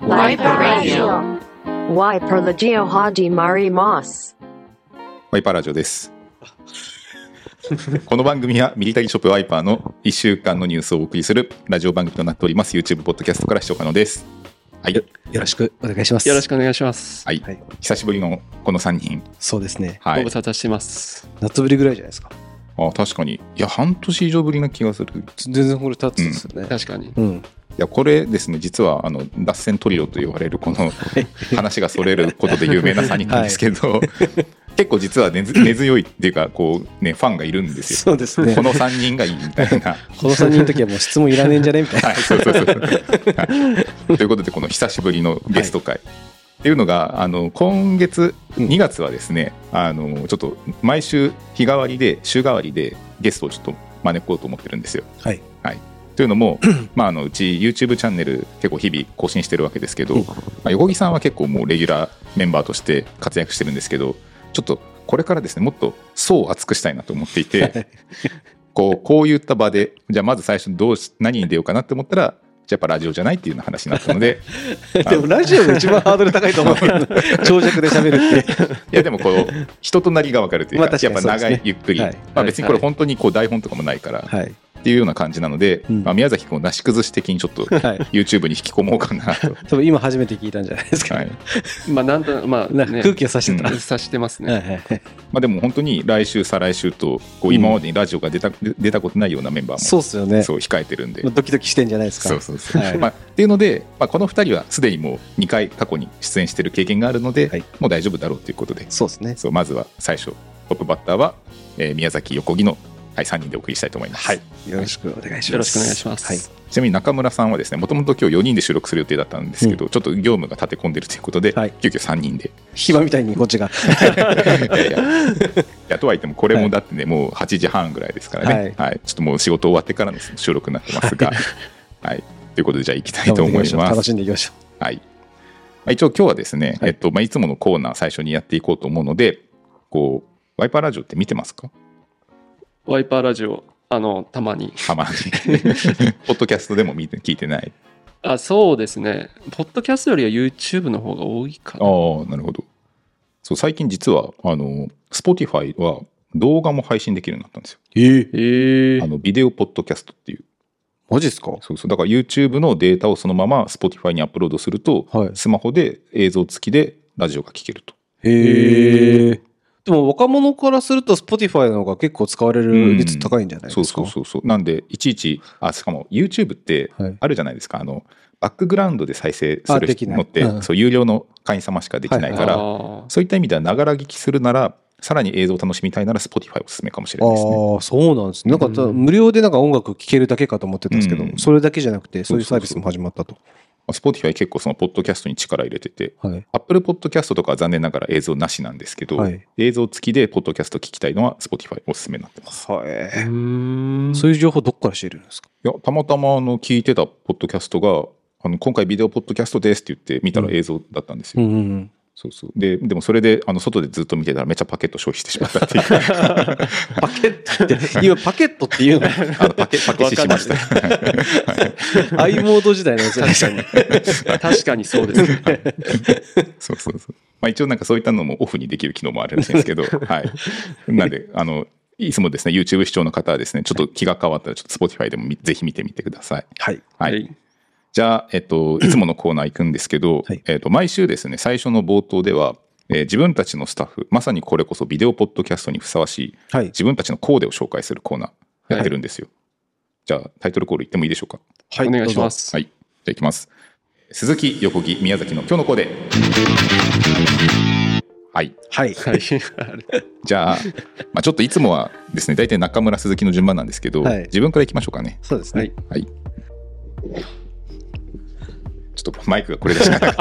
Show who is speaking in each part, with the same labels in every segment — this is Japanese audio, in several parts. Speaker 1: ワイパーラジオ
Speaker 2: Wiper Legio Hadi Mari Moss.
Speaker 3: ワイパーラジオです。この番組はミリタリーショップワイパーの1週間のニュースをお送りするラジオ番組となっております。YouTube、ポッドキャストから視聴可能です。はい。
Speaker 4: よろしくお願いします。
Speaker 5: よろしくお願いします。
Speaker 3: はい。久しぶりのこの3人。
Speaker 4: そうですね。
Speaker 3: は
Speaker 5: ご
Speaker 3: い
Speaker 5: 無。沙汰してます。
Speaker 4: 夏ぶりぐらいじゃないですか。
Speaker 3: あ確かに。いや、半年以上ぶりな気がする。い
Speaker 4: 全然これ立つですよね。
Speaker 5: 確かに。
Speaker 4: うん。
Speaker 3: や、これですね、実は、あの、脱線トリオと言われる、この、話がそれることで有名な3人なんですけど、結構実は根 ず根強いっていうか、こう、ね、ファンがいるんです
Speaker 4: そうです
Speaker 3: よ。
Speaker 4: ね。
Speaker 3: こ
Speaker 4: こ
Speaker 3: の3人がいいみたいな。
Speaker 4: の3人の時はもう質問いらねえんじゃねみたいな。
Speaker 3: はい、そうそうそうそう、はいということで、この久しぶりのゲスト会。っていうのがあの今月
Speaker 4: うん
Speaker 3: 2月はですね、あのちょっと毎週日替わりで週替わりでゲストをちょっと招こうと思ってるんですよ。
Speaker 4: はい。
Speaker 3: というの も、まあ、あのうち YouTube チャンネル結構日々更新してるわけですけど、
Speaker 4: うん
Speaker 3: まあ、横木さんは結構もうレギュラーメンバーとして活躍してるんですけどちょっとこれからですねもっと層を厚くしたいなと思っていてこうこういった場でじゃあまず最初どうし何に出ようかなって思ったらじゃあやっぱラジオじゃないっていうような話になったの で
Speaker 4: でもラジオが一番ハードル高いと思うけど、長尺で喋るって。
Speaker 3: いやでもこう人となりが分かるという
Speaker 4: ま
Speaker 3: か
Speaker 4: あ確
Speaker 3: や
Speaker 4: か
Speaker 3: っ
Speaker 4: に
Speaker 3: ぱ長
Speaker 4: そうで
Speaker 3: い
Speaker 4: すね
Speaker 3: ゆっくり
Speaker 4: はい
Speaker 3: まあ別にこれ本当にこう台本とかもないからっ
Speaker 4: はい。
Speaker 3: ていうような感じなので
Speaker 4: うん
Speaker 3: まあ宮崎君をなし崩し的にち ょっと
Speaker 4: はい。
Speaker 3: YouTube に引き込もうかなと。
Speaker 4: 多分今初めて聞いたんじゃないですか。
Speaker 3: はい
Speaker 5: まあ、なんと、まあ、
Speaker 4: なんか
Speaker 5: ね、
Speaker 4: 空気をさしてた。
Speaker 3: う
Speaker 4: は
Speaker 3: ん
Speaker 4: い
Speaker 5: 察してます
Speaker 4: は
Speaker 5: ね。
Speaker 4: いはい。
Speaker 3: まあ、でも本当に来週、再来週とこ
Speaker 4: う
Speaker 3: うん今までにラジオが出た,、出たことないようなメンバーも
Speaker 4: そうっすよね。
Speaker 3: そう控えてるんで。
Speaker 4: ドキドキしてんじゃないですか。
Speaker 3: そうそうそう
Speaker 4: はい
Speaker 3: まあ、っていうので、まあ、この2人はすでにもう2回過去に出演してる経験があるので、
Speaker 4: はい
Speaker 3: もう大丈夫だろうということで
Speaker 4: そうですね。
Speaker 3: そうまずは最初トップバッターは、えー宮崎横木の、はい、3人でお送りしたいと思います、
Speaker 4: はい。よろしくお願いします。
Speaker 5: よろしくお願いします。
Speaker 4: はい。
Speaker 3: ちなみに中村さんはですねもともと今日4人で収録する予定だったんですけど、ちょっと業務が立て込んでるということで、
Speaker 4: はい
Speaker 3: 急遽3人 で
Speaker 4: 暇みたいにこっちが。
Speaker 3: いやいやいやとはいってもこれもだってね、もう8時半ぐらいですからね、はいちょっともう仕事終わってからの収録になってますが、はい、ということでじゃあ行きたいと思います。
Speaker 4: 楽しんでいきましょ
Speaker 3: はいまあ一応今日はですね、
Speaker 4: は
Speaker 3: いえ
Speaker 4: い
Speaker 3: っとまあ、いつものコーナー最初にやっていこうと思うのでこうワイパーラジオって見てますか
Speaker 5: ワイパーラジオ、あの、たまに。
Speaker 3: たま にポッドキャストでも見て聞いてない
Speaker 5: あ、そうですね。ポッドキャストよりは YouTube の方が多いか
Speaker 3: あ
Speaker 5: な。
Speaker 3: あなるほどそう最近実はあの Spotify は動画も配信できるようになったんですよ、
Speaker 4: う。ええ。
Speaker 5: ええ
Speaker 3: あのビデオポッドキャストっていう
Speaker 4: マジっすか
Speaker 3: そうそうだから YouTube のデータをそのまま Spotify にアップロードすると、
Speaker 4: はい
Speaker 3: スマホで映像付きでラジオが聴けると、
Speaker 4: へえ。でも若者からすると Spotify の方が結構使われる率高いんじゃない
Speaker 3: そ
Speaker 4: で
Speaker 3: う
Speaker 4: すか、
Speaker 3: そうそうそうなんでいちいちあしかも YouTube って
Speaker 4: はい
Speaker 3: あるじゃないですかあのバックグラウンドで再生す
Speaker 4: あ
Speaker 3: る
Speaker 4: できない
Speaker 3: のって、
Speaker 4: うん
Speaker 3: そう有料の会員様しかできないから、
Speaker 5: あー
Speaker 3: そういった意味ではながら聞きするならさらに映像を楽しみたいなら Spotify おすすめかもしれないですね
Speaker 4: ああ、そうなんですね。なんかた、
Speaker 5: うん
Speaker 4: 無料でなんか音楽聴けるだけかと思ってたんですけど、
Speaker 3: うん
Speaker 4: それだけじゃなくて、そういうサービスも始まったと。
Speaker 3: まあ Spotify 結構そのポッドキャストに力入れてて
Speaker 4: はい。
Speaker 3: Apple Podcast とかは残念ながら映像なしなんですけど、
Speaker 4: はい
Speaker 3: 映像付きでポッドキャスト聞きたいのは Spotify おすすめになってます
Speaker 4: は
Speaker 5: うーん
Speaker 4: い。そういう情報どっから知れるんですか
Speaker 3: いや、たまたまあの聞いてたポッドキャストが、あの今回ビデオポッドキャストですって言って見たら映像だったんですよ。
Speaker 4: んうん。
Speaker 3: そうそう。で、でもそれであの外でずっと見てたらめっちゃパケット消費してしまったって いう
Speaker 4: パケットって、 今パケットっていうの
Speaker 3: あのパケ、パケししました。
Speaker 4: アイモード時代なんですよね。
Speaker 5: 確かにそうですね。
Speaker 3: そうそうそう。まあ一応なんかそういったのもオフにできる機能もあるらしいんですけど、 はい。なんで、あの、いつもですね、YouTube 視聴の方はですね、ちょっと気が変わったら、ちょっと Spotify でもみぜひ見てみてください。
Speaker 4: はい。
Speaker 3: はい。。じゃあ、えっ と、いつものコーナー行くんですけど、
Speaker 4: はい
Speaker 3: えっと、毎週ですね、最初の冒頭では、えー自分たちのスタッフ、まさにこれこそビデオポッドキャストにふさわしい、
Speaker 4: はい。
Speaker 3: 自分たちのコーデを紹介するコーナーやってるんですよ。じゃあ、タイトルコール行ってもいいでしょうか。
Speaker 4: は。
Speaker 5: お願いしますす。
Speaker 3: はい。じゃあ、行きます。鈴木、横木、宮崎の今日のコーデ。はい。
Speaker 4: は
Speaker 5: は
Speaker 4: い。
Speaker 5: い。 あれ
Speaker 3: じゃ あ、まあ、ちょっといつもはですね、大体中村、鈴木の順番なんですけど、
Speaker 4: はい
Speaker 3: 自分から行きましょうかね。
Speaker 4: そうです
Speaker 5: は
Speaker 4: ね
Speaker 5: い。
Speaker 3: はい。ちょっとマイクがこれでしかなかっ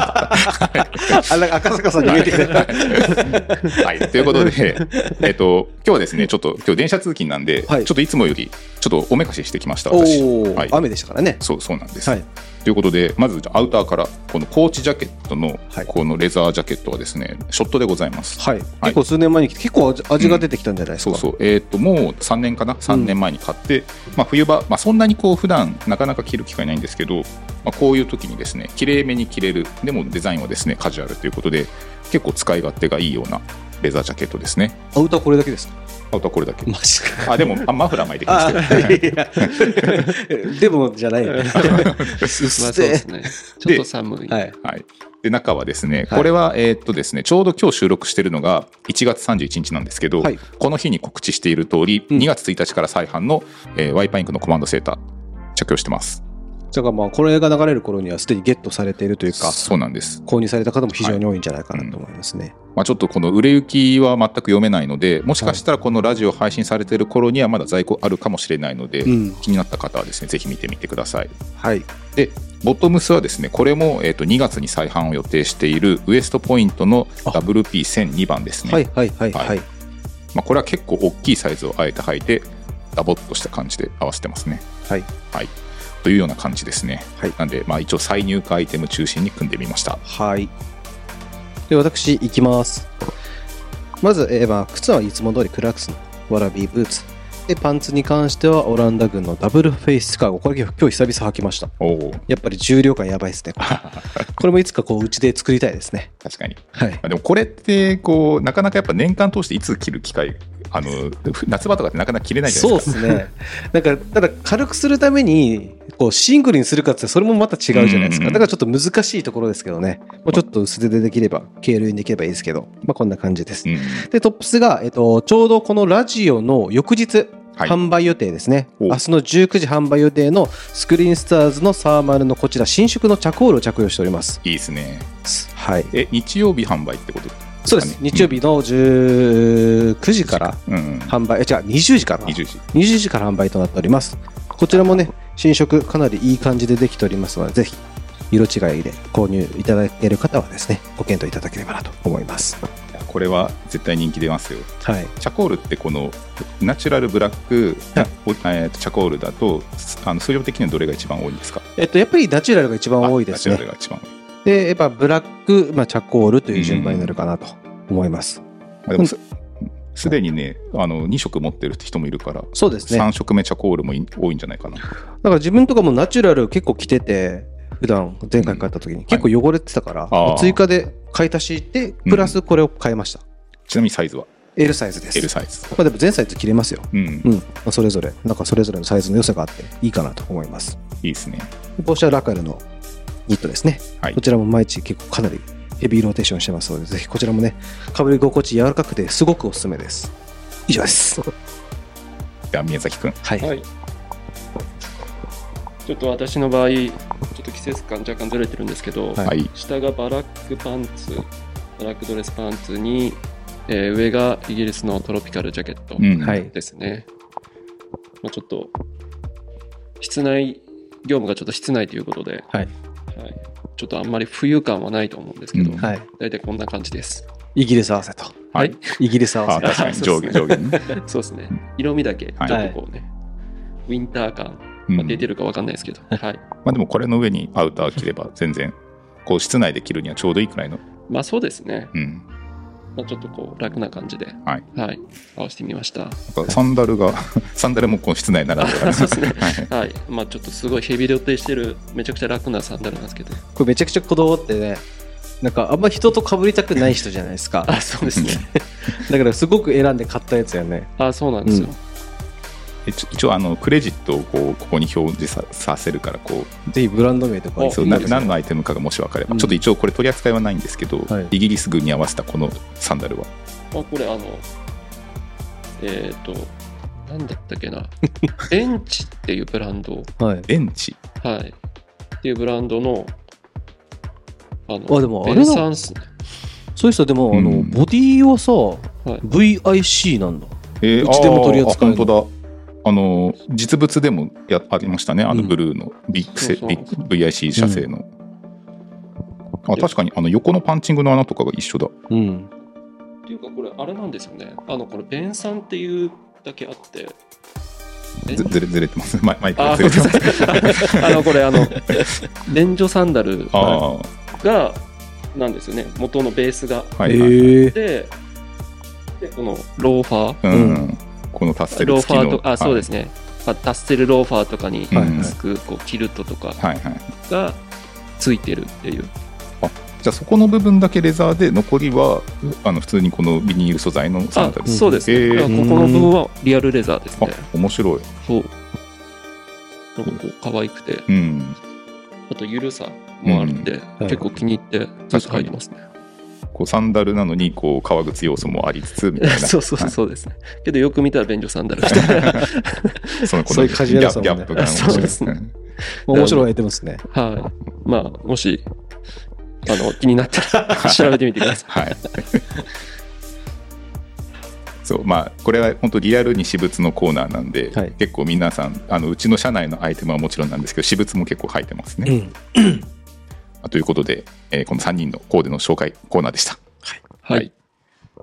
Speaker 3: た。
Speaker 4: あ、なんか赤坂さんに見えてきた。
Speaker 3: はい、ということで、えっと、今日はですね、ちょっと今日電車通勤なんで、
Speaker 4: はい
Speaker 3: ちょっといつもよりちょっとおめかししてきました、
Speaker 4: お
Speaker 3: 私。
Speaker 4: お、
Speaker 3: はい
Speaker 4: 雨でしたからね。
Speaker 3: そうそうなんです、
Speaker 4: はい。
Speaker 3: ということで、まずじゃあアウターから、このコーチジャケットの
Speaker 4: はい
Speaker 3: このレザージャケットはですね、ショットでございます。
Speaker 4: はい。結構数年前に来て、結構味味が出てきたんじゃないです
Speaker 3: そ
Speaker 4: か。
Speaker 3: うそう、えっと、もう3年かな、3年前に買って、まあ、冬場、まあ、そんなにこう、普段なかなか着る機会ないんですけど、まあ、こういう時にですね、ね綺麗めに着れるでもデザインはですねカジュアルということで結構使い勝手がいいようなレザージャケットですね
Speaker 4: アウターこれだけですか
Speaker 3: あとはこれ だけ
Speaker 4: マジか。
Speaker 3: あでもあマフラー巻いてきま
Speaker 4: あ
Speaker 3: し
Speaker 4: い
Speaker 3: たよ
Speaker 4: やいや でもじゃないよね。
Speaker 5: ま
Speaker 4: 薄
Speaker 5: あそう
Speaker 4: 手
Speaker 5: ですね。ちょっと寒い。
Speaker 4: はい。
Speaker 3: はい、で中はですね、これは、えーっとですね、ちょうど今日収録しているのが1月31日なんですけど、
Speaker 4: はい
Speaker 3: この日に告知している通り、
Speaker 4: うん
Speaker 3: 2月1日から再販の、えーワイパインクのコマンドセーター着用してます。
Speaker 4: だからまあこれが流れる頃にはすでにゲットされているというか、
Speaker 3: そうなんです、
Speaker 4: 購入された方も非常に多いんじゃないかなと思いますね。
Speaker 3: まあ、ちょっとこの売れ行きは全く読めないのでもしかしたらこのラジオ配信されている頃にはまだ在庫あるかもしれないので、
Speaker 4: うん。
Speaker 3: 気になった方はですねぜひ見てみてください。
Speaker 4: はい。
Speaker 3: でボトムスはですねこれも、えーっと2月に再販を予定しているウエストポイントの WP1002 番ですね。
Speaker 4: はいはいはいは。
Speaker 3: はいまあ、これは結構大きいサイズをあえて履いてダボっとした感じで合わせてますね。
Speaker 4: はい、
Speaker 3: はい、というような感じですね。
Speaker 4: はい
Speaker 3: なんで、まあ、一応再入荷アイテム中心に組んでみました。
Speaker 4: はい。で、私、行きます。まず、えーまあ、靴はいつも通りクラックスのわらびブーツ。で、パンツに関しては、オランダ軍のダブルフェイスカーゴ。これ今日久々履きました。
Speaker 3: おお
Speaker 4: やっぱり重量感やばいです ね。これこれもいつかこう、うちで作りたいですね。
Speaker 3: 確かに、ま
Speaker 4: はい。
Speaker 3: あ、でもこれってこうなかなかやっぱ年間通していつ着る機会あの夏場とかってなかなか着れないじゃな
Speaker 4: そ
Speaker 3: いうで
Speaker 4: です
Speaker 3: か。
Speaker 4: すね。なんか、ただ軽くするために、こう、シングルにするかって、それもまた違うじゃな
Speaker 3: う
Speaker 4: いですか。
Speaker 3: んうんうん
Speaker 4: だからちょっと難しいところですけどね。もうちょっと薄手でできれば、軽量にできればいいですけど、まあこんな感じです。
Speaker 3: うん
Speaker 4: で、トップスが、えっと、ちょうどこのラジオの翌日、
Speaker 3: はい
Speaker 4: 販売予定ですね。
Speaker 3: お
Speaker 4: 明日の19時販売予定のスクリーンスターズのサーマルのこちら、新色のチャコールを着用しております。
Speaker 3: いいですね。
Speaker 4: はい。
Speaker 3: え日曜日販売ってことですかね
Speaker 4: そうです。日曜日の19時から
Speaker 3: うん、うん、
Speaker 4: 販売、え違う、20時から。
Speaker 3: 20時
Speaker 4: 20時から販売となっております。こちらもね、新色かなりいい感じでできておりますので、ぜひ、色違いで購入いただける方はですね、ご検討いただければなと思います。
Speaker 3: いやこれは絶対人気出ますよ。
Speaker 4: はい。
Speaker 3: チャコールってこのナチュラルブラック、おえーとチャコールだとあの数量的にはどれが一番多いんですか
Speaker 4: えっと、やっぱりナチュラルが一番多いです
Speaker 3: あナチュラ。
Speaker 4: ね
Speaker 3: ルが一番多い
Speaker 4: で、やっぱブラック、まあ、チャコールという順番になるかなと思います。
Speaker 3: あでもすすでにねあの2色持ってるって人もいるから、
Speaker 4: そうですね。
Speaker 3: 3色目チャコールもい多いんじゃないかな
Speaker 4: だから自分とかもナチュラル結構着てて、普段前回買った時に結構汚れてたから、
Speaker 3: あー
Speaker 4: 追加で買い足して、プラスこれを買いました。
Speaker 3: ちなみにサイズは
Speaker 4: L サイズです。
Speaker 3: L サイズ
Speaker 4: まあでも全サイズ着れますよ。
Speaker 3: うん、
Speaker 4: う
Speaker 3: い
Speaker 4: ん、まあ、それぞれ、なんかそれぞれのサイズの良さがあっていいかなと思います。
Speaker 3: いですね
Speaker 4: 帽子はラカルのニットですね。
Speaker 3: はい
Speaker 4: こちらも毎日結構かなりヘビーローテーションしてますので、ぜひこちらもね、かぶり心地柔らかくてすごくおすすめです。以上です。
Speaker 3: では宮崎くん
Speaker 4: はい。
Speaker 5: はい。ちょっと私の場合、ちょっと季節感若干ずれてるんですけど、
Speaker 4: はい
Speaker 3: はい
Speaker 5: 下がバラックパンツ、バラックドレスパンツに、えー上がイギリスのトロピカルジャケット
Speaker 3: うん
Speaker 4: はい
Speaker 5: ですね。まあ、ちょっと、室内、業務がちょっと室内ということで、
Speaker 4: はい
Speaker 5: はいちょっとあんまり浮遊感はないと思うんですけど、
Speaker 3: うん
Speaker 4: はい。
Speaker 5: 大体こんな感じです。
Speaker 4: イギリス合わせと。
Speaker 3: はい。
Speaker 4: イギリス合
Speaker 3: あ
Speaker 4: わせ。
Speaker 3: 確かに上下上下ね、
Speaker 5: そうですね。色味だけ、ちょ
Speaker 3: は
Speaker 5: っ
Speaker 3: い
Speaker 5: とこうね、ウィンター感、
Speaker 3: うん
Speaker 5: まあ出てるかわかんないですけど、はい。
Speaker 3: まあ、でもこれの上にアウター着れば全然こう室内で着るにはちょうどいいくらいの、
Speaker 5: まあそうですね。
Speaker 3: うん、
Speaker 5: まあ、ちょっとこう楽な感じで、
Speaker 3: はい、
Speaker 5: 合わせてみました。
Speaker 3: なんかサンダルが サンダルもこう室内ならでは
Speaker 5: そうですね
Speaker 3: はい
Speaker 5: はい、まあちょっとすごいヘビーで予定してる、めちゃくちゃ楽なサンダルなんですけど。
Speaker 4: これめちゃくちゃこだわってね、なんかあんま人と被りたくない人じゃないです か。
Speaker 5: あ、そうですね。
Speaker 4: だからすごく選んで買ったやつやね。
Speaker 5: あ、そうなんですよ。
Speaker 3: 一応一応あのクレジットをこうここに表示ささせるからこう
Speaker 4: ぜひブランド名とか
Speaker 5: お
Speaker 3: そう
Speaker 5: いい
Speaker 3: な
Speaker 5: ですね
Speaker 3: 何のアイテムかがもし分かれば、
Speaker 4: うん
Speaker 3: ちょっと一応これ取り扱いはないんですけど、
Speaker 4: はい
Speaker 3: イギリス軍に合わせたこのサンダルは
Speaker 5: あ、これあの、えっ、と、なんだったっけ な。ベンチっていうブランド、
Speaker 4: はい。
Speaker 3: ベンチ
Speaker 5: はい。っていうブランドの、あの、
Speaker 4: あでもあれ
Speaker 5: ベ
Speaker 4: な
Speaker 5: ンサンス、
Speaker 4: そういう人でも、あ
Speaker 3: う
Speaker 4: の、
Speaker 3: ん
Speaker 4: ボディはさ、
Speaker 5: い
Speaker 4: VIC なんだ。
Speaker 3: え
Speaker 4: うちでも取り扱い
Speaker 3: あーあ本当だあの実物でもやありましたねあの
Speaker 4: うん
Speaker 3: ブルーのビッグセ、
Speaker 5: そうそう
Speaker 3: ビッグ VIC 社製の、あ確かにあの横のパンチングの穴とかが一緒だ
Speaker 4: うん。
Speaker 5: っていうかこれあれなんですよね。あの、これベンサンっていうだけあ って、え
Speaker 3: ずずれずれてますマ イマイク
Speaker 5: あ
Speaker 3: が
Speaker 5: ー、
Speaker 3: ず
Speaker 5: ご
Speaker 3: れ
Speaker 5: め
Speaker 3: てます
Speaker 5: んなさい。あの、これ、 あの、便所サンダルが、
Speaker 3: あ
Speaker 5: なんですよね、元のベースが。
Speaker 3: あはい、はい
Speaker 4: へえ
Speaker 5: で、でこのローファ
Speaker 3: う
Speaker 4: うん
Speaker 3: この達成
Speaker 5: ー、ローフ
Speaker 3: 付きの
Speaker 5: ァーとか、あ、そうですね、まあ、タッセルローファーとかに
Speaker 3: はい
Speaker 5: つく、こう、キルトとか
Speaker 3: はいはいはい
Speaker 5: が、ついてるっていう
Speaker 3: じゃあそこの部分だけレザーで残りはあの普通にこのビニール素材のサ
Speaker 5: あ
Speaker 3: ンダル
Speaker 5: そうですね、
Speaker 3: えー
Speaker 5: だからここの部分はリアルレザーです
Speaker 3: あ
Speaker 5: ね
Speaker 3: 面白い
Speaker 5: そうなんかこう可愛くて
Speaker 3: うん
Speaker 5: あとゆるさもあるんで、
Speaker 4: うん
Speaker 5: 結構気に入ってずっと履いてますね
Speaker 3: こうサンダルなのにこう革靴要素もありつつみたいな
Speaker 5: そうそうそうそうですね、けどよく見たら便所サンダルみたいな
Speaker 3: そのこ
Speaker 4: そ
Speaker 3: の
Speaker 4: うい
Speaker 3: ギ
Speaker 4: う
Speaker 3: ャ
Speaker 4: カジュアルさ
Speaker 3: ッ
Speaker 4: も
Speaker 3: プギャッ
Speaker 4: ね
Speaker 3: プが面
Speaker 5: そ
Speaker 3: 白
Speaker 5: う
Speaker 3: い
Speaker 5: で
Speaker 3: ですす
Speaker 5: ね
Speaker 3: ね。
Speaker 4: 面白いアイテムですね。
Speaker 5: はいまあもしあの気になったら調べてみてください
Speaker 3: はい。そうまあこれは本当リアルに私物のコーナーなんで、
Speaker 4: はい
Speaker 3: 結構皆さんあのうちの社内のアイテムはもちろんなんですけど私物も結構入ってますね。
Speaker 4: うん。
Speaker 3: ということで、えーこの3人のコーデの紹介コーナーでした。
Speaker 5: はい、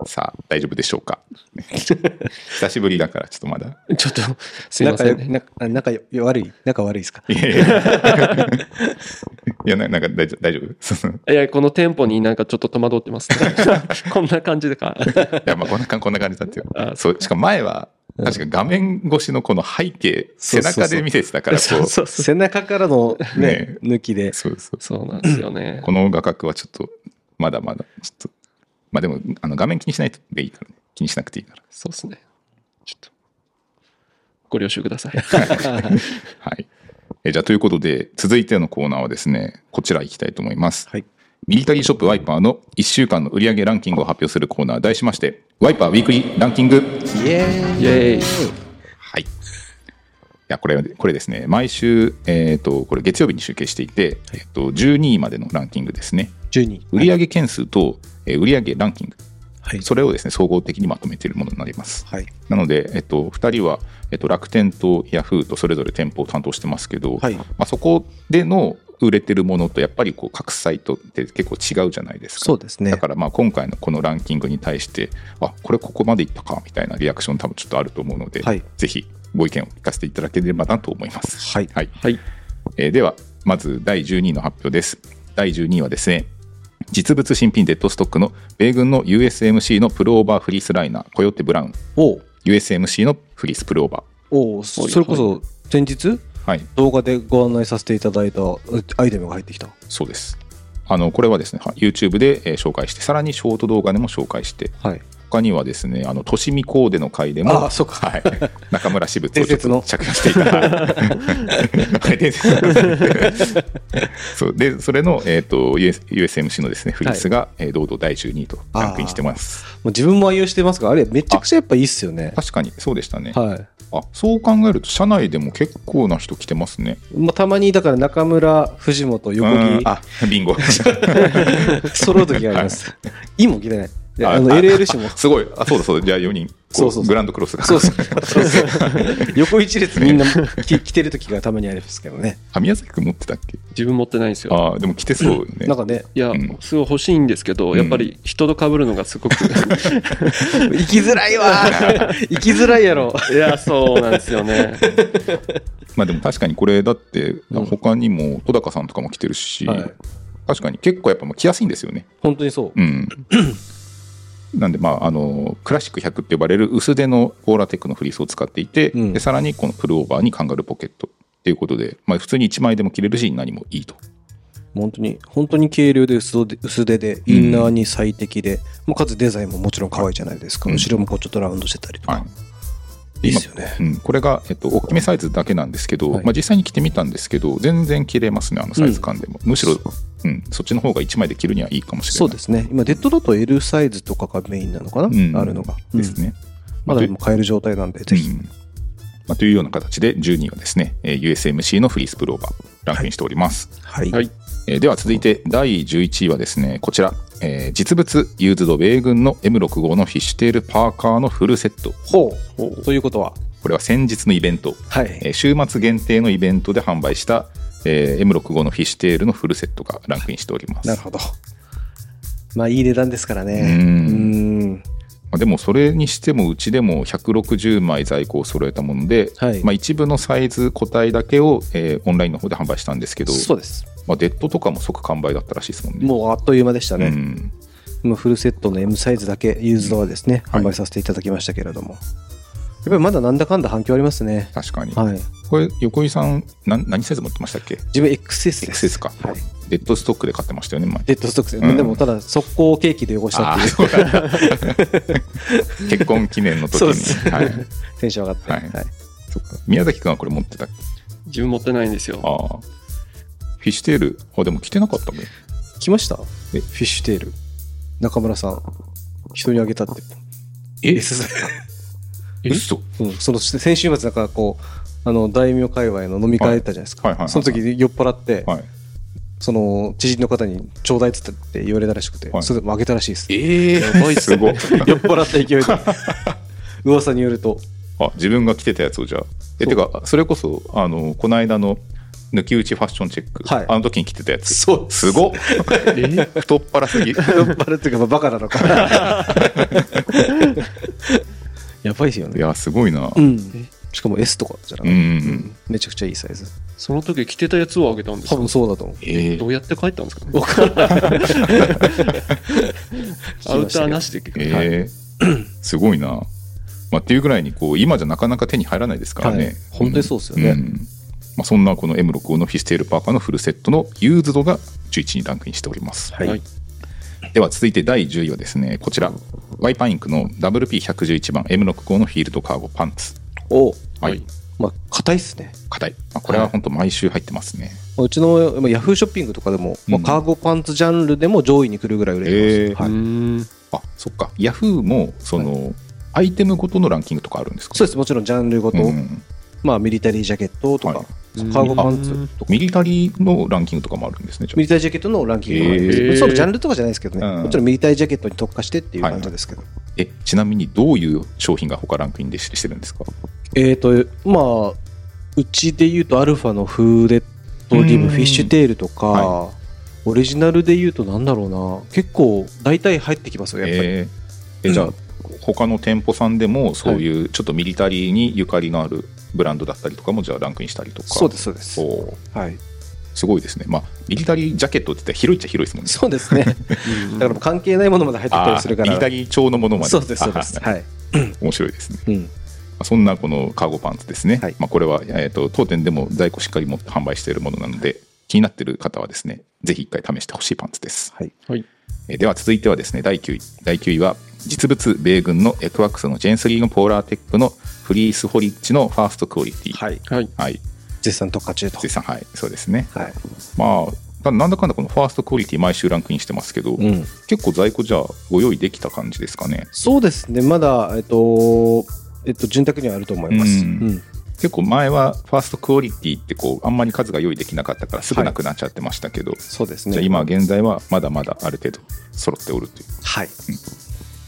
Speaker 3: さあ大丈夫でしょうか 久しぶりだからちょっとまだ。
Speaker 5: ちょっとすいま
Speaker 4: 仲
Speaker 5: せ
Speaker 4: よ
Speaker 5: ん、ね、
Speaker 4: 仲仲よ悪い仲悪いですか
Speaker 3: いやい やいやななんか大丈夫大 丈夫そのい
Speaker 5: いやこの店舗になんかちょっと戸惑ってます、ね、こんな感じでか
Speaker 3: やまあこんな感こんな感じだったよ
Speaker 5: あ
Speaker 3: そうしかも前は確か画面越しのこの背景、
Speaker 4: そう
Speaker 3: 背
Speaker 4: そうそう
Speaker 3: 中で見せてたからこう
Speaker 5: そうそうそう
Speaker 4: 背中からのね
Speaker 3: ね、
Speaker 4: 抜きで。
Speaker 3: そうそう
Speaker 5: そうなんですよね
Speaker 3: この画角はちょっとまだまだちょっとまあでもあの画面気にしないとでいいからね気にしなくていいから
Speaker 5: そうですねちょっとご了承ください
Speaker 3: はいえじゃあということで続いてのコーナーはですねこちら行きたいと思います、
Speaker 4: はい
Speaker 3: ミリタリーショップワイパーの1週間の売上ランキングを発表するコーナー題しましてワイパーウィークリーランキング
Speaker 4: イエーイ
Speaker 5: イエーイ
Speaker 3: はい。いや、これ、これですね、毎週、えっ、と、これ月曜日に集計していて、えっと、12位までのランキングですね。
Speaker 4: 12。
Speaker 3: 売上件数と、えー売上ランキング、
Speaker 4: はい。
Speaker 3: それをですね、総合的にまとめているものになります。
Speaker 4: はい。
Speaker 3: なので、えっと、2人は、えっと、楽天とヤフーとそれぞれ店舗を担当してますけど、
Speaker 4: はい
Speaker 3: まあ、そこでの売れてるものと、やっぱりこう各サイトって結構違うじゃないですか。
Speaker 4: そうですね
Speaker 3: だ。からまあ今回のこのランキングに対して、あこれここまでいったかみたいなリアクション、多分ちょっとあると思うので、
Speaker 4: はい
Speaker 3: ぜひご意見を聞かせていただければなと思います。
Speaker 4: はい。
Speaker 3: はい
Speaker 5: はい
Speaker 3: えーでは、まず第12位の発表です。第12位はですね、実物新品デッドストックの米軍の USMC のプルオーバーフリースライナー、コヨテブラウン、
Speaker 4: おう
Speaker 3: USMC のフリースプルオーバ
Speaker 4: おうそそれこそ、先日、
Speaker 3: ー。はい、
Speaker 4: 動画でご案内させていただいたアイテムが入ってきた。
Speaker 3: そうです。あのこれはですね、はい YouTube でえー紹介して、さらにショート動画でも紹介して、
Speaker 4: はい。
Speaker 3: 他にはですね、あの、としみコーデの回で
Speaker 4: あ
Speaker 3: も、
Speaker 4: あそうか
Speaker 3: はい、中村支部
Speaker 4: 伝説の
Speaker 3: 着用していた。あれ伝説なんですねそう、で、それの、えっ、と、US USMC のですね、フリースが、えー堂々第12位とランクインしてます。
Speaker 4: もう自分も愛用してますが、あれめちゃくちゃやっぱいいっすよね。
Speaker 3: 確かに、そうでしたね、
Speaker 4: はい。
Speaker 3: あ、そう考えると、社内でも結構な人来てますね。
Speaker 4: まあ、たまにだから中村、藤本、横
Speaker 3: うん
Speaker 4: 木、
Speaker 3: あ、ビンゴ。
Speaker 4: 揃う時があります。いいもん着てない。であの、
Speaker 3: あ
Speaker 4: LLC も。
Speaker 3: すごい。あ、そうだそうだ。じゃあ4人、こ
Speaker 4: そうそうそう
Speaker 3: グランドクロスが。
Speaker 4: そう そう。横一列みんなき着てる時がたまにありますけどね。
Speaker 3: あ、宮崎君持ってたっけ
Speaker 5: 自分持ってないんですよ
Speaker 3: あー、でも来てそうね。
Speaker 4: なんかね、
Speaker 5: いや、
Speaker 3: うん
Speaker 5: すごい欲しいんですけど、やっぱり人と被るのがすごく、
Speaker 4: 行きづらい わ行きづらいやろ。
Speaker 5: いや、そうなんですよね。
Speaker 3: まあでも確かにこれだって
Speaker 4: うん
Speaker 3: 他にも戸高さんとかも来てるし、
Speaker 4: はい
Speaker 3: 確かに結構やっぱもう来やすいんですよね。
Speaker 4: 本当にそう。
Speaker 3: うん、なんでまああのクラシック100って呼ばれる薄手のオーラテックのフリースを使っていて、
Speaker 4: うん
Speaker 3: でさらにこのプルオーバーにカンガルーポケットっていうことで、まあ、普通に1枚でも着れるし何もいいと。
Speaker 4: 本当に、本当に軽量で薄手薄手で、インナーに最適で、もうかつデザインももちろん可愛いじゃないですか。
Speaker 3: うん
Speaker 4: 後ろもこうちょっとラウンドしてたりと
Speaker 3: はい
Speaker 4: か。いいですよね。
Speaker 3: うん、これが、えっと、大きめサイズだけなんですけど、
Speaker 4: はい
Speaker 3: まあ、実際に着てみたんですけど全然着れますねあのサイズ感でも、むしろ、うん、そっちの方が1枚で着るにはいいかもしれない
Speaker 4: そうですね。今、デッドだと L サイズとかがメインなのか
Speaker 3: うん
Speaker 4: なあるのが。
Speaker 3: ですね、
Speaker 4: うんまだでも買える状態なんで、ぜひ
Speaker 3: う。んまあ、というような形で12位はですね、えー USMC のフリースプローバーランクインしております、
Speaker 4: はい。
Speaker 5: はい。
Speaker 3: えーでは続いて第11位はですねこちら、えー実物ユーズド米軍の M65 のフィッシュテールパーカーのフルセット
Speaker 4: ほう。ということは、
Speaker 3: これは先日のイベント、
Speaker 4: はい。
Speaker 3: えー週末限定のイベントで販売した、えー M65 のフィッシュテールのフルセットがランクインしております、
Speaker 4: なるほど。まあ、いい値段ですからね。
Speaker 3: うん
Speaker 4: うん。
Speaker 3: まあ、でもそれにしてもうちでも160枚在庫を揃えたもので、
Speaker 4: はい
Speaker 3: まあ、一部のサイズ個体だけを、えーオンラインの方で販売したんですけど
Speaker 4: そうです。
Speaker 3: まあ、デッドとかも即完売だったらしいですもんね。
Speaker 4: もうあっという間でした
Speaker 3: う
Speaker 4: ね。
Speaker 3: ん
Speaker 4: 今フルセットの M サイズだけユーズドはですね、
Speaker 3: はい
Speaker 4: 販売させていただきましたけれども。ぱりまだなんだかんだ反響ありますね。
Speaker 3: 確かに。
Speaker 4: はい。
Speaker 3: これ、横井さん、なん何サイズ持ってましたっけ
Speaker 4: 自分 XS です。
Speaker 3: ?XS か。
Speaker 4: はい。
Speaker 3: デッドストックで買ってましたよね、前。
Speaker 4: デッドストックス。
Speaker 3: うん
Speaker 4: でも、ただ、速攻ケーキで汚した
Speaker 3: あ
Speaker 4: っ
Speaker 3: あ
Speaker 4: て
Speaker 3: ー、
Speaker 4: いう
Speaker 3: そうだ。結婚記念の時
Speaker 4: そうで
Speaker 3: に。
Speaker 4: す
Speaker 3: はい。
Speaker 4: テンション上がって。
Speaker 3: はいそっか宮崎君はこれ持ってたっけ
Speaker 5: 自分持ってないんですよ。
Speaker 3: ああ。フィッシュテール、あ、でも着てなかったもん。
Speaker 4: 来ました
Speaker 3: え
Speaker 4: え、フィッシュテール。中村さん。人にあげたって。
Speaker 3: え
Speaker 5: え
Speaker 3: 嘘
Speaker 4: うん、その先週末、なんかこう、あの、大名界隈の飲み会行ったじゃないですか。
Speaker 3: はいはいはいはい
Speaker 4: その時酔っ払って、
Speaker 3: はい。
Speaker 4: その知人の方にちょうだいっつって言われたらしくて、
Speaker 3: はい
Speaker 4: それでもあげたらしいです。
Speaker 3: ええすごい。
Speaker 4: 酔っ払った勢いで。噂によると。
Speaker 3: あ自分が着てたやつをじゃあえ
Speaker 4: そ
Speaker 3: て
Speaker 4: う
Speaker 3: かそれこそあのこの間の抜き打ちファッションチェック、
Speaker 4: はい
Speaker 3: あの時に着てたやつ
Speaker 4: そう
Speaker 3: す ごっ太っ腹すぎ
Speaker 4: 酔っ払っていうか、まあ、バカなのか。 やばいですよ
Speaker 3: い
Speaker 4: ね。
Speaker 3: やすごいな
Speaker 4: う
Speaker 3: うん
Speaker 4: ん。しかも S とかじゃな
Speaker 3: うん
Speaker 4: くて、
Speaker 3: うん
Speaker 4: めちゃくちゃいいサイズ。
Speaker 5: その時着てたやつをあげたんです
Speaker 4: 多
Speaker 5: か
Speaker 4: 分そうだと思う。
Speaker 3: ええ
Speaker 5: どうやって帰ったんですかね。 アウターなしで結局
Speaker 3: ええすごいな、まあ、っていうぐらいにこう今じゃなかなか手に入らないですからね、
Speaker 4: はい本当にそうですよね
Speaker 3: んまあ、そんなこの M65 のフィステールパーカーのフルセットのユーズドが11にランクインしております、
Speaker 4: はい
Speaker 5: はい
Speaker 3: では続いて第10位はですねこちらワイパインクの WP111 番 M65 のフィールドカーゴパンツ
Speaker 4: おう
Speaker 3: はい、
Speaker 5: はい
Speaker 4: まあ、硬いっすね。
Speaker 3: 硬い、まあ、これは本当毎週入ってますね、
Speaker 4: うちのまあヤフーショッピングとかでも、
Speaker 3: うん
Speaker 4: まあ、カーゴパンツジャンルでも上位に来るぐらい売れて
Speaker 5: う
Speaker 4: ます、はい
Speaker 5: ーん
Speaker 3: あそっかヤフーもその、アイテムごとのランキングとかあるんですか
Speaker 4: そうです、もちろんジャンルごと、
Speaker 3: うん
Speaker 4: まあ、ミリタリージャケットとか、
Speaker 3: はい
Speaker 4: カーゴパンツとか、
Speaker 3: ミリタリーのランキングとかもあるんですねじゃあ
Speaker 4: ミリタリージャケットのランキングとかあります
Speaker 5: へー
Speaker 4: そのジャンルとかじゃないですけどね、
Speaker 3: うん
Speaker 4: もちろんミリタリージャケットに特化してっていう感じですけど、
Speaker 3: えちなみにどういう商品が他ランクインでししてるんですか
Speaker 4: えっ、と、まあ、うちで言うと、アルファのフーデッドリ
Speaker 3: う
Speaker 4: ブ、
Speaker 3: ん
Speaker 4: フィッシュテールとか、
Speaker 3: は
Speaker 4: オリジナルで言うと、なんだろうな、結構、大体入ってきますよ、やっぱり。
Speaker 3: えーえじゃあ、
Speaker 4: うん
Speaker 3: 他の店舗さんでもそういうちょっとミリタリーにゆかりのあるブランドだったりとかもじゃあランクインしたりとか
Speaker 4: そうです、そうです。
Speaker 3: おー
Speaker 4: はい、
Speaker 3: すごいですねまあミリタリージャケットって言ったら広いっちゃ広いですもんね
Speaker 4: そうですね。だからもう関係ないものまで入ってきたりするか
Speaker 3: あーミリタ
Speaker 4: ら。
Speaker 3: リー調のものまで
Speaker 4: そうです、そうです。
Speaker 3: あー
Speaker 4: はい。
Speaker 3: 面白いですね
Speaker 4: うん。
Speaker 3: まあそんなこのカーゴパンツですね、
Speaker 4: はい
Speaker 3: まあ、これは、えー、と当店でも在庫しっかり持って販売しているものなので気になっている方はですねぜひ一回試してほしいパンツです、
Speaker 4: はい
Speaker 5: はい
Speaker 3: えーでは続いてはですね第9位第9位は実物米軍のエクワックスのジェンスリーのポーラーテックのフリースホリッチのファーストクオリティ
Speaker 4: はい。
Speaker 5: はい。
Speaker 3: はい
Speaker 4: 絶賛特化中と。
Speaker 3: 辻さんはいそうですね
Speaker 4: はい。
Speaker 3: まあただなんだかんだこのファーストクオリティ毎週ランクインしてますけど、
Speaker 4: うん。
Speaker 3: 結構在庫じゃあご用意できた感じですかね
Speaker 4: そうですね、まだ、えっと、えっと、潤沢にはあると思います。
Speaker 3: う
Speaker 4: うんん。
Speaker 3: 結構前はファーストクオリティってこうあんまり数が用意できなかったからすぐなくなっちゃってましたけど、
Speaker 4: そうです
Speaker 3: じゃあ
Speaker 4: ね。
Speaker 3: 今現在はまだまだある程度揃っておるという
Speaker 4: はい。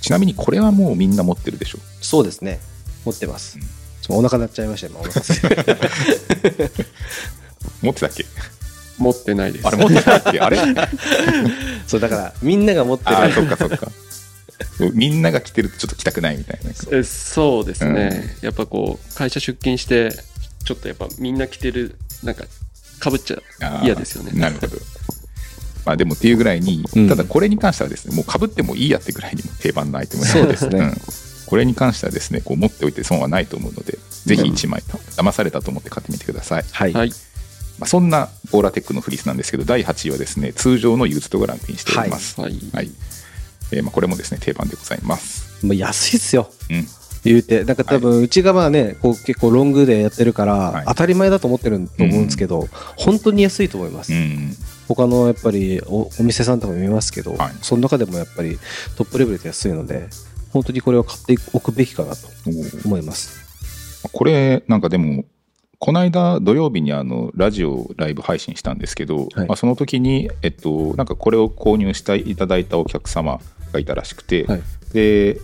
Speaker 3: ちなみにこれはもうみんな持ってるでしょ
Speaker 4: そうですね。持ってます。ちょっとお腹鳴っちゃいました、今。お腹 すい
Speaker 3: 持ってたっけ
Speaker 5: 持ってないです
Speaker 3: あ。れ持ってたっけあれ
Speaker 4: そう、だから、みんなが持って
Speaker 3: あーそ
Speaker 4: る。
Speaker 3: っかそっかみんなが着てるとちょっと着たくないみたいな
Speaker 5: えそうですね、やっぱこう会社出勤してちょっとやっぱみんな着てるなんかかぶっちゃう
Speaker 3: あー
Speaker 5: 嫌ですよね
Speaker 3: なるほどまあでもっていうぐらいに、
Speaker 4: うん
Speaker 3: ただこれに関してはですねもうかぶってもいいやってぐらいにも定番のアイテムなの
Speaker 4: そうですね
Speaker 3: んこれに関してはですねこう持っておいて損はないと思うのでぜひ1枚騙されたと思って買ってみてください
Speaker 4: はい。
Speaker 5: はい
Speaker 3: まあ、そんなポーラテックのフリースなんですけど第8位はですね通常のユーズドがランクインしております、
Speaker 5: はい
Speaker 3: はいえーまあ、これもですね定番でございます、
Speaker 4: もう安いっすよ。
Speaker 3: うん、
Speaker 4: 言うて、なんか多分、うちがまあね、こう結構ロングでやってるから、
Speaker 3: はい
Speaker 4: 当たり前だと思ってると思うんですけど、本当に安いと思います。
Speaker 3: うん
Speaker 4: 他のやっぱりおお店さんとかも見ますけど、
Speaker 3: はい
Speaker 4: その中でもやっぱりトップレベルで安いので、本当にこれを買っておくべきかなと
Speaker 3: おー
Speaker 4: 思います。
Speaker 3: これなんかでもこの間土曜日にあのラジオライブ配信したんですけど、
Speaker 4: はい
Speaker 3: まあ、その時に、えっと、なんかこれを購入していただいたお客様がいたらしくて、
Speaker 4: はい
Speaker 3: で、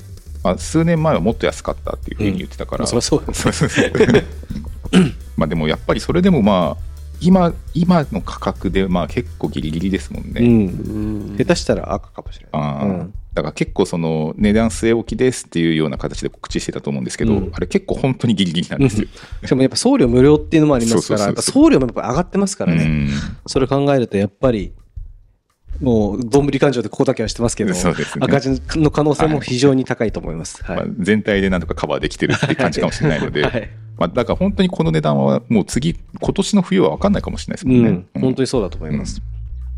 Speaker 3: まあ、数年前はもっと安かったっていうふうに言ってたから、
Speaker 4: まあそりゃそうです。
Speaker 3: そうそうそう まあでもやっぱりそれでもまあ今今の価格でまあ結構ギリギリですもんね、
Speaker 4: うん。
Speaker 5: うん
Speaker 4: 下手したら赤かもしれ
Speaker 3: あ
Speaker 4: ない。
Speaker 3: ー
Speaker 4: うん
Speaker 3: だから結構その値段据え置きですっていうような形で告知してたと思うんですけど、
Speaker 4: うん
Speaker 3: あれ結構本当にギリギリなんですよ、
Speaker 4: しかもやっぱ送料無料っていうのもありますから、
Speaker 3: そ
Speaker 4: や
Speaker 3: うそ
Speaker 4: っ
Speaker 3: う
Speaker 4: ぱ
Speaker 3: そう
Speaker 4: 送料もやっぱ上がってますからね。
Speaker 3: うん
Speaker 4: それ考えるとやっぱりもう、どんぶり勘定でここだけはしてますけ ど、
Speaker 3: そうですね
Speaker 4: 赤字の可能性も非常に高いと思います。はい。
Speaker 3: まあ、全体でなんとかカバーできてるっていう感じかもしれないので、
Speaker 4: はい
Speaker 3: まあ、だから本当にこの値段はもう次、今年の冬は分かんないかもしれないです
Speaker 4: う
Speaker 3: もんね。
Speaker 4: ん、
Speaker 3: うん
Speaker 4: 本当にそうだと思います。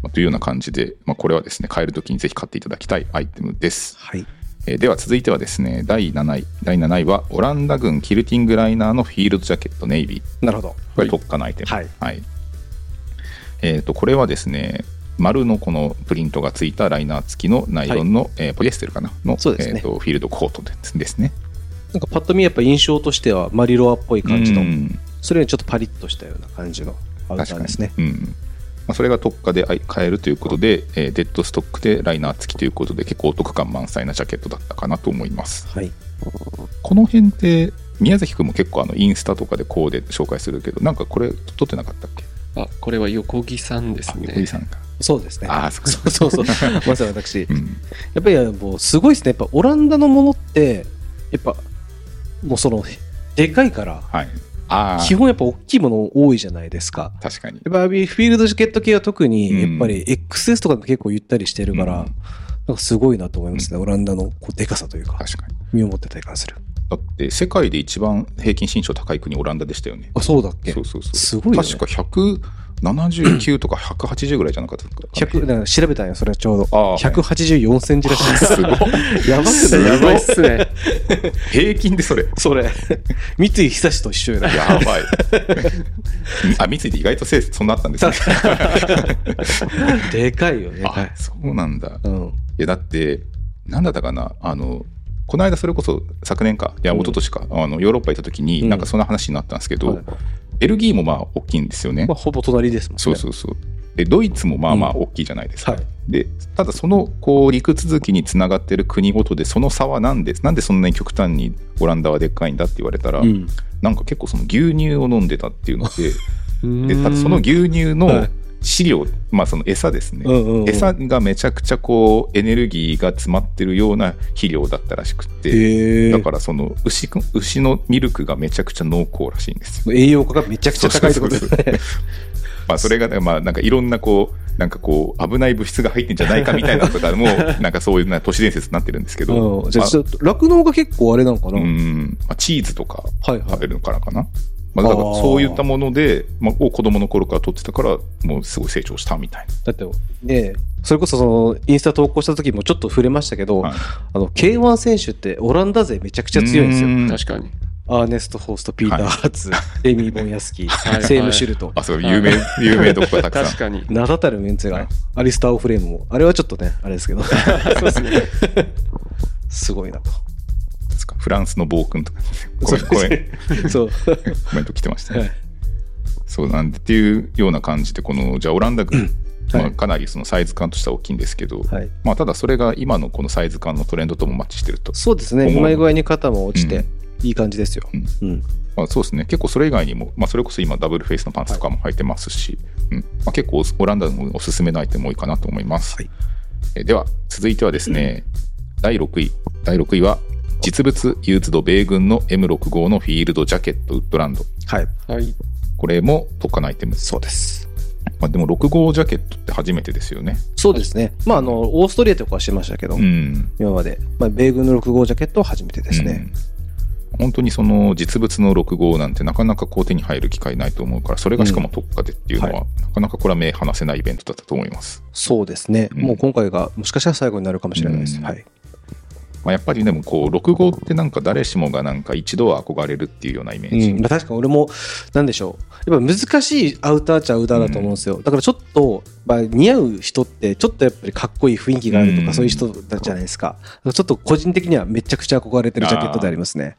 Speaker 3: まあというような感じで、まあ、これはですね、買えるときにぜひ買っていただきたいアイテムです。
Speaker 4: はい。
Speaker 3: えーでは続いてはですね、第7位。第7位は、オランダ軍キルティングライナーのフィールドジャケットネイビー。
Speaker 4: なるほど。
Speaker 3: これ特化のアイテム。
Speaker 4: はい
Speaker 3: えっ、と、これはですね、丸のこのプリントがついたライナー付きのナイロンの、えーポリエステルかなの、
Speaker 4: そうですね
Speaker 3: えーとフィールドコートですですね。
Speaker 4: なんかパッと見やっぱ印象としてはマリロアっぽい感じの、
Speaker 3: うん
Speaker 4: それよりちょっとパリッとしたような感じのアウタ
Speaker 3: 確
Speaker 4: ー
Speaker 3: かに
Speaker 4: ですね。
Speaker 3: うんまあ、それが特価であい買えるということで、えーデッドストックでライナー付きということで結構お得感満載なジャケットだったかなと思います
Speaker 4: はい。
Speaker 3: この辺って宮崎君も結構あのインスタとかでコーデ紹介するけどなんかこれ撮ってなかったっけ
Speaker 5: あ、これは横木さんです
Speaker 3: あ
Speaker 5: ね。
Speaker 3: 横井さんか、
Speaker 4: そうですね。
Speaker 3: ああそっか
Speaker 4: そうそ うそう。まさに私、や
Speaker 3: うん、
Speaker 4: っぱりもうすごいですね。やっぱオランダのものって、やっぱもうその、でかいから、
Speaker 3: はいあ
Speaker 4: 基
Speaker 3: あ
Speaker 4: 本やっぱ大きいもの多いじゃないですか。
Speaker 3: 確かに
Speaker 4: やっぱりフィールドジャケット系は特に、
Speaker 3: うん
Speaker 4: やっぱり XS とかでも結構ゆったりしてるから、
Speaker 3: うん
Speaker 4: なんかすごいなと思いますね。オランダのこうでかさというか、
Speaker 3: 確かに
Speaker 4: 身をもって体感する。
Speaker 3: だって世界で一番平均身長高い国オランダでしたよね
Speaker 4: あ、そうだっけ
Speaker 3: そうそうそう
Speaker 4: すごいよね
Speaker 3: 確か179とか180ぐらいじゃなかったかな
Speaker 4: 100だから調べたんよ、それはちょうど。
Speaker 3: ああ
Speaker 4: 184センチらしいです。
Speaker 3: すごい
Speaker 4: やばくない
Speaker 3: やばいっ
Speaker 4: すね。
Speaker 3: 平均でそれ
Speaker 4: それ。三井久志と一 緒やな。
Speaker 3: やばい。 あ、三井って意外とせいそんなあったんですね。
Speaker 4: でかいよね。
Speaker 3: あ、そうなんだ。い
Speaker 4: うん。
Speaker 3: や、だって、なんだったかな、あの、この間それこそ昨年か、いや、
Speaker 4: うん
Speaker 3: 一昨年か、あのヨーロッパ行った時に、
Speaker 4: うん
Speaker 3: なんかそんな話になったんですけど、
Speaker 4: はい
Speaker 3: ベルギーもまあ大きいんですよね。
Speaker 4: まあ、ほぼ隣ですもんね。
Speaker 3: そうそうそう。で、ドイツもまあまあ
Speaker 4: うん
Speaker 3: 大きいじゃないですか。
Speaker 4: はい。
Speaker 3: で、ただその、こう、陸続きにつながってる国ごとで、その差はなんで、なんでそんなに極端にオランダはでっかいんだって言われたら、
Speaker 4: うん
Speaker 3: なんか結構その牛乳を飲んでたっていうの で、で
Speaker 4: うん
Speaker 3: ただその牛乳
Speaker 4: は
Speaker 3: の
Speaker 4: い
Speaker 3: 飼料、まあその餌ですね、
Speaker 4: うんうんうん
Speaker 3: 餌がめちゃくちゃこうエネルギーが詰まってるような肥料だったらしくて、
Speaker 4: へえ
Speaker 3: だからその牛く牛のミルクがめちゃくちゃ濃厚らしいんですよ。
Speaker 4: 栄養価がめちゃくちゃ高いってことですね。
Speaker 3: まあそれがねまあなんかいろんなこうなんかこう危ない物質が入ってんじゃないかみたいなのとかもなんかそういうな都市伝説になってるんですけど、
Speaker 4: うん。じゃあ、ちょっと、酪農が結構あれなのか
Speaker 3: ま
Speaker 4: な、
Speaker 3: あうんまあ、チーズとか
Speaker 4: はいは
Speaker 3: 食べ
Speaker 4: い。
Speaker 3: るのからかな。まあ、だからそういったもので、まあ、を子供の頃から取ってたからもうすごい成長したみたい
Speaker 4: だって、ねそれこそその、インスタ投稿した時もちょっと触れましたけど、
Speaker 3: はい
Speaker 4: あの、K1 選手ってオランダ勢めちゃくち
Speaker 3: な。
Speaker 4: ゃ強いんですよ。
Speaker 3: うん
Speaker 5: 確かに。
Speaker 4: アーネスト・ホースト・ピーター・
Speaker 3: はい
Speaker 4: ハーツ、デミー・ボンヤスキ
Speaker 5: はい
Speaker 4: ー、セーム・シュルト、
Speaker 3: あ、そう、有名、有名どこがたく
Speaker 5: 確
Speaker 3: さ
Speaker 5: かに。
Speaker 4: 名だたるメンツ
Speaker 3: はい
Speaker 4: が、アリスター・オフレームも、あれはちょっとね、あれですけど、
Speaker 5: そうですね。
Speaker 4: すごいなと。
Speaker 3: んですか。フランスの暴君とか、コ
Speaker 4: そう
Speaker 3: メコメ
Speaker 4: そう。
Speaker 3: コメント来てました
Speaker 4: は
Speaker 3: ね。
Speaker 4: い
Speaker 3: そうなんで、っていうような感じで、この、じゃあオランダ軍、
Speaker 4: はい
Speaker 3: まあ、かなりそのサイズ感としては大きいんですけど、
Speaker 4: はい。
Speaker 3: まあ、ただそれが今のこのサイズ感のトレンドともマッチしてると。
Speaker 4: そうですね、
Speaker 3: 思う
Speaker 4: うまい具合に肩も落ちて、
Speaker 3: うん
Speaker 4: いい感じですよ。うん。
Speaker 3: まあ、そうですね。結構それ以外にも、まあ、それこそ今ダブルフェイスのパンツとかも履いてますし、うんまあ、結構オランダのおすすめのアイテム多いかなと思います。
Speaker 4: はい
Speaker 3: えでは、続いてはですね、第6位。第6位は、実物ユーズド米軍の M65 のフィールドジャケットウッドランド。
Speaker 4: はい。
Speaker 5: はい。
Speaker 3: これも特化のアイテムです。
Speaker 4: そうです。
Speaker 3: まあ、でも6号ジャケットって初めてですよね。
Speaker 4: そうですね。まあ、あの、オーストリアとかはしてましたけど、
Speaker 3: ん。
Speaker 4: 今まで。まあ、米軍の6号ジャケットは初めてですね。
Speaker 3: うん。本当にその実物の6号なんてなかなかこう手に入る機会ないと思うから、それがしかも特化でっていうのは、
Speaker 4: うんは
Speaker 3: なかなかこれは目離せないイベントだったと思います。
Speaker 4: そうですね。
Speaker 3: うん
Speaker 4: もう今回が、もしかしたら最後になるかもしれないです。
Speaker 3: うん
Speaker 4: はい。
Speaker 3: まあ、やっぱりでもこう6号ってなんか誰しもがなんか一度は憧れるっていうようなイメージ、
Speaker 4: うんまあ、確かに俺も、なんでしょう。やっぱ難しいアウターっちゃアウターだと思うんですよ。だからちょっと、まあ、似合う人って、ちょっとやっぱりかっこいい雰囲気があると
Speaker 3: うん
Speaker 4: か、そういう人たちじゃないですか。ちょっと個人的にはめちゃくちゃ憧れてるジャケットでありますね。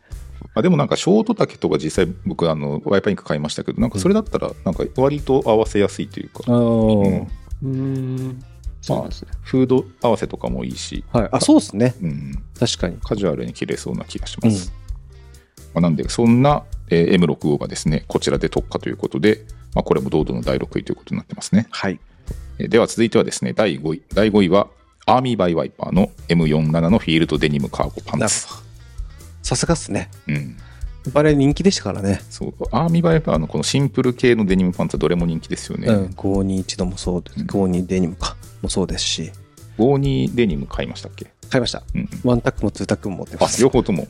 Speaker 3: あでもなんかショート丈とか実際僕あのワイパーインク買いましたけどなんかそれだったらなんか割と合わせやすいという
Speaker 4: あ
Speaker 3: か、
Speaker 4: ー
Speaker 3: うん
Speaker 5: うん。そうなんですね。
Speaker 3: フード合わせとかもいいし、
Speaker 4: はい。あ、そうですね。
Speaker 3: うん、
Speaker 4: 確かに。
Speaker 3: カジュアルに着れそうな気がします、まあ、なんでそんなえー M65 がですねこちらで特化ということで、まあ、これも堂々の第6位ということになってますね
Speaker 4: はい。
Speaker 3: えーでは続いてはですね第5位第5位はアーミーバイワイパーの M47 のフィールドデニムカーゴパン
Speaker 4: なる
Speaker 3: ツ、
Speaker 4: ほど。さすがっすね。
Speaker 3: うん、
Speaker 4: バレー人気でしたからね。
Speaker 3: そうアーミーバイパーのこのシンプル系のデニムパンツはどれも人気ですよね、
Speaker 4: うん、521のもそうです。
Speaker 3: うん
Speaker 4: 5 2デニムか。もそうですし、
Speaker 3: 52デニム買いましたっけ、
Speaker 4: 買いました。
Speaker 3: うん、
Speaker 4: ワンタックもツータックも持ってま
Speaker 3: あ
Speaker 4: す。
Speaker 3: 両方と も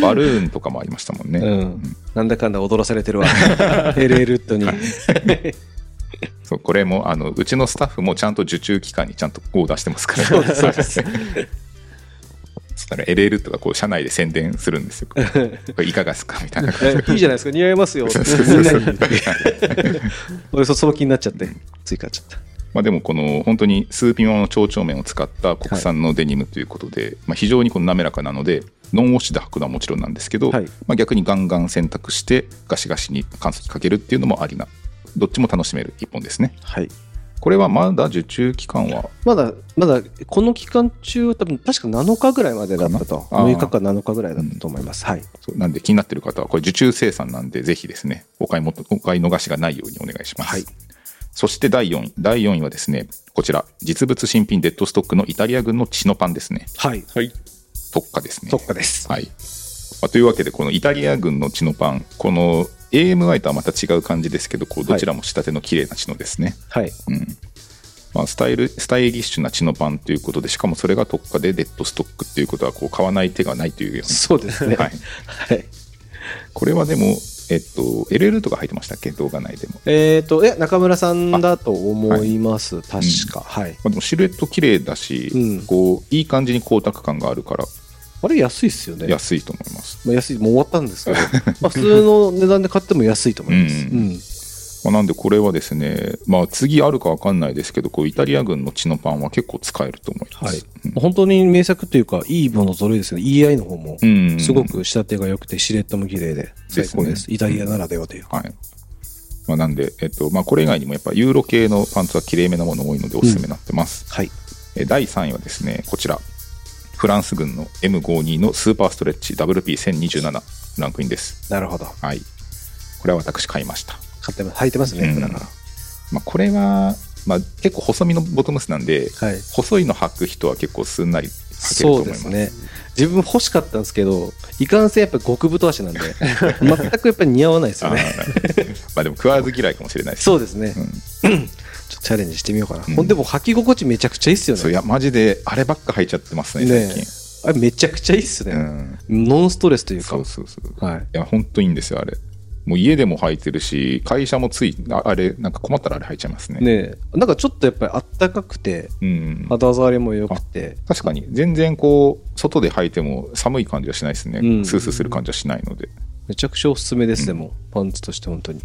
Speaker 3: バルーンとかもありましたもんね、
Speaker 4: うん。なんだかんだ踊らされて るわ。LA ルットに。
Speaker 3: そうこれもあのうちのスタッフもちゃんと受注期間にちゃんと号出してますからそう ですそうですだから LL とかこう社内で宣伝するんです よ。これいかがですかみたいな感
Speaker 4: え いいじゃないですか、似合いますよ。
Speaker 3: じで そう
Speaker 4: みんな
Speaker 3: そうそ
Speaker 4: に
Speaker 3: う。
Speaker 4: 俺、そその気になっちゃって、追加っちゃった。
Speaker 3: まあでもこの本当にスーピマの蝶々面を使った国産のデニムということで、まあ、非常にこの滑らかなのでノンウォッシュで履くのはもちろんなんですけど、
Speaker 4: はい
Speaker 3: まあ、逆にガンガン洗濯してガシガシに乾燥機かけるっていうのもありなどっちも楽しめる一本ですね
Speaker 4: はい。
Speaker 3: これはまだ受注期間は
Speaker 4: まだ、まだ、この期間中は多分、確か7日ぐらいまでだったと。
Speaker 3: かなあー
Speaker 4: 6日か7日ぐらいだったと思います。はい。
Speaker 3: そうなんで気になってる方はこれ受注生産なんでぜひですねお買いもお買い逃しがないようにお願いします、
Speaker 4: はい
Speaker 3: そして第4位第4位はですねこちら実物新品デッドストックのイタリア軍の血のパンですね
Speaker 4: はい。
Speaker 5: はい。
Speaker 3: 特化ですね
Speaker 4: 特化です。
Speaker 3: はいまあ、というわけでこのイタリア軍の血のパンこの AMI とはまた違う感じですけどこうどちらも仕立ての綺麗な血のですね、
Speaker 4: はい。
Speaker 3: うんまあ、スタイルスタイリッシュな血のパンということでしかもそれが特化でデッドストックっていうことはこう買わない手がないというよう
Speaker 4: そうですね。
Speaker 3: な、はい、
Speaker 4: はい。
Speaker 3: これはでも、えっと、LL とか入ってましたっけ動画内でも。
Speaker 4: えっと、え、中村さんだと思います。確か。はい。
Speaker 3: まあ、でもシルエット綺麗だし、
Speaker 4: うん
Speaker 3: こういい感じに光沢感があるから
Speaker 4: あれ、安いっすよね。
Speaker 3: 安いと思います。
Speaker 4: まあ、安い、もう終わった んですけど、まあ、普通の値段で買っても安いと思います。
Speaker 3: うんまあ、なんでこれはですね、まあ、次あるかわかんないですけどこうイタリア軍の血のパンは結構使えると思いま
Speaker 4: はい
Speaker 3: す。うん
Speaker 4: 本当に名作というか、いいもの揃いですよね。EI の方も、
Speaker 3: うん
Speaker 4: すごく仕立てが良くて、シルエットも綺麗で、最高
Speaker 3: で
Speaker 4: です。
Speaker 3: すね
Speaker 4: イタリアならではという。
Speaker 3: はいまあ、なんで、えっとまあ、これ以外にもやっぱユーロ系のパンツは綺麗めなもの多いのでおすすめになってます。
Speaker 4: はい。
Speaker 3: え第3位はですねこちらフランス軍の M52 のスーパーストレッチ WP1027 ランクインです。
Speaker 4: なるほど。
Speaker 3: はい。これは私買いました。
Speaker 4: 買ってます。履いてますね、
Speaker 3: うん
Speaker 4: だから。
Speaker 3: まあ、これは、まあ、結構細身のボトムスなんで、
Speaker 4: はい。
Speaker 3: 細いの履く人は結構すんなり履けると
Speaker 4: そ
Speaker 3: 思
Speaker 4: う
Speaker 3: い
Speaker 4: で
Speaker 3: ます。
Speaker 4: すね。自分欲しかったんですけど、いかんせんやっぱ極太足な んで、全くやっぱり似合わないです
Speaker 3: あー
Speaker 4: よね。
Speaker 3: なるほどまあでも食わず嫌いかもしれないです。
Speaker 4: そうですね。
Speaker 3: うん
Speaker 4: ちょっとチャレンジしてみようかな。
Speaker 3: うん
Speaker 4: ほんでも履き心地めちゃくちゃいいっすよ
Speaker 3: そうい
Speaker 4: ね。
Speaker 3: やマジであればっか履いちゃってますね
Speaker 4: ね
Speaker 3: 最近、
Speaker 4: あれめちゃくちゃいいっすね。
Speaker 3: うん
Speaker 4: ノンストレスというか
Speaker 3: そ。うそうそうい
Speaker 4: はい。
Speaker 3: や本当にいいんですよあれもう家でも履いてるし会社もついああれなんか困ったらあれ履いちゃいますね
Speaker 4: ねえなんかちょっとやっぱりあったかくて、
Speaker 3: うん
Speaker 4: 肌触りも良くて、
Speaker 3: 確かに全然こう外で履いても寒い感じはしないですね、
Speaker 4: うん
Speaker 3: スースーする感じはしないので
Speaker 4: めちゃくちゃおすすめです、
Speaker 3: うん
Speaker 4: でも、パンツとして本当に。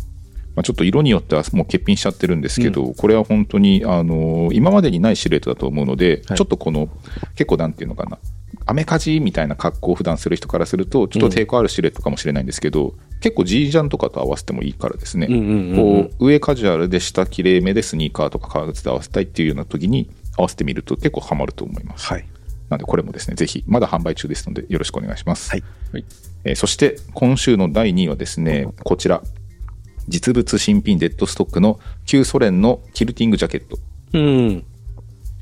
Speaker 3: まあ、ちょっと色によってはもう欠品しちゃってるんですけど、これは本当に、あのー今までにないシルエットだと思うので、
Speaker 4: はい
Speaker 3: ちょっとこの結構なんていうのかなアメカジみたいな格好を普段する人からするとちょっと抵抗あるシルエットかもしれないんですけど、結構 G ジャンとかと合わせてもいいからですね、
Speaker 4: うんうんうんうん
Speaker 3: こう上カジュアルで下きれいめでスニーカーとか革靴で合わせたいっていうような時に合わせてみると結構ハマると思います。
Speaker 4: はい。
Speaker 3: なんでこれもですね、ぜひ、まだ販売中ですので、よろしくお願いします。
Speaker 4: はい
Speaker 5: はい
Speaker 3: えーそして、今週の第2位はですね、こちら、実物新品デッドストックの旧ソ連のキルティングジャケット、
Speaker 4: うん。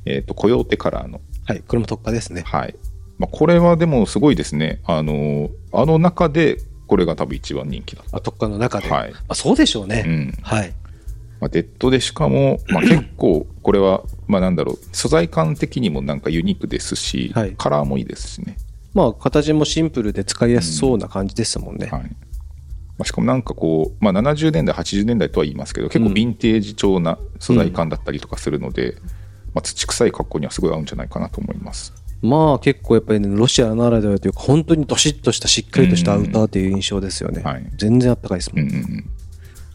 Speaker 3: えっ、と、コヨーテカラーの、
Speaker 4: はい。これも特化ですね。
Speaker 3: はい。まあ、これはでもすごいですね、あのーあの中で、これが多分一番人気だ。
Speaker 4: あ特化の中で。
Speaker 3: はい
Speaker 4: まあ、そうでしょうね。
Speaker 3: うん。
Speaker 4: はい。
Speaker 3: まあ、デッドでしかも、まあ、結構、これは、まあなんだろう、素材感的にもなんかユニークですし、
Speaker 4: はい
Speaker 3: カラーもいいですしね。
Speaker 4: まあ、形もシンプルで使いやすそうな感じですもんね。
Speaker 3: はいまあ、しかもなんかこう、まあ、70年代80年代とは言いますけど結構
Speaker 4: うん
Speaker 3: ヴィンテージ調な素材感だったりとかするので、まあ、土臭い格好にはすごい合うんじゃないかなと思います
Speaker 4: まあ、結構やっぱりね、ロシアならではというか、本当にどしっとした、しっかりとしたアウターという印象ですよね。
Speaker 3: うんはい
Speaker 4: 全然あったかいです
Speaker 3: う
Speaker 4: も
Speaker 3: ん
Speaker 4: ん。
Speaker 3: うんうん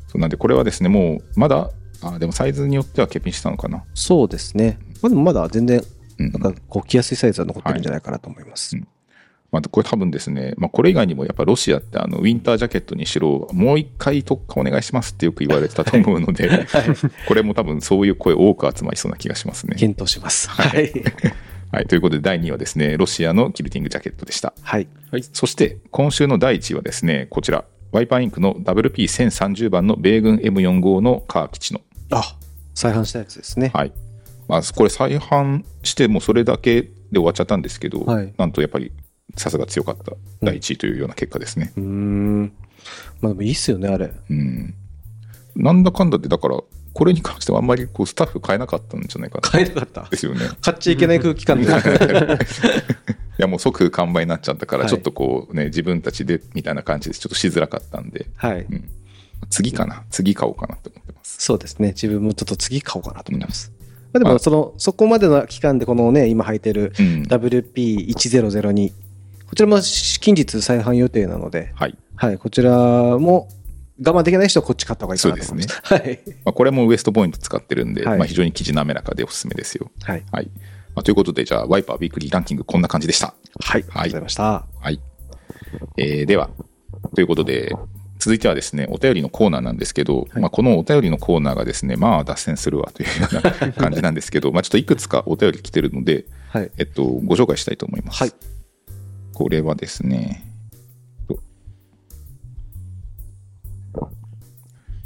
Speaker 3: そうなんでこれはですねもうまだあでもサイズによっては欠品したのかな
Speaker 4: そうですね。まあ、でもまだ全然、
Speaker 3: うん
Speaker 4: なんかこう、着やすいサイズは残ってるんじゃないかなと思います。
Speaker 3: はいまあ、これ多分ですね、まあ、これ以外にもやっぱロシアってあのウィンタージャケットにしろもう一回特化お願いしますってよく言われてたと思うので、 これも多分そういう声多く集まりそうな気がしますね。
Speaker 4: 検討します。はい。
Speaker 3: はい、ということで第2位はですねロシアのキルティングジャケットでした。
Speaker 4: はい。
Speaker 3: そして今週の第1位はですね、こちら、ワイパーインクの WP1030 番の米軍 M45 のカー基地の。
Speaker 4: あ、再販したやつですね。
Speaker 3: はいまあ、これ、再販して、もうそれだけで終わっちゃったんですけど、
Speaker 4: はい
Speaker 3: なんとやっぱり、さすが強かった第1位というような結果ですね。
Speaker 4: うーん。まあでもいいっすよね、あれ。
Speaker 3: うんなんだかんだで、だから、これに関してはあんまりこうスタッフ変えなかったんじゃないかな
Speaker 4: 買えなかった
Speaker 3: で。すよね。
Speaker 4: 買っちゃいけない空気 感で。
Speaker 3: いやもう即完売になっちゃったから、
Speaker 4: はい
Speaker 3: ちょっとこうね、自分たちでみたいな感じで、ちょっとしづらかったんで、
Speaker 4: はい。
Speaker 3: うん、次かな、次買おうかなと思ってます。
Speaker 4: そうですね。自分もちょっと次買おうかなと思ってます。まあ、で
Speaker 3: ま
Speaker 4: も、
Speaker 3: あ
Speaker 4: その、そこまでの期間で、このね、今履いてる
Speaker 3: うん、
Speaker 4: WP1002、こちらも近日再販予定なので、
Speaker 3: はい、
Speaker 4: はい、こちらも我慢できない人はこっち買った方がいいかなと思います。はい。
Speaker 3: まあ、これもウエストポイント使ってるんで、
Speaker 4: はい
Speaker 3: まあ、非常に生地滑らかでおすすめですよ。
Speaker 4: はい。
Speaker 3: はいまあ、ということで、じゃあ、ワイパービークリーランキング、こんな感じでした。
Speaker 4: はい。ありがとうございました。
Speaker 3: はい。えーでは、ということで、続いてはですね、お便りのコーナーなんですけど、まあ、このお便りのコーナーがですね、まあ、脱線するわというような感じなんですけど、ま あ、ちょっといくつかお便り来てるので、
Speaker 4: はい。
Speaker 3: えっと、ご紹介したいと思います。
Speaker 4: はい
Speaker 3: これはですね、と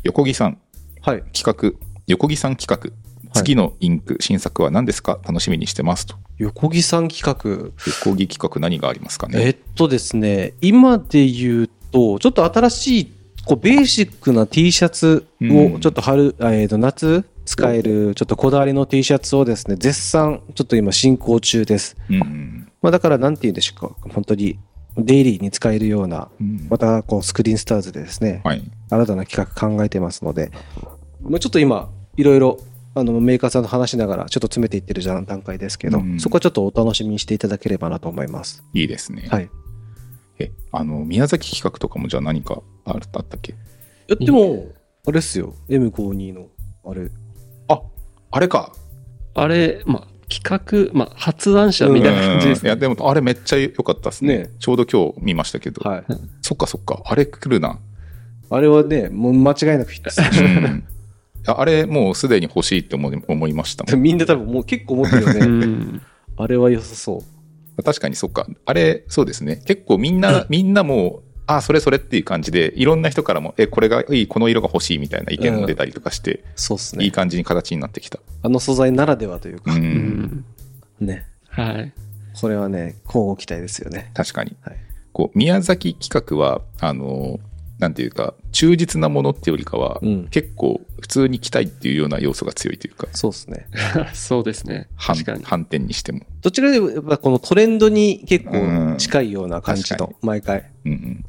Speaker 3: 横木さん、
Speaker 4: はい。
Speaker 3: 企画、横木さん企画、次のインク、新作は何ですか楽しみにしてますと。
Speaker 4: 横木さん企画。
Speaker 3: 横木企画何がありますかね。
Speaker 4: えっとですね、今で言うと、ちょっと新しい、こう、ベーシックな T シャツ
Speaker 3: う
Speaker 4: を、
Speaker 3: ん
Speaker 4: ちょっと春、あえっと、夏使える、ちょっとこだわりの T シャツをですね、絶賛、ちょっと今進行中です。
Speaker 3: うん
Speaker 4: まあ、だから、なんて言うんでしょうか、本当に、デイリーに使えるような、
Speaker 3: うん
Speaker 4: また、こう、スクリーンスターズでですね、
Speaker 3: はい。
Speaker 4: 新たな企画考えてますので、まあ、ちょっと今、いろいろ、あの、メーカーさんと話しながら、ちょっと詰めていってる段階ですけど、
Speaker 3: うん
Speaker 4: そこはちょっとお楽しみにしていただければなと思います。
Speaker 3: いいですね。
Speaker 4: はい。
Speaker 3: え、あの、宮崎企画とかもじゃあ何かあるあったっけ
Speaker 4: えでも、あれっすよ。M52 の、あれ。
Speaker 3: あ、あれか。
Speaker 5: あれ、まあ、企画、まあ、発案者
Speaker 3: うん
Speaker 5: み
Speaker 3: い
Speaker 5: たいな感じですね。
Speaker 3: や、でも、あれめっちゃ良かったですね
Speaker 4: ね
Speaker 3: ちょうど今日見ましたけど。
Speaker 4: はい。
Speaker 3: そっかそっか。あれ来るな。
Speaker 4: あれはね、もう間違いなくヒットす
Speaker 3: うんああれもうすでに欲しいって思い思いましたもん
Speaker 4: る。みんな多分もう結構持ってるよ
Speaker 5: う
Speaker 4: ね。
Speaker 5: ん
Speaker 4: あれは良さそう。
Speaker 3: 確かにそっか。あれ、そうですね。結構みんな、みんなもう、あ、それそれっていう感じで、いろんな人からも、え、これがいい、この色が欲しいみたいな意見も出たりとかして、
Speaker 4: そうっす
Speaker 3: い
Speaker 4: ね
Speaker 3: い。感じに形になってきた。
Speaker 4: あの素材ならではという
Speaker 3: う
Speaker 4: か、
Speaker 3: ん。
Speaker 5: うん
Speaker 4: ね。
Speaker 5: はい。
Speaker 4: これはね、交互期待ですよね。
Speaker 3: 確かに。
Speaker 4: はい。
Speaker 3: こう、宮崎企画は、あの、なんていうか、忠実なものってよりかは、
Speaker 4: うん
Speaker 3: 結構、普通に着たいっていうような要素が強いというか、
Speaker 4: そうっすね。
Speaker 5: そうですね。
Speaker 3: 反
Speaker 5: 確かに。
Speaker 3: 反転にしても。
Speaker 4: どちらでもやっぱこのトレンドに結構近いような感じ
Speaker 3: うん
Speaker 4: の、毎回。
Speaker 3: うんうん。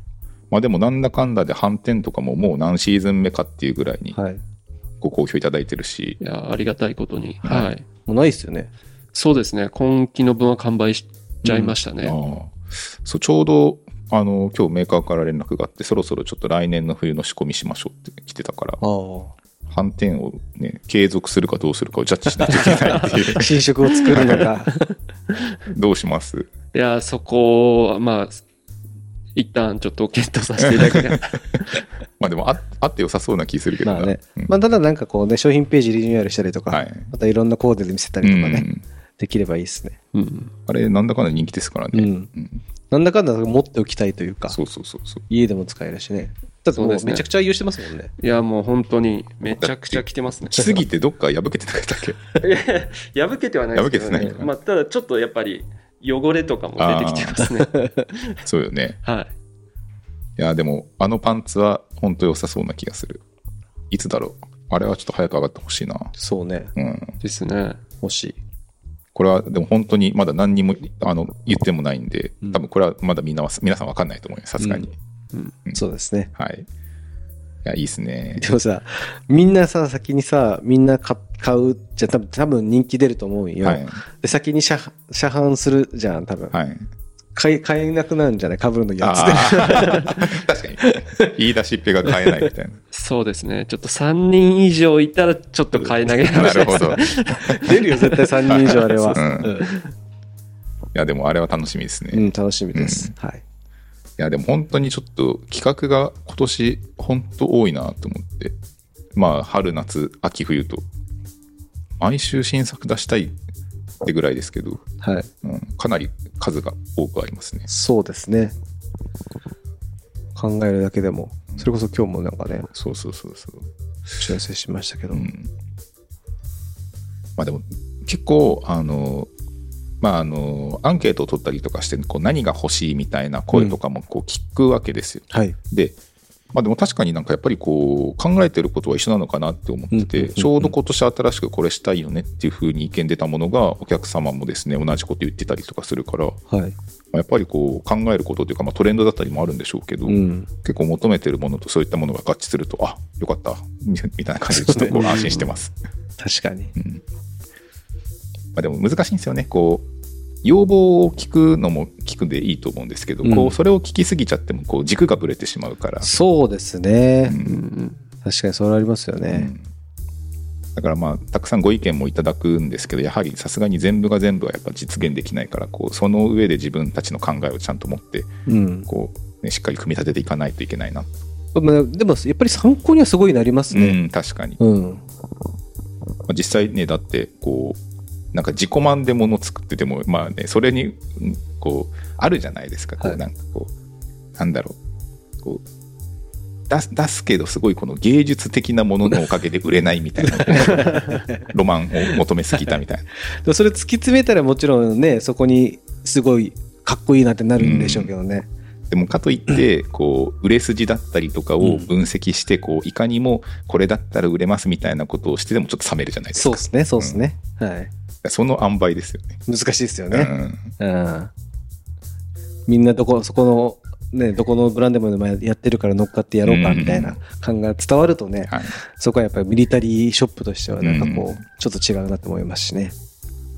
Speaker 3: まあでも、なんだかんだで反転とかももう何シーズン目かっていうぐらいに
Speaker 4: はい。
Speaker 3: ご好評いただいてるし、
Speaker 5: いや、ありがたいことに。
Speaker 3: はい
Speaker 5: はい。
Speaker 4: もうないっすよね。
Speaker 5: そうですね。今期の分は完売しちゃいましたね。
Speaker 3: ああそうちょうどあの今日メーカーから連絡があってそろそろちょっと来年の冬の仕込みしましょうって来てたから
Speaker 4: ああ。
Speaker 3: 反転を、ね、継続するかどうするかをジャッジしないといけないって いう
Speaker 4: 新色を作るの か。
Speaker 3: どうします
Speaker 5: いや、そこは、まあ、一旦ちょっと検討させていただきたい。
Speaker 3: まあでもああって良さそうな気するけど
Speaker 4: ま
Speaker 3: な
Speaker 4: あね
Speaker 3: うん。
Speaker 4: まあただなんかこうね、商品ページリニューアルしたりと
Speaker 3: は
Speaker 4: か、
Speaker 3: い
Speaker 4: またいろんなコーデで見せたりとか
Speaker 3: う
Speaker 4: ね、
Speaker 3: ん
Speaker 4: できればいいですね。
Speaker 5: うん
Speaker 3: あれなんだかんだ人気ですからね、
Speaker 4: うんなんだかんだ持っておきたいというか、
Speaker 3: そうそうそうそう
Speaker 4: 家でも使えるしね。だって
Speaker 5: そ
Speaker 4: も
Speaker 5: うで
Speaker 4: う
Speaker 5: すね
Speaker 4: めちゃくちゃ愛用してますもんね。
Speaker 5: いや、もう本当に、めちゃくちゃ来て ますね。
Speaker 3: しすぎてどっか破けてなかった っけ
Speaker 5: いやいや 破けてはないですけど
Speaker 3: 破けて
Speaker 5: ね
Speaker 3: ない。か
Speaker 5: まあ、ただちょっとやっぱり汚れとかも出てきてますね。
Speaker 3: そうよね
Speaker 5: はい。
Speaker 3: いやでもあのパンツは本当良さそうな気がするいつだろうあれはちょっと早く上がってほしいな
Speaker 4: そうね。
Speaker 3: うん
Speaker 5: ですね。
Speaker 4: 欲しい。
Speaker 3: これはでも本当にまだ何にもあの言ってもないんで、多分これはまだみんなは皆さん分かんないと思います、さすがに。
Speaker 4: そうですね。
Speaker 3: はい。いや、いいですね
Speaker 4: で。もさ、みんなさ、先にさ、みんな買買うじゃん多分多分人気出ると思うんよ。
Speaker 3: はい。
Speaker 4: で、先に車車販するじゃん、多分。
Speaker 3: はい、
Speaker 4: 買い買えなくなるんじゃない被るのやつで。
Speaker 3: あー 確かに。言い出しっぺが買えないみたい
Speaker 5: そうですね。ちょっと3人以上いたら、ちょっと買い投げ
Speaker 3: な。 な
Speaker 5: まし
Speaker 3: る
Speaker 5: た
Speaker 3: ほど。い
Speaker 4: 出るよ、絶対3人以上あれは。
Speaker 3: そう
Speaker 4: うん
Speaker 3: や、でもあれは楽しみですね。
Speaker 4: う
Speaker 3: い
Speaker 4: ん、楽しみです。はい。
Speaker 3: や、でも本当にちょっと企画が今年本当多いなと思って。まあ、春、夏、秋、冬と。毎週新作出したいってぐらいですけど、
Speaker 4: はい。
Speaker 3: うん、かなり数が多くありますね。
Speaker 4: そうですね。考えるだけでも、それこそ今日もなんかね、
Speaker 3: そうそうそうそう。
Speaker 4: お知らせしましたけど、
Speaker 3: うん、まあでも結構あのまああのアンケートを取ったりとかしてこう何が欲しいみたいな声とかもこう聞くわけですよ。
Speaker 4: はい。
Speaker 3: でまあ、でも確かになんかやっぱりこう考えてることは一緒なのかなって思って
Speaker 4: うんうんうんう
Speaker 3: て
Speaker 4: ん
Speaker 3: ちょうど今年新しくこれしたいよねっていうふうに意見出たものがお客様もですね同じこと言ってたりとかするからま
Speaker 4: はい。
Speaker 3: あやっぱりこう考えることというかまあトレンドだったりもあるんでしょうけど
Speaker 4: うん。
Speaker 3: 結構求めてるものとそういったものが合致するとあよかった みみたいな感じでちょっとこう安心してます。
Speaker 4: 確かに。
Speaker 3: うんまあ、でも難しいんですよねこう要望を聞くのも聞くでいいと思うんですけど、
Speaker 4: うん
Speaker 3: こうそれを聞きすぎちゃってもこう軸がぶれてしまうから、
Speaker 4: そうです
Speaker 3: う
Speaker 4: ね。
Speaker 5: うんん
Speaker 4: 確かにそれありますよ
Speaker 3: う
Speaker 4: ね。
Speaker 3: んだからまあたくさんご意見もいただくんですけどやはりさすがに全部が全部はやっぱ実現できないからこうその上で自分たちの考えをちゃんと持って
Speaker 4: うん。
Speaker 3: こう、ね、しっかり組み立てていかないといけないな、
Speaker 4: でも、でもやっぱり参考にはすごいなります
Speaker 3: う
Speaker 4: ね。
Speaker 3: ん確かに、
Speaker 4: うん。
Speaker 3: まあ、実際ねだってこうなんか自己満でもの作っててもまあねそれにうんこうあるじゃないですかこ
Speaker 4: は
Speaker 3: う
Speaker 4: い
Speaker 3: なんかこうなんだろうこう出す出すけどすごいこの芸術的なもののおかげで売れないみたいな ロマンを求めすぎたみたいな
Speaker 4: でもそれ突き詰めたらもちろんね、そこにすごいかっこいいなってなるんでしょうけどね。
Speaker 3: でもかといってこう売れ筋だったりとかを分析してこういかにもこれだったら売れますみたいなことをしてでもちょっと冷めるじゃないです
Speaker 4: そう
Speaker 3: か
Speaker 4: ですね、そうですね。はい。
Speaker 3: その塩梅ですよね
Speaker 4: 難しいですよ
Speaker 3: う
Speaker 4: ね。
Speaker 3: ん
Speaker 4: うん。みんなどこ、そこの、ね、どこのブランドもやってるから乗っかってやろうかみたいな感が伝わるとね、
Speaker 3: はい
Speaker 4: そこはやっぱりミリタリーショップとしてはなんかこう、
Speaker 3: うん
Speaker 4: ちょっと違うなと思いますしね。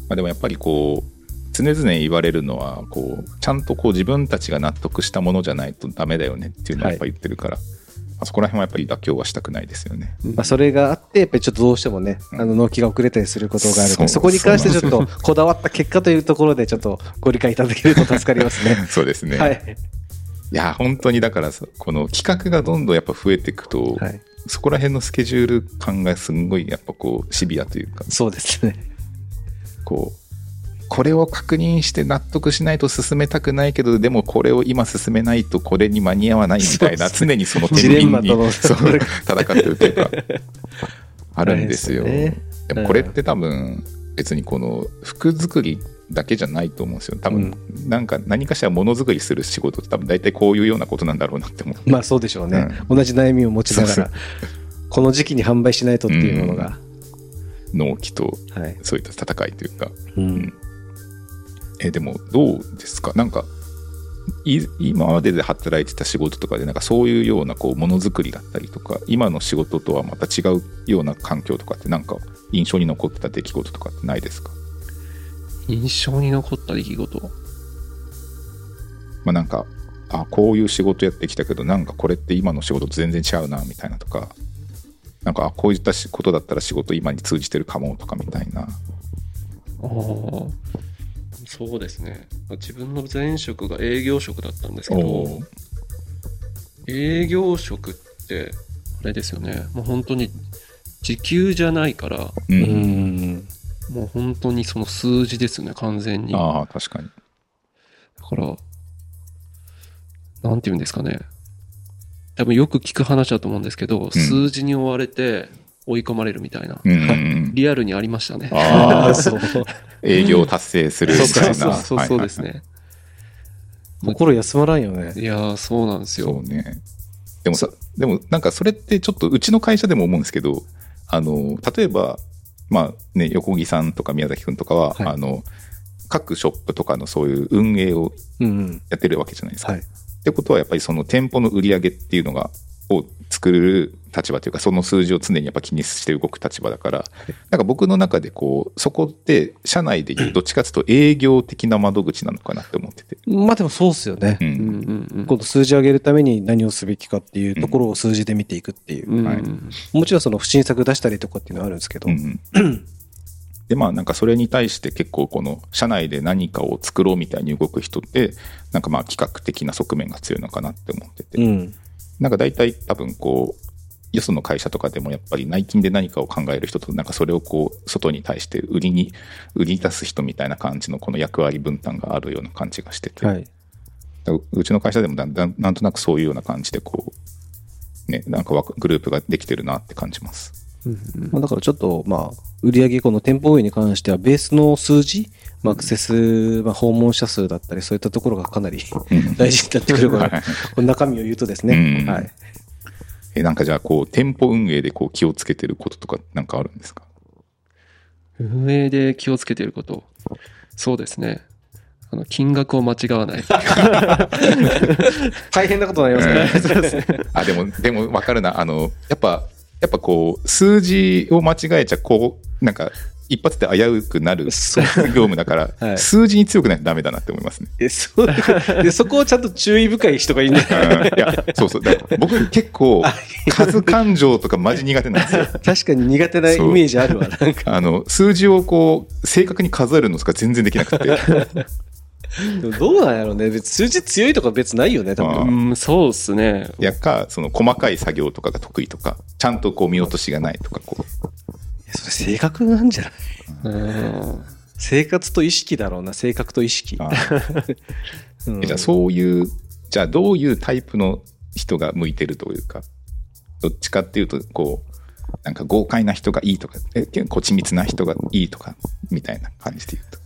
Speaker 3: まあ、でもやっぱりこう常々言われるのはこうちゃんとこう自分たちが納得したものじゃないとダメだよねっていうのは
Speaker 4: はい
Speaker 3: やっぱ言ってるから、あそこら辺はやっぱり妥協はしたくないですよね。
Speaker 4: まあ、それがあってやっぱりちょっとどうしてもね、
Speaker 3: うん
Speaker 4: あの納期が遅れたりすることがあるの
Speaker 3: そう
Speaker 4: でそこに関してちょっとこだわった結果というところでちょっとご理解いただけると助かりま すね。
Speaker 3: そうですね、、
Speaker 4: はいい、
Speaker 3: や本当にだからさこの企画がどんどんやっぱ増えていくと、
Speaker 4: はい、
Speaker 3: そこら辺のスケジュール感がすんごいやっぱこうシビアというか
Speaker 4: そうですね。
Speaker 3: こうこれを確認して納得しないと進めたくないけどでもこれを今進めないとこれに間に合わないみたいな、
Speaker 4: そう
Speaker 3: 常にその
Speaker 4: ジ
Speaker 3: 天
Speaker 4: レン
Speaker 3: 秤
Speaker 4: マとの
Speaker 3: にそう
Speaker 4: それが
Speaker 3: 戦ってるというかあるんですよ。
Speaker 4: 大変です
Speaker 3: でもこれって多分別にこの服作りだけじゃないと思うんですよ多分なんか何かしらものづくりする仕事って多分大体こういうようなことなんだろうなって思う
Speaker 4: まあそうでしょうね、同じ悩みを持ちなが
Speaker 3: そう
Speaker 4: らこの時期に販売しないとっていうものが、
Speaker 3: 納期と
Speaker 4: はい
Speaker 3: そういった戦いというか
Speaker 4: うん
Speaker 3: えーでもどうですかなんかい今までで働いてた仕事とかでなんかそういうようなこうものづくりだったりとか今の仕事とはまた違うような環境とかってなんか印象に残ってた出来事とかってないですか、
Speaker 5: 印象に残った出来事。
Speaker 3: まあ、なんかあこういう仕事やってきたけどなんかこれって今の仕事と全然違うなみたいなとかなんかあこういったしことだったら仕事今に通じてるかもとかみたいな
Speaker 5: ああ。そうですね。自分の前職が営業職だったんですけど、
Speaker 3: おー
Speaker 5: 営業職って、あれですよね。もう本当に時給じゃないから、
Speaker 3: う、
Speaker 4: うんん
Speaker 5: もう本当にその数字ですよね、完全に。
Speaker 3: ああ確かに
Speaker 5: だから、なんて言うんですかね。多分よく聞く話だと思うんですけど、数字に追われて追い込まれるみたいな。
Speaker 3: うんう んうん
Speaker 5: リアルにありましたね。
Speaker 3: ああ
Speaker 4: そう
Speaker 3: 営業を達成するみ
Speaker 5: そう
Speaker 3: たい
Speaker 5: そ
Speaker 3: な
Speaker 5: うそうそう
Speaker 3: はいはい
Speaker 5: そう
Speaker 3: はい
Speaker 5: ですね。
Speaker 4: 心休まらんよね
Speaker 5: いやー、そうなんです
Speaker 3: そ
Speaker 5: よ
Speaker 3: う。ね。でもさ、でもなんかそれってちょっとうちの会社でも思うんですけど、あの、例えば、まあね、横木さんとか宮崎くんとかは、
Speaker 4: はい
Speaker 3: あの、各ショップとかのそういう運営を
Speaker 4: うんうん
Speaker 3: やってるわけじゃないですか。
Speaker 4: はい
Speaker 3: ってことはやっぱりその店舗の売り上げっていうのが、を作る立場というか、その数字を常にやっぱ気にして動く立場だから、なんか僕の中でこう、そこって社内で言うどっちかというと営業的な窓口なのかなって思ってて。
Speaker 4: まあでもそうっすよね、
Speaker 3: う
Speaker 5: うん
Speaker 3: ん。
Speaker 5: うん
Speaker 4: 今度数字上げるために何をすべきかっていうところを数字で見ていくっていう
Speaker 5: うん。
Speaker 3: はい
Speaker 5: うん
Speaker 4: もちろんその不審作出したりとかっていうのはあるんですけど、
Speaker 3: うんうん でまあなんかそれに対して結構この社内で何かを作ろうみたいに動く人ってなんかまあ企画的な側面が強いのかなって思ってて、
Speaker 4: うん
Speaker 3: なんか大体多分こうよその会社とかでもやっぱり内勤で何かを考える人となんかそれをこう外に対して売りに売りに出す人みたいな感じのこの役割分担があるような感じがしてて、
Speaker 4: はい、
Speaker 3: だからうちの会社でもだんだんなんとなくそういうような感じでこうねなんかわグループができてるなって感じます。
Speaker 5: うん
Speaker 4: まあ、だからちょっとまあ売上この店舗運営に関してはベースの数字、まあ、アクセス、まあ、訪問者数 だったりそういったところがかなり大事になってくるからこの中身を言うとですね、
Speaker 3: うん
Speaker 4: はい
Speaker 3: え、なんかじゃあ、こう、店舗運営でこう気をつけてることとか、なんかあるんですか
Speaker 5: 運営で気をつけていること。そうですね。あの、金額を間違わない。
Speaker 4: 大変なことになります からね。そうですね
Speaker 3: あ、でも、でも分かるな。あの、やっぱ、やっぱこう、数字を間違えちゃ、こう、なんか、一発で危うくなる業
Speaker 4: そう
Speaker 3: 務だから、
Speaker 4: はい
Speaker 3: 数字に強くないとダメだなって思い ますね。
Speaker 4: えそうでそこをちゃんと注意深い人がいいんだよ
Speaker 3: うんいや、そうそう。だから僕結構、数感情とかマジ苦手なんです よ。
Speaker 4: 確かに苦手なイメージあるわ。なんか
Speaker 3: あの、数字をこう、正確に数えるのとか全然できな くて。
Speaker 4: でもどうなんやろうね。別に数字強いとか別ないよね、多
Speaker 3: あ
Speaker 4: 分。
Speaker 5: うん、そうですね。
Speaker 3: いやか、その細かい作業とかが得意とか、ちゃんとこう見落としがないとか、こう。
Speaker 4: それ性格なんじゃない
Speaker 5: うん
Speaker 4: 生活と意識だろうな。性格と意識。
Speaker 3: あ
Speaker 4: うん
Speaker 3: えじゃあそういう、じゃあどういうタイプの人が向いてるというか、どっちかっていうと、こう、なんか豪快な人がいいとか、え結構緻密な人がいいとか、みたいな感じで言うと。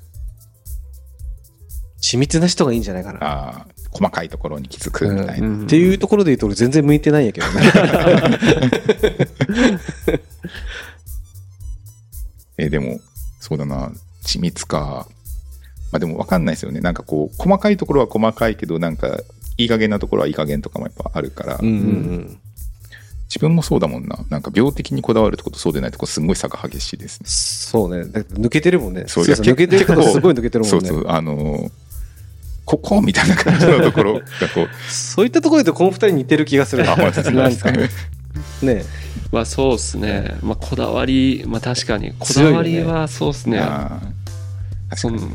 Speaker 4: 緻密な人がいいんじゃないかな。
Speaker 3: ああ、細かいところに気づくみたいな。
Speaker 5: うん
Speaker 4: っていうところで言うと俺全然向いてないんやけどね。
Speaker 3: えーでも、そうだな、緻密か。まあでも分かんないですよね。なんかこう、細かいところは細かいけど、なんか、いい加減なところはいい加減とかもやっぱあるから、
Speaker 4: うんうん
Speaker 3: 自分もそうだもんな。なんか病的にこだわるとことそうでないとこすごい差が激しいですね。
Speaker 4: そうね。だって抜けてるもんね。
Speaker 3: そう
Speaker 4: 強さ
Speaker 3: いや
Speaker 4: 抜けてることすごい抜けてるもんね。
Speaker 3: そうそう、あのーここみたいな感じのところがこう、
Speaker 4: そういったところで言うとこの二人似てる気がする。
Speaker 3: あ、
Speaker 4: なん
Speaker 3: ほら、
Speaker 4: か
Speaker 3: すみません
Speaker 4: ね。
Speaker 5: まあそうですね。まあこだわり、まあ確かに、こだわりはそうですね。
Speaker 3: あー確
Speaker 5: そ
Speaker 3: か
Speaker 5: の
Speaker 3: に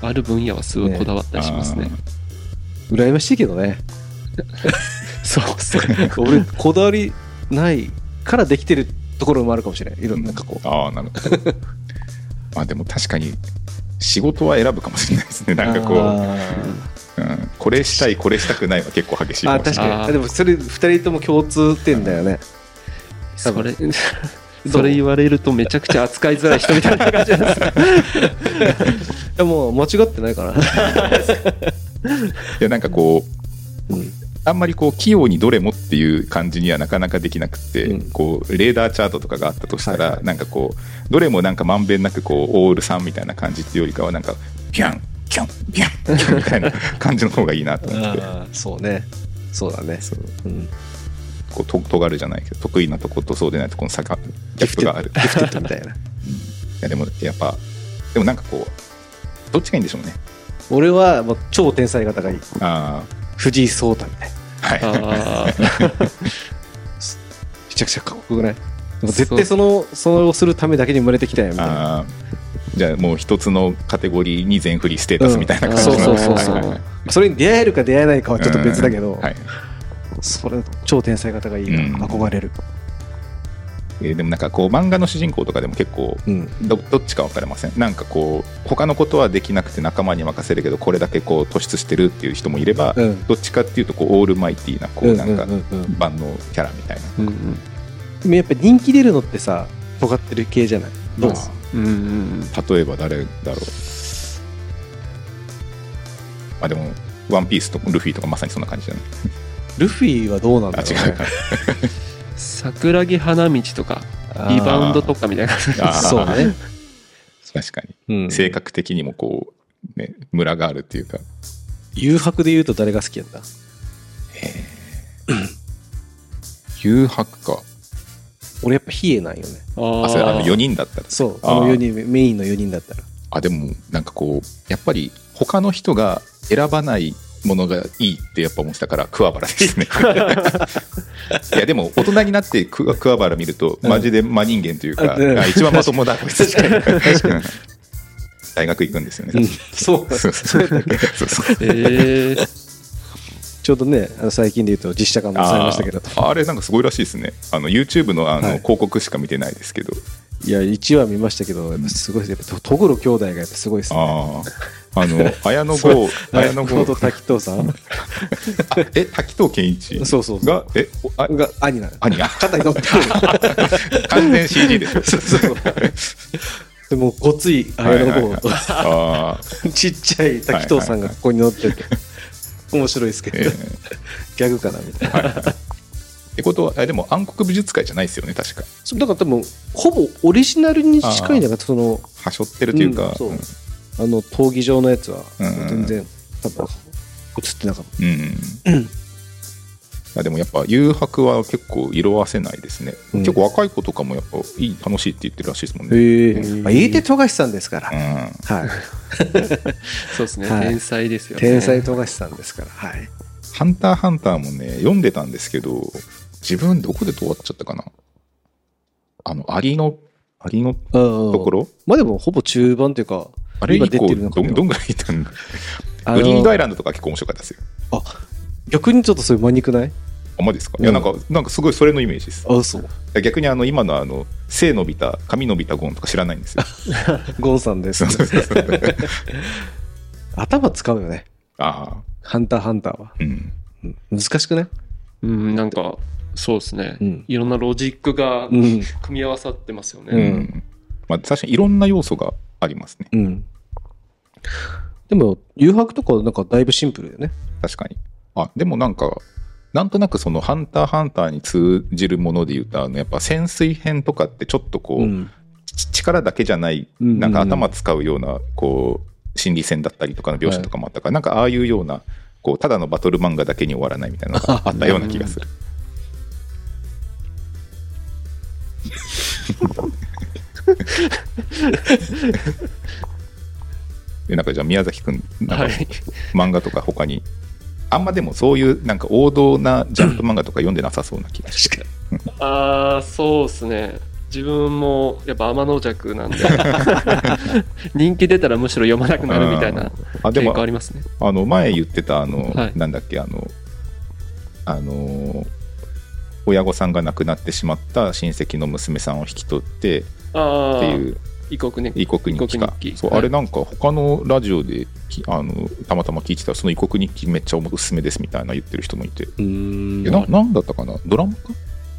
Speaker 5: ある分野はすごいこだわったりしますね。
Speaker 4: 羨ましいけど ね。
Speaker 5: そうですね。
Speaker 4: 俺、こだわりないからできてるところもあるかもしれない。いろんな、なんかこう。
Speaker 3: あーあー、なるほど。 まあでも確かに、仕事は選ぶかもしれないですね。なんかこう。
Speaker 4: あ
Speaker 3: うんこれしたいこれしたくないは結構激しい
Speaker 4: ー
Speaker 3: か
Speaker 4: あ
Speaker 3: もしれ
Speaker 4: 確
Speaker 3: ない
Speaker 4: かに
Speaker 5: あー
Speaker 4: あでもそれ2人とも共通点だよね多
Speaker 5: そ
Speaker 4: 分
Speaker 5: れ、それ言われるとめちゃくちゃ扱いづらい人みたいな感じなんですか。
Speaker 4: いやもう間違ってないかな
Speaker 3: いやなんかこう
Speaker 4: うん
Speaker 3: あんまりこう器用にどれもっていう感じにはなかなかできなくて、
Speaker 4: うん
Speaker 3: こうレーダーチャートとかがあったとしたら、
Speaker 4: はいはい
Speaker 3: なんかこうどれもなんかまんべんなくこうオール3みたいな感じっていうよりかはなんかピャンピャンピャンピャンみたいな感じの方がいいなと思って
Speaker 4: あー そうねそうだね
Speaker 3: そう
Speaker 4: うん
Speaker 3: こうと尖るじゃないけど得意なとことそうでないとこの差がギャップがある
Speaker 4: ギフテッドみたいない
Speaker 3: やでもやっぱでもなんかこうどっちがいいんでしょうね
Speaker 4: 俺はもう超天才型がいい
Speaker 3: あ
Speaker 4: 藤井聡太みたいな
Speaker 3: あはい
Speaker 5: あ
Speaker 4: めちゃくちゃかっこよくないでも絶対そのそれをするためだけに生まれてきたよみたいな
Speaker 3: あーじゃあもう一つのカテゴリーに全振りステータスみたいな
Speaker 5: あ、
Speaker 3: 感じ
Speaker 5: そう
Speaker 3: な
Speaker 5: そ
Speaker 3: ん
Speaker 5: う
Speaker 3: です
Speaker 5: そうそ
Speaker 3: はいうはいはい。
Speaker 4: それに出会えるか出会えないかはちょっと別だけど、
Speaker 3: はい
Speaker 4: それ超天才型がいいな、
Speaker 3: うん
Speaker 4: 憧れる
Speaker 3: えーでもなんかこう漫画の主人公とかでも結構
Speaker 4: うん
Speaker 3: どどっちか分かれませんなんかこう他のことはできなくて仲間に任せるけどこれだけこう突出してるっていう人もいれば、
Speaker 4: うん
Speaker 3: どっちかっていうとこうオールマイティーなこ
Speaker 4: う
Speaker 3: うん
Speaker 4: う
Speaker 3: なん
Speaker 4: ん
Speaker 3: か
Speaker 4: うんうん
Speaker 3: 万能キャラみたいな、
Speaker 5: うんうん
Speaker 4: でもやっぱ人気出るのってさ尖ってる系じゃないど
Speaker 3: ま
Speaker 4: うです
Speaker 5: うんうん
Speaker 3: あ例えば誰だろうまあでも「ワンピースとルフィとかまさにそんな感じじゃない
Speaker 4: ルフィはどうなんだろう、ね、
Speaker 3: あ違うか
Speaker 5: 桜木花道とか、
Speaker 4: あー
Speaker 5: リバウンドとかみたいな 感じ。
Speaker 3: あー
Speaker 4: そうね、
Speaker 3: 確かに
Speaker 4: うん、
Speaker 3: 性格的にもこう、ね、ムラがあるっていうか
Speaker 4: 誘白で言うと誰が好きやった
Speaker 3: 誘白か
Speaker 4: 俺やっぱ比叡なんよね
Speaker 5: あ
Speaker 3: あそれあの4人だったら
Speaker 4: そう
Speaker 3: あー
Speaker 4: あの4人目メインの4人だったら
Speaker 3: あでもなんかこうやっぱり他の人が選ばないものがいいってやっぱ思ってたから桑原です ねいやでも大人になって桑桑原見るとマジで真人間というか、
Speaker 4: あうん
Speaker 3: あ一番まともだこいつ
Speaker 4: 確かに確かに
Speaker 3: うん大学行くんですよね、
Speaker 4: そう
Speaker 3: そうそうそうそう
Speaker 5: え ー
Speaker 4: ちょうどねあの最近で言うと実写化もされましたけど
Speaker 3: あーあれなんかすごいらしいですねあの YouTube のあの
Speaker 4: はい
Speaker 3: 広告しか見てないですけど、
Speaker 4: いや1話見ましたけどやっぱすごいですやっぱとぐろ兄弟がやっぱすごいですね
Speaker 3: あああの綾野剛綾野
Speaker 4: 剛
Speaker 3: 剛
Speaker 4: と滝藤さん
Speaker 3: あえ滝藤健一が
Speaker 4: そうそうそう
Speaker 3: えおあ
Speaker 4: が兄なの
Speaker 3: 兄が
Speaker 4: 肩に乗ってる
Speaker 3: 完全 CG でしょ
Speaker 4: そうそうでもごついあれの方と
Speaker 3: ああ、
Speaker 4: ちっちゃい滝藤さんがここに乗ってて面白いですけど
Speaker 3: え
Speaker 4: ギャグかなみたいな
Speaker 3: えはいはいってことは、あでも暗黒美術界じゃないですよね、確か。
Speaker 4: そうだから多分ほぼオリジナルに近いんだからその
Speaker 3: はしょってるというか、
Speaker 4: うんそう
Speaker 3: うん
Speaker 4: あの闘技場のやつは
Speaker 3: うん
Speaker 4: 全然多分映ってなかった
Speaker 3: うんいやでもやっぱ誘白は結構色あせないですね、
Speaker 4: うん
Speaker 3: 結構若い子とかもやっぱいい楽しいって言ってるらしいですもんね、
Speaker 4: へえ
Speaker 5: うん
Speaker 4: まあ、言うて富樫さんですから、
Speaker 3: うん
Speaker 4: はい、
Speaker 5: そうですね、
Speaker 4: はい
Speaker 5: 天才ですよね。
Speaker 4: 天才富樫さんですから、はい、
Speaker 3: ハンターハンターもね読んでたんですけど自分どこで終わっちゃったかなあのアリのアリのと
Speaker 4: と
Speaker 3: ころ
Speaker 4: まあでもほぼ中盤というか
Speaker 3: あれ以
Speaker 4: 今出
Speaker 3: 降
Speaker 4: て
Speaker 3: ど
Speaker 4: るのかなん
Speaker 3: どんぐらいいたんだ
Speaker 4: あ
Speaker 3: グリーンド
Speaker 4: の
Speaker 3: アイランドとか結構面白かったですよ
Speaker 4: 逆にちょっとそれマニくない
Speaker 3: あマジですか、
Speaker 4: うん
Speaker 3: いやなんかなんかすごいそれのイメージです
Speaker 4: あそう
Speaker 3: 逆にあの今のあの背伸びた髪伸びたゴンとか知らないん ですよ
Speaker 4: ゴンさんです
Speaker 3: そうそうそうそう
Speaker 4: 頭使うよね
Speaker 3: ああ
Speaker 4: ハンターハンターは、
Speaker 3: うん
Speaker 4: うん難しくね
Speaker 5: うん、なんか、そうですね、
Speaker 4: うん
Speaker 5: いろんなロジックが
Speaker 4: うん
Speaker 5: 組み合わさってますよね。
Speaker 3: うん、
Speaker 4: うん
Speaker 3: まあ、確かにいろんな要素がありますね
Speaker 4: うんでも誘白とかなんかだいぶシンプルだよね
Speaker 3: 確かにあでもなんかなんとなくその「ハンターハンター」に通じるもので言うとあのやっぱ潜水編とかってちょっとこう、
Speaker 4: ん
Speaker 3: ち力だけじゃない
Speaker 4: うん
Speaker 3: なんか頭使うようなこう心理戦だったりとかの描写とかもあったから、なんかああいうようなこうただのバトル漫画だけに終わらないみたいなのがあったような気がする。 えなんかじゃあ宮崎君なんか
Speaker 5: はい。
Speaker 3: 漫画とか他に、あんまでもそういうなんか王道なジャンプ漫画とか読んでなさそうな気がして
Speaker 5: ああ、そうですね。自分もやっぱ天の弱 なんで人気出たらむしろ読まなくなるみたいな
Speaker 3: あで
Speaker 5: 傾
Speaker 3: も
Speaker 5: 向ありますね。
Speaker 3: あの前言ってたあの、
Speaker 5: はい
Speaker 3: なんだっけあのあの親御さんが亡くなってしまった親戚の娘さんを引き取ってっ
Speaker 5: ああ、
Speaker 3: ていう
Speaker 5: 異国ね。
Speaker 3: 異国日記か
Speaker 5: 異国日記
Speaker 3: そう
Speaker 5: はい
Speaker 3: あれなんか他のラジオできあのたまたま聞いてたらその異国日記めっちゃおすすめですみたいな言ってる人もいて、
Speaker 4: うん
Speaker 3: えななんだったかなドラマか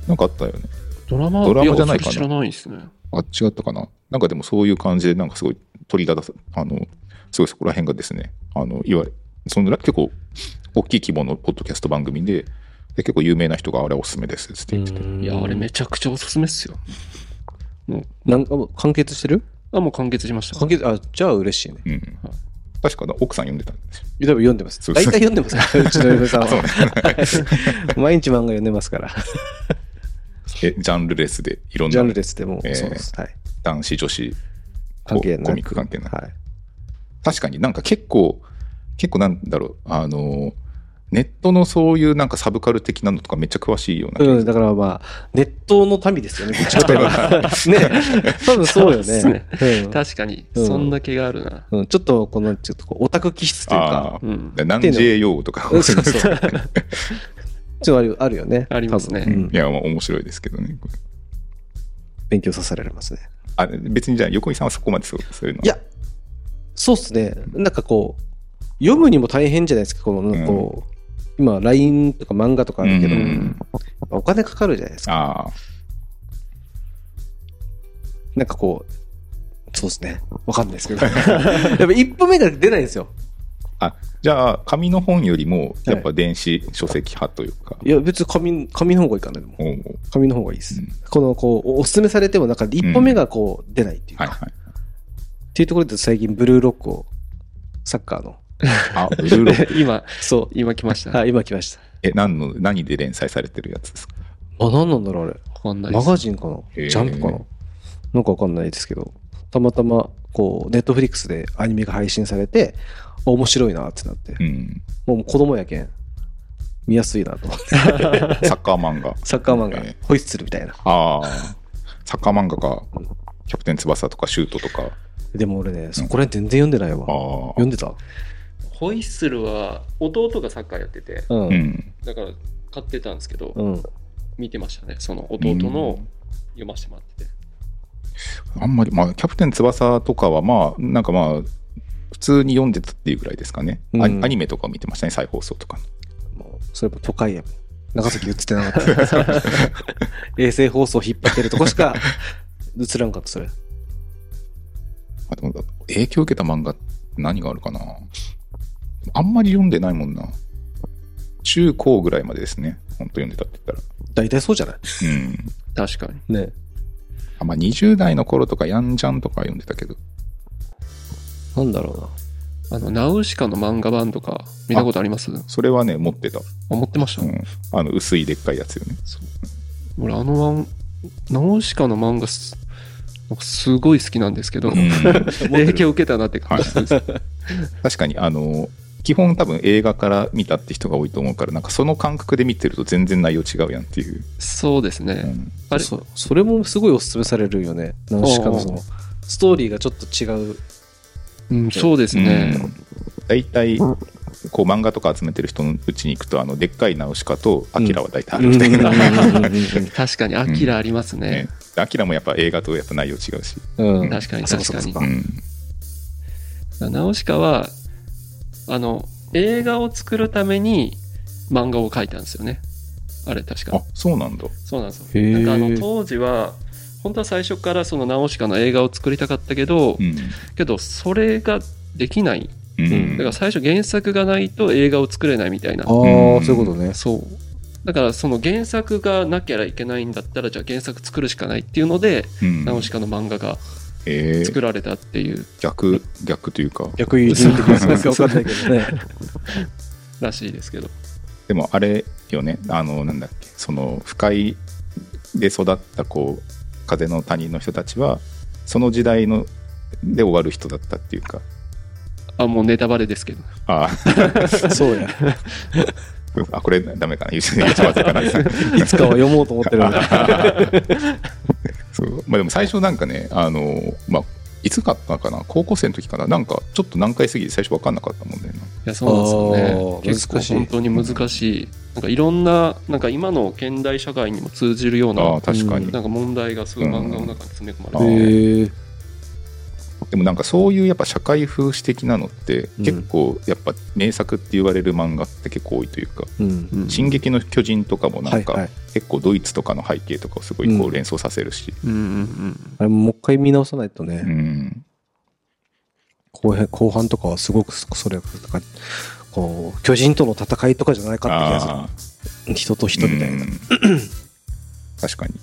Speaker 3: なんかあったよね
Speaker 5: ドラマ
Speaker 3: ドラマじゃないかな
Speaker 5: やそれ知らないですね。
Speaker 3: あ違ったかななんかでもそういう感じでなんかすごい取り立たさあのすごいそこら辺がですねあのいわゆるその結構大きい規模のポッドキャスト番組でで結構有名な人があれおすすめですって言ってて、
Speaker 5: いや、あれめちゃくちゃおすすめっすよ。
Speaker 4: なんかもう完結してる
Speaker 5: あ、もう完結しました。
Speaker 4: 完結あじゃあ嬉しいね
Speaker 3: うん、確かな奥さん読んでたんですよ
Speaker 4: 多分読んでます
Speaker 3: そう
Speaker 4: 大体読んでますか らうちの嫁さんは
Speaker 3: そうね
Speaker 4: はい毎日漫画読んでますから
Speaker 3: えジャンルレスでいろん
Speaker 4: ジャン
Speaker 3: な
Speaker 4: ルですでも
Speaker 3: えー
Speaker 4: そうです、はい
Speaker 3: 男子女子
Speaker 4: 関係ない
Speaker 3: コミック関係ない
Speaker 4: はい
Speaker 3: 確かになんか結構結構なんだろうあのネットのそういうなんかサブカル的なのとかめっちゃ詳しいような気がする
Speaker 4: うん、だからまあ、ネットの民ですよね、こっちは。 ね、多分そうよね。
Speaker 5: そうっ
Speaker 4: うん
Speaker 5: 確かに、
Speaker 4: うん
Speaker 5: そんな気があるな。
Speaker 4: うんちょっと、この、ちょっとこう、オタク気質という
Speaker 3: あ
Speaker 4: か、
Speaker 3: ー
Speaker 5: うん。
Speaker 3: 南 J 用語とか
Speaker 4: うんそうそう。 ちょっとあるあるよね。
Speaker 5: ありますね
Speaker 4: 多分うん
Speaker 3: いやまあ面白いですけどね
Speaker 4: 勉強させられますね。
Speaker 3: あ別にじゃあ横井さんはそこまでそうそういうの
Speaker 4: いや、そうっすね。なんかこう、読むにも大変じゃないですか、この、なんかこう、今、LINE とか漫画とかあるけど、
Speaker 3: うん
Speaker 4: やっぱお金かかるじゃないですか。
Speaker 3: ああ
Speaker 4: なんかこう、そうですね。わかんないですけど。やっぱ一歩目が出ないんですよ。
Speaker 3: あじゃあ紙の本よりも
Speaker 4: はい
Speaker 3: やっぱ電子書籍派というか、
Speaker 4: いや、別に紙、紙の方がいいかな、でも。
Speaker 3: おうおう
Speaker 4: 紙の方がいいです。
Speaker 3: うん
Speaker 4: この、こう、おおすすめされても、なんか一歩目がこう、出ないっていうか、
Speaker 3: はいはい
Speaker 4: っていうところで最近、ブルーロックを、サッカーの。
Speaker 3: あブルーロッ ク
Speaker 5: 今、
Speaker 4: そ
Speaker 5: 今来まし
Speaker 4: う。
Speaker 5: た。
Speaker 4: はい、今来ました。
Speaker 3: え何の何で連載されてるやつですか
Speaker 4: あ、何なんだろう、あ
Speaker 5: わかんな
Speaker 4: れ。
Speaker 5: いで
Speaker 4: マ
Speaker 5: す
Speaker 4: ガジンかなジ
Speaker 3: へー
Speaker 4: ャンプかななんかわかんないですけど、たまたま、こう、ネットフリックスでアニメが配信されて、あ面白いなってなって
Speaker 3: う、ん
Speaker 4: もう子供やけん、見やすいなと思 って、
Speaker 3: サッカー漫画
Speaker 4: サッカー漫画
Speaker 3: ええ、
Speaker 4: ホイッスルみたいな。
Speaker 3: ああサッカー漫画かキャプテン翼とかシュートとか
Speaker 4: でも俺ね、そこら辺全然読んでないわ。
Speaker 3: あ
Speaker 4: 読んでた
Speaker 5: ホイッスルは、弟がサッカーやってて、
Speaker 4: う
Speaker 3: あ
Speaker 4: ん。
Speaker 5: だから買ってたんですけど、
Speaker 4: うん。
Speaker 5: 見てましたね。その弟の読ませてもらってて。
Speaker 3: あんまりまあキャプテン翼とかはまあなんかまあ普通に読んでたっていうぐらいですかね、アニ
Speaker 4: うん
Speaker 3: アニメとか見てましたね再放送とか
Speaker 4: もうそれも都会やもん長崎映ってなかった。衛星放送引っ張ってるとこし か映らんかった、それ。
Speaker 3: あでも影響を受けた漫画って何があるかなあんまり読んでないもんな中高ぐらいまでですね。本当読んでたって言っ
Speaker 4: 大体そうじゃない
Speaker 3: たら。うん。
Speaker 5: 確かに。
Speaker 4: ね。
Speaker 3: あまあ、20代の頃とか、ヤンジャンとか読んでたけど。
Speaker 4: なんだろ
Speaker 5: あの、ナウシカの漫画版とか見たことあります
Speaker 3: それはね、持ってた。
Speaker 5: 思ってました、
Speaker 3: うん。あの、薄いでっかいやつ よね。
Speaker 5: 俺、あの漫ナウシカの漫画す、なんかすごい好きなんですけど、
Speaker 3: うん
Speaker 4: うな。
Speaker 5: 影響を受けたなって感じです。
Speaker 3: 確かに、あの、基本多分映画から見たって人が多いと思うから、なんかその感覚で見てると全然内容違うやんっていう。
Speaker 5: そうです
Speaker 3: う
Speaker 5: ね。
Speaker 3: ん
Speaker 5: あれ
Speaker 4: そうそれもすごいおすすめされるよね。ナウシカのそのストーリーがちょっと違う。
Speaker 5: うん、そうですね。
Speaker 3: うん大体、こう漫画とか集めてる人のうちに行くと、あの、でっかいナウシカと、アキラは大体あるみたいな。
Speaker 5: 確かに、アキラありますね
Speaker 3: ね。アキラもやっぱ映画とやっぱ内容違うし。
Speaker 4: うん
Speaker 5: 確かに
Speaker 4: あそっそっ
Speaker 5: 確
Speaker 4: そ
Speaker 5: か
Speaker 4: っ
Speaker 3: うん。
Speaker 5: ナウシカは、あの、映画を作るために漫画を描いたんですよね。あれ、確か
Speaker 3: あ。、そうなんだ。
Speaker 5: そうなんです
Speaker 4: へ
Speaker 5: よ。
Speaker 4: ー
Speaker 5: なんかあの当時は、本当は最初からそのナウシカの映画を作りたかったけど、
Speaker 3: うん。
Speaker 5: けどそれができない。
Speaker 3: うん
Speaker 5: だから最初原作がないと映画を作れないみたいな
Speaker 4: あ。ーそういうことね。
Speaker 5: そう。だからその原作がなきゃいけないんだったら、じゃあ原作作るしかないっていうので、
Speaker 3: うん
Speaker 5: ナウシカの漫画が
Speaker 3: えー
Speaker 5: 作られたっていう
Speaker 3: 逆、逆というか。
Speaker 4: 逆に言うとなんかわかんないけどね。
Speaker 5: らしいですけど。
Speaker 3: でもあれよね、あの、なんだっけ、その、不快で育った、こう、風の谷の人たちは、その時代の、で終わる人だったっていうか、
Speaker 5: あ、もうネタバレですけど。
Speaker 3: あ
Speaker 4: そうや。
Speaker 3: ーあ、これダメかな、言っちゃまずいかな。
Speaker 4: いつかは読もうと思ってるんだ。
Speaker 3: そうまあ、でも最初なんかね、あの、まあ、いつかかな、高校生の時かな、なんかちょっと難解すぎて最初わかんなかったもんね。
Speaker 5: いや、そうなんですよ
Speaker 4: あー
Speaker 5: ね。結構
Speaker 4: 難しい
Speaker 5: 本当に難しい。なんかいろんな、なんか今の現代社会にも通じるよう
Speaker 3: ああ、
Speaker 5: な、
Speaker 3: 確かに。
Speaker 4: うん
Speaker 5: なんか問題がすごい漫画の中に詰め込まれて
Speaker 3: うん
Speaker 5: る、
Speaker 4: へえ。
Speaker 3: でもなんかそういうやっぱ社会風刺的なのって
Speaker 4: うん
Speaker 3: 結構やっぱ名作って言われる漫画って結構多いというか
Speaker 4: う
Speaker 3: 「
Speaker 4: ん。
Speaker 3: 進撃の巨人」とかもな
Speaker 4: は
Speaker 3: ん
Speaker 4: いは
Speaker 3: か
Speaker 4: い。
Speaker 3: 結構ドイツとかの背景とかをすごいこ
Speaker 4: う
Speaker 3: うん連想させるし、
Speaker 5: うんうんうん。
Speaker 4: あれもう一回見直さないと
Speaker 3: う
Speaker 4: ね。
Speaker 3: ん、
Speaker 4: 後編後半とかはすごくそれがなんかこう巨人との戦いとかじゃないかって気が
Speaker 3: あー
Speaker 4: する。人と人みたいな
Speaker 3: う。ん確かに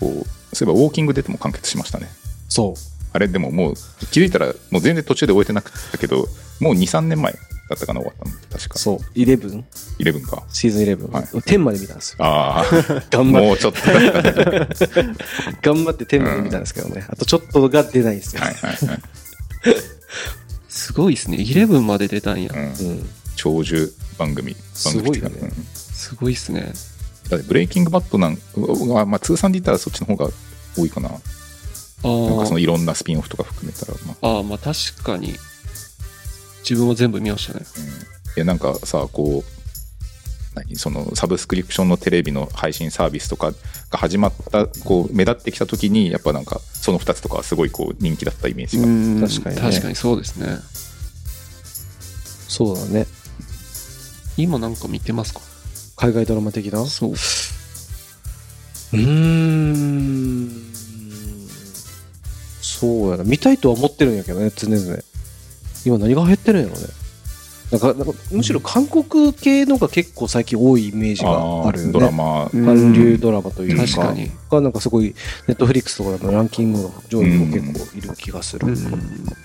Speaker 3: こうそういえばウォーキングデッドも完結しましたね
Speaker 4: そう。
Speaker 3: あれでももう気づいたらもう全然途中で終えてなかったけどもう23年前だったかな終わったの確か
Speaker 4: そう。11?
Speaker 3: 11か
Speaker 4: シーズン11。
Speaker 3: はい
Speaker 4: 10まで見たんですよ。
Speaker 3: あ あ
Speaker 4: 頑張っ
Speaker 3: もうちょっとだったね
Speaker 4: て、頑張って10まで見たんですけどね。あとちょっとが出ないんですよ。
Speaker 3: はいはいはい、
Speaker 5: すごいですね。11まで出たんや。
Speaker 3: うん
Speaker 4: うん。
Speaker 3: 長寿番組番組ってうか
Speaker 4: すごいよね
Speaker 3: うん
Speaker 5: すごいですね。
Speaker 3: だってブレイキングバットなんは、まあ、通算で言ったらそっちの方が多いかな
Speaker 5: あ
Speaker 3: なんかその
Speaker 5: ー
Speaker 3: いろんなスピンオフとか含めたら、まあ
Speaker 5: あー、まあ確かに。自分は全部見ましたね。
Speaker 3: うんいやなんかさこう何そのサブスクリプションのテレビの配信サービスとかが始まったこう目立ってきた時にやっぱなんかその2つとかはすごいこう人気だったイメージが、
Speaker 5: うん
Speaker 4: 確かにね
Speaker 5: 確かにそうですね。
Speaker 4: そうだね。
Speaker 5: 今なんか見てますか
Speaker 4: 海外ドラマ的なう
Speaker 5: そう。
Speaker 4: ーん。そうやな。見たいとは思ってるんやけどね、常々。今何が流行ってるんやろうね。なんか、なんかむしろ韓国系のが結構最近多いイメージがあるよね。
Speaker 3: ドラマ、
Speaker 5: うん
Speaker 4: 韓流ドラマというか、
Speaker 5: 確かに。
Speaker 4: がなんかすごい、ネットフリックスとかのランキングの上位も結構いる気がする。
Speaker 5: うん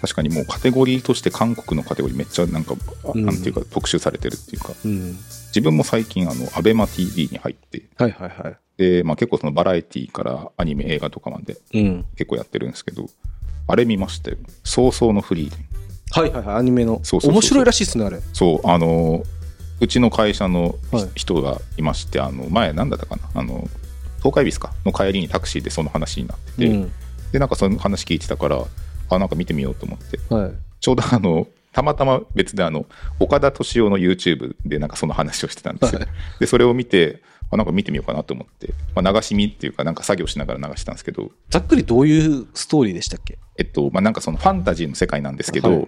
Speaker 3: 確かにもうカテゴリーとして韓国のカテゴリーめっちゃなんか、あ
Speaker 4: うん
Speaker 3: なんていうか特集されてるっていうか
Speaker 4: うん
Speaker 3: 自分も最近あの ABEMATV に入って
Speaker 4: はいはいは
Speaker 3: で、まあ、結構そのバラエティからアニメ映画とかまで
Speaker 4: い。うん。
Speaker 3: 結構やってるんですけどあれ見ましたよ「早々のフリーレン
Speaker 4: はいはいはい、アニメの。
Speaker 3: そうそうそうそう
Speaker 4: 面白いらしいですね、あれ。」
Speaker 3: そうあのうちの会社のひ、
Speaker 4: はい
Speaker 3: 人がいましてあの前何だったかなあの東海ビスかの帰りにタクシーでその話になってて、
Speaker 4: うん。
Speaker 3: でなんかその話聞いてたからあなんか見てみようと思って
Speaker 4: はい。
Speaker 3: ちょうどあのたまたま別であの岡田敏夫の YouTube でなんかその話をしてたんですよ、
Speaker 4: はい
Speaker 3: でそれを見てあなんか見てみようかなと思って、まあ、流し見っていうかなんか作業しながら流してたんですけど
Speaker 4: ざっくりどういうストーリーでしたっけ
Speaker 3: えっとまあ、なんかそのファンタジーの世界なんですけど、
Speaker 4: はい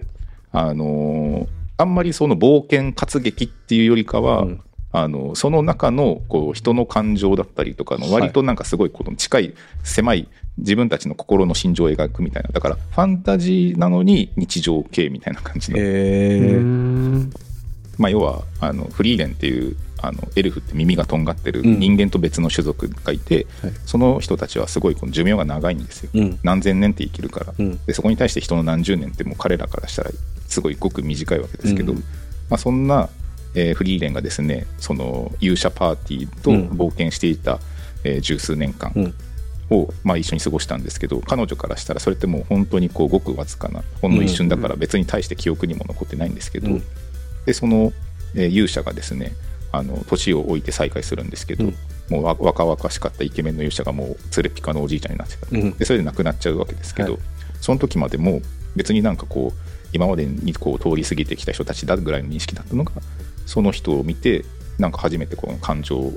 Speaker 3: あのーあんまりその冒険活劇っていうよりかは、
Speaker 4: うん
Speaker 3: あのその中のこう人の感情だったりとかの割となんかすごいこの近い狭い自分たちの心の心情を描くみたいなだからファンタジーなのに日常系みたいな感じの
Speaker 4: え
Speaker 5: うん
Speaker 3: まあ、要はあのフリーレンっていうあのエルフって耳がとんがってる人間と別の種族がいて、
Speaker 4: はい
Speaker 3: その人たちはすごいこの寿命が長いんですよ、
Speaker 4: うん
Speaker 3: 何千年って生きるから、
Speaker 4: うん
Speaker 3: でそこに対して人の何十年ってもう彼らからしたらすごいごく短いわけですけど、
Speaker 4: うん
Speaker 3: まあ、そんな、えーフリーレンがですねその勇者パーティーと
Speaker 4: うん
Speaker 3: 冒険していた、えー十数年間
Speaker 4: うん
Speaker 3: を、まあ、一緒に過ごしたんですけど彼女からしたらそれってもう本当にこうごくわずかなほんの一瞬だから別に対して記憶にも残ってないんですけど、
Speaker 4: うん
Speaker 3: でその、えー勇者がですねあの年を置いて再会するんですけど、
Speaker 4: うん
Speaker 3: もうわ若々しかったイケメンの勇者がもうつれピカのおじいちゃんになってた
Speaker 4: うん
Speaker 3: でそれで亡くなっちゃうわけですけど、
Speaker 4: はい
Speaker 3: その時までも別になんかこう今までにこう通り過ぎてきた人たちだぐらいの認識だったのがその人を見てなんか初めてこの感情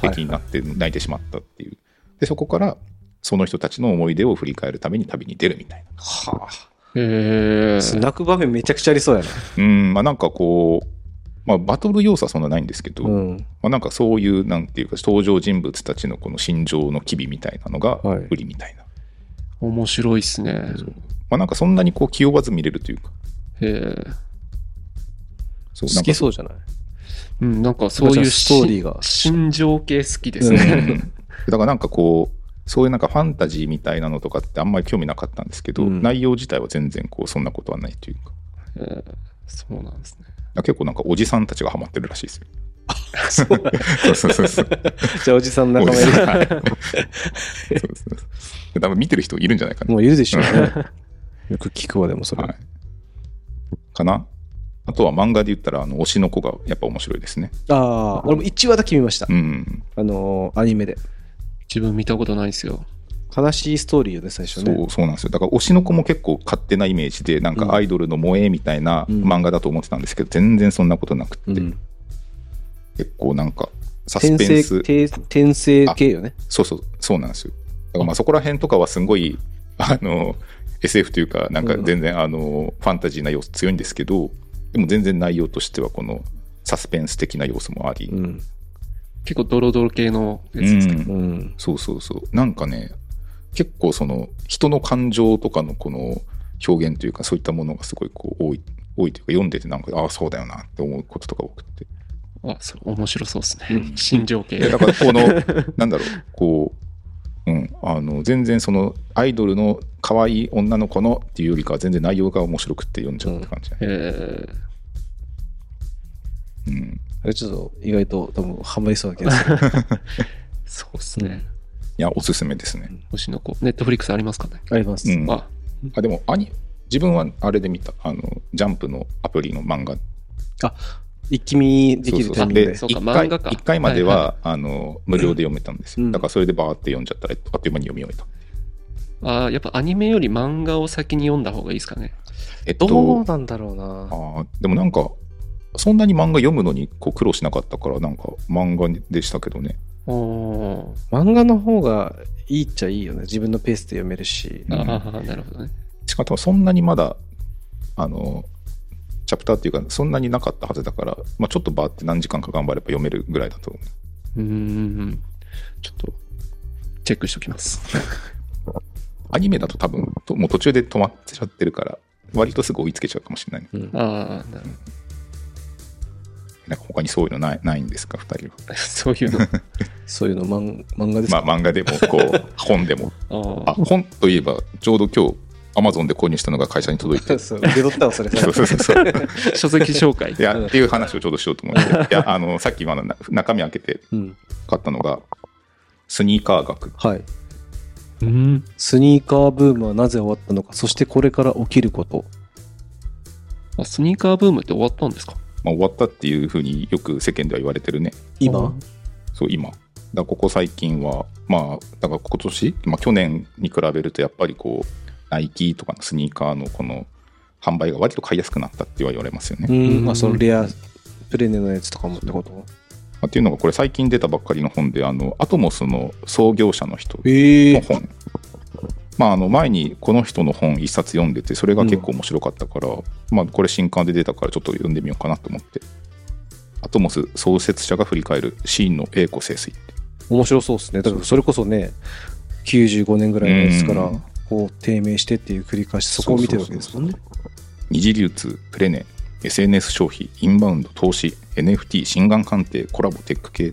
Speaker 3: 的になって泣いてしまったっていう、でそこからその人たちの思い出を振り返るために旅に出るみたいな
Speaker 4: は
Speaker 5: へ
Speaker 4: あ。泣く場面めちゃくちゃありそうやな。
Speaker 3: うんまあなんかこう、まあ、バトル要素はそんなないんですけど、ま
Speaker 4: ん。
Speaker 3: あ、なんかそういうなんていうか登場人物たちのこの心情の機微みたいなのが
Speaker 4: はい
Speaker 3: 売りみたいな、
Speaker 5: 面白いっすね。
Speaker 3: まあ、なんかそんなにこう気負わず見れるというか
Speaker 5: へえ。
Speaker 3: そ
Speaker 4: 好き
Speaker 3: う
Speaker 4: そうじゃない
Speaker 5: うん、なんかそう
Speaker 4: なん
Speaker 5: い
Speaker 4: か
Speaker 5: う
Speaker 4: じゃあストーリーが
Speaker 5: し心情系好きです
Speaker 3: なんか
Speaker 5: ね。
Speaker 3: うん だからなんかこうそういうなんかファンタジーみたいなのとかってあんまり興味なかったんですけど、
Speaker 4: うん
Speaker 3: 内容自体は全然こうそんなことはないというか
Speaker 5: へえそうなんですね。
Speaker 3: 結構なんかおじさんたちがハマってるらしいですよ
Speaker 4: そう
Speaker 3: そうそうそうそう
Speaker 4: じゃあおじさんの
Speaker 3: お
Speaker 4: 仲
Speaker 3: じ
Speaker 4: 間い
Speaker 3: さん
Speaker 4: る。
Speaker 3: はいそうそうそう多分見てる人いるんじゃないかな、
Speaker 4: もういるでしょうね。よく聞くわ、でもそれ。
Speaker 3: はい、かなあとは漫画で言ったらあの推しの子がやっぱ面白いですね
Speaker 4: ああ、俺も1話だけ見ました
Speaker 3: う。ん
Speaker 4: あのー、アニメで。
Speaker 5: 自分見たことないですよ。
Speaker 4: 悲しいストーリーよね、最初
Speaker 3: そ
Speaker 4: ね。
Speaker 3: うそうなんですよだから推しの子も結構勝手なイメージでなんかアイドルの萌えみたいな
Speaker 4: うん
Speaker 3: 漫画だと思ってたんですけど、全然そんなことなくって、
Speaker 4: うん。
Speaker 3: 結構なんかサス
Speaker 4: 転
Speaker 3: ペンス
Speaker 4: 生、て転生系よね。
Speaker 3: そうそうそうなんですよだからまあそこら辺とかはすごいあの SF というかなんか全然あのファンタジーな要素強いんですけどでも全然内容としてはこのサスペンス的な要素もあり、
Speaker 4: うん。
Speaker 5: 結構ドロドロ系のやつですか、
Speaker 3: うん
Speaker 4: うん。
Speaker 3: そうそうそうなんかね結構その人の感情とかのこの表現というかそういったものがすごいこう多い多いというか読んでてなんかああそうだよなって思うこととか多くて
Speaker 5: あ、それ面白そうですね。心情系
Speaker 3: いや。だからこのなんだろうこう、うん、あの全然そのアイドルの可愛い女の子のっていうよりかは全然内容が面白くって読んじゃうって感じだね、
Speaker 5: え
Speaker 3: うん
Speaker 4: あれちょっと意外と多分ハマりそうな気がする。
Speaker 5: そうですね。
Speaker 3: いやおすすめですね、
Speaker 5: 星の子。ネットフリックスありますかね。
Speaker 4: あります。
Speaker 3: うん、あ
Speaker 5: あ、
Speaker 3: でもアニ自分はあれで見たあのジャンプのアプリの漫画
Speaker 4: あ、一気見できる
Speaker 3: そう
Speaker 4: タ
Speaker 3: そう
Speaker 4: イミング
Speaker 3: で
Speaker 4: で。
Speaker 5: そうか
Speaker 3: 1
Speaker 5: 漫
Speaker 3: 回
Speaker 5: 画か
Speaker 3: 一回まで
Speaker 5: はい
Speaker 3: は、あの無料で読めたんですよ、
Speaker 4: うん
Speaker 3: だからそれでバーって読んじゃったらあっという間に読み終えた
Speaker 5: あーやっぱアニメより漫画を先に読んだ方がいいですかね。
Speaker 3: えっと
Speaker 4: どうなんだろうな。
Speaker 3: あーでもなんかそんなに漫画読むのにこう苦労しなかったからなんか漫画でしたけどね
Speaker 5: おー
Speaker 4: 漫画の方がいいっちゃいいよね。自分のペースで読めるし。
Speaker 3: うん
Speaker 5: ああ、なるほどね。
Speaker 3: しかも多分そんなにまだあのチャプターっていうかそんなになかったはずだから、まあ、ちょっとバーって何時間か頑張れば読めるぐらいだと思う
Speaker 5: うーん。ちょっと、チェックしときます。
Speaker 3: アニメだと多分ともう途中で止まっちゃってるから割とすぐ追いつけちゃうかもしれない、ね、
Speaker 4: うん
Speaker 5: ああ、なるほ
Speaker 3: なんか他にそういうのないないんですか2人は
Speaker 5: ど。 そういうの。
Speaker 4: そういうの漫漫画です
Speaker 3: ま
Speaker 4: か、
Speaker 3: あ漫画でもこう 本でも
Speaker 5: あ
Speaker 3: あ
Speaker 5: あ
Speaker 3: 本といえばちょうど今日アマゾンで購入したのが会社に届いて
Speaker 4: そう受け取ったわ、それ。
Speaker 3: そうそうそうそう
Speaker 5: 書籍紹介
Speaker 3: い。 やっていう話をちょうどしようと思っていやあのさっき今のな中身開けて
Speaker 4: うん。
Speaker 3: 買ったのがスニーカー学
Speaker 4: はい。
Speaker 5: うん。
Speaker 4: スニーカーブームはなぜ終わったのか、そしてこれから起きること。
Speaker 5: あ、スニーカーブームって終わったんですか
Speaker 3: まあ、終わったっていうふうによく世間では言われてるね
Speaker 4: 今
Speaker 3: そう今だからここ最近はまあだから今年、まあ、去年に比べるとやっぱりこうナイキとかのスニーカーのこの販売が割と買いやすくなったっては言われますよね、
Speaker 4: う
Speaker 3: ま
Speaker 4: ん。あ、そのレア、プレネのやつとかもってこと
Speaker 3: あっていうのがこれ最近出たばっかりの本であのアトモスの創業者の人
Speaker 4: え
Speaker 3: の。本、まあ、あの前にこの人の本一冊読んでてそれが結構面白かったから、まあ、これ新刊で出たからちょっと読んでみようかなと思ってアトモス創設者が振り返るシーンの栄枯盛衰って
Speaker 4: 面白そうですね。だからそれこそね、95年ぐらいのやつから
Speaker 3: うん、
Speaker 4: こう、低迷してっていう繰り返し、そこを見てるわけですもんね。
Speaker 3: 二次流通プレネ SNS 消費、インバウンド、投資、NFT、心眼鑑定、コラボ、テック系っ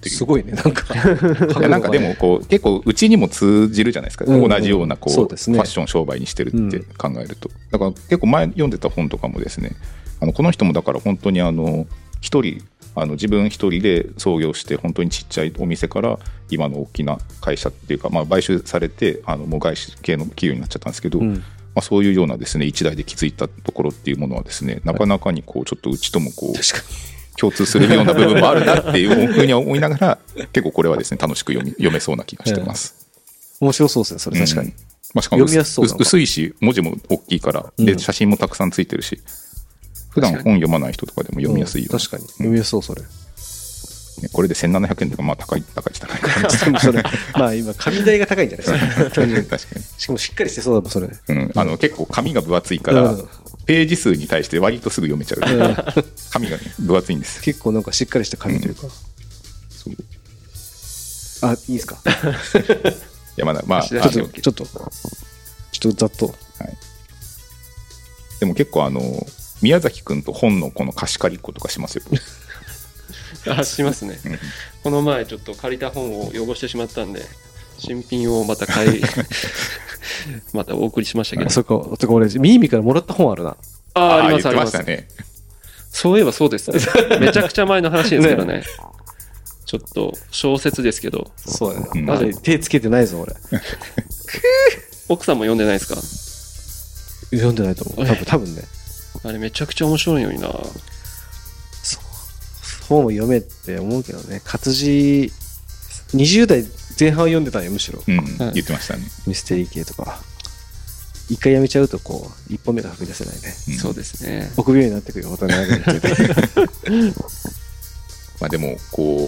Speaker 3: ていう
Speaker 4: すごいね、なんか。
Speaker 3: いやなんかでもこう結構うちにも通じるじゃないですか、
Speaker 4: うんうん
Speaker 3: 同じようなこう
Speaker 4: そうですね
Speaker 3: ファッション商売にしてるって考えると、だから結構前読んでた本とかもですねあのこの人もだから本当にあの一人あの自分一人で創業して本当にちっちゃいお店から今の大きな会社っていうか、まあ、買収されてあのもう外資系の企業になっちゃったんですけど、
Speaker 4: うん
Speaker 3: まあ、そういうようなですね一代で築いたところっていうものはですねなかなかにこうちょっとうちともこう
Speaker 4: 確か
Speaker 3: 共通するような部分もあるなっていうふうに思いながら結構これはですね楽しく読み読めそうな気がしてます。
Speaker 4: に。面白そうですね、それ確か
Speaker 3: うん
Speaker 4: に。
Speaker 3: まあ、しかも
Speaker 4: 読みやすそうだな
Speaker 3: 薄いし文字も大きいから
Speaker 4: う
Speaker 3: で
Speaker 4: ん
Speaker 3: 写真もたくさんついてるし普段本読まない人とかでも読みやすいよ、
Speaker 4: うん確かに。読みやすそう、それ。
Speaker 3: ねこれで1700円とかまあ高い高いじゃないか
Speaker 4: で もそれ、まあ今、紙代が高いんじゃないですか。単
Speaker 3: 確
Speaker 4: 純に
Speaker 3: か
Speaker 4: しかもしっかりしてそうだもん、 それ。
Speaker 3: に、うん、あの結構紙が分厚いから、
Speaker 4: うん
Speaker 3: ページ数に対して割とすぐ読めちゃう、
Speaker 4: うん
Speaker 3: 紙が、ね、分厚いんです
Speaker 4: 結構なんかしっかりした紙というか。
Speaker 3: そうい
Speaker 4: あ、いいですか。
Speaker 3: やまだまあ
Speaker 5: ちょっ
Speaker 3: あ
Speaker 4: ち
Speaker 3: の
Speaker 4: ょっと、ちょっと、ちょっとざっと。
Speaker 3: でも結構あの宮崎くんと本のこの貸し借りっことかしますよ
Speaker 5: あしますね、
Speaker 3: うん
Speaker 5: この前ちょっと借りた本を汚してしまったんで新品をまた買 いまたお送りしましたけど、
Speaker 4: そっか、とか俺、ミーミからもらった本あるな。
Speaker 5: あああります
Speaker 3: 言
Speaker 5: あり
Speaker 3: ってま
Speaker 5: ま
Speaker 3: し
Speaker 5: す
Speaker 3: たね。
Speaker 5: そういえばそうですね めちゃくちゃ前の話ですけどねちょっと小説ですけど
Speaker 4: そうだね。
Speaker 3: うん
Speaker 4: まだ手つけてないぞ、俺。
Speaker 5: 奥さんも読んでないです
Speaker 4: 読んでないと思う。多分、多分ね。
Speaker 5: かあれめちゃくちゃ面白いのにな
Speaker 4: 本を読めって思うけどね。活字、20代前半読んでたんよ、むしろ。
Speaker 3: うん
Speaker 5: はい
Speaker 3: 言ってましたね。
Speaker 4: ミステリー系とか。一回やめちゃうと、こう、一歩目が踏み出せないね。
Speaker 3: うん
Speaker 5: そうですね
Speaker 4: 臆病になってくるよ、大人になるっていうか
Speaker 3: まあ、でもこう、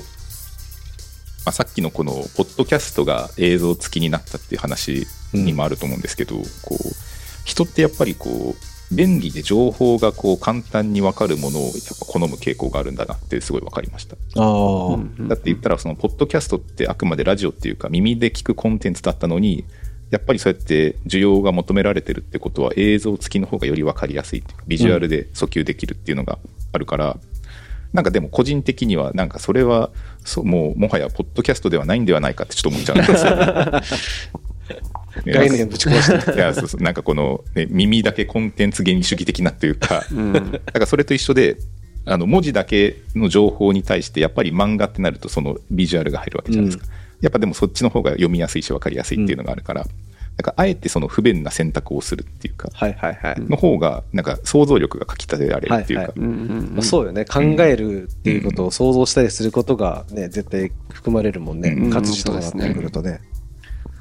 Speaker 3: まあ、さっきのこのポッドキャストが映像付きになったっていう話にもあると思うんですけど、こう人ってやっぱりこう便利で情報がこう簡単に分かるものをやっぱ好む傾向があるんだなってすごい分かりました。
Speaker 4: あ
Speaker 5: うんうん
Speaker 3: だって言ったらそのポッドキャストってあくまでラジオっていうか耳で聞くコンテンツだったのにやっぱりそうやって需要が求められてるってことは映像付きの方がより分かりやすいっていうかビジュアルで訴求できるっていうのがあるから、なんかでも個人的にはなんかそれはそうもうもはやポッドキャストではないんではないかってちょっと思っちゃうんですよ、
Speaker 4: あ。
Speaker 3: ね
Speaker 4: 概念ぶち壊して。
Speaker 3: いやそうそうなんかこの、ね、耳だけコンテンツ原理主義的なというか
Speaker 5: うん
Speaker 3: だからそれと一緒であの文字だけの情報に対してやっぱり漫画ってなるとそのビジュアルが入るわけじゃないですか、やっぱでもそっちの方が読みやすいし分かりやすいっていうのがあるから、なんかあえてその不便な選択をするっていうか、
Speaker 4: はいはいはい。
Speaker 3: の方がなんか想像力がかきたてられるっていうか、
Speaker 4: はいはい
Speaker 5: うんうん
Speaker 4: まあ、そうよね考えるっていうことを想像したりすることが、ね、絶対含まれるもんね、
Speaker 3: うん
Speaker 4: 活字とかになってくるとね。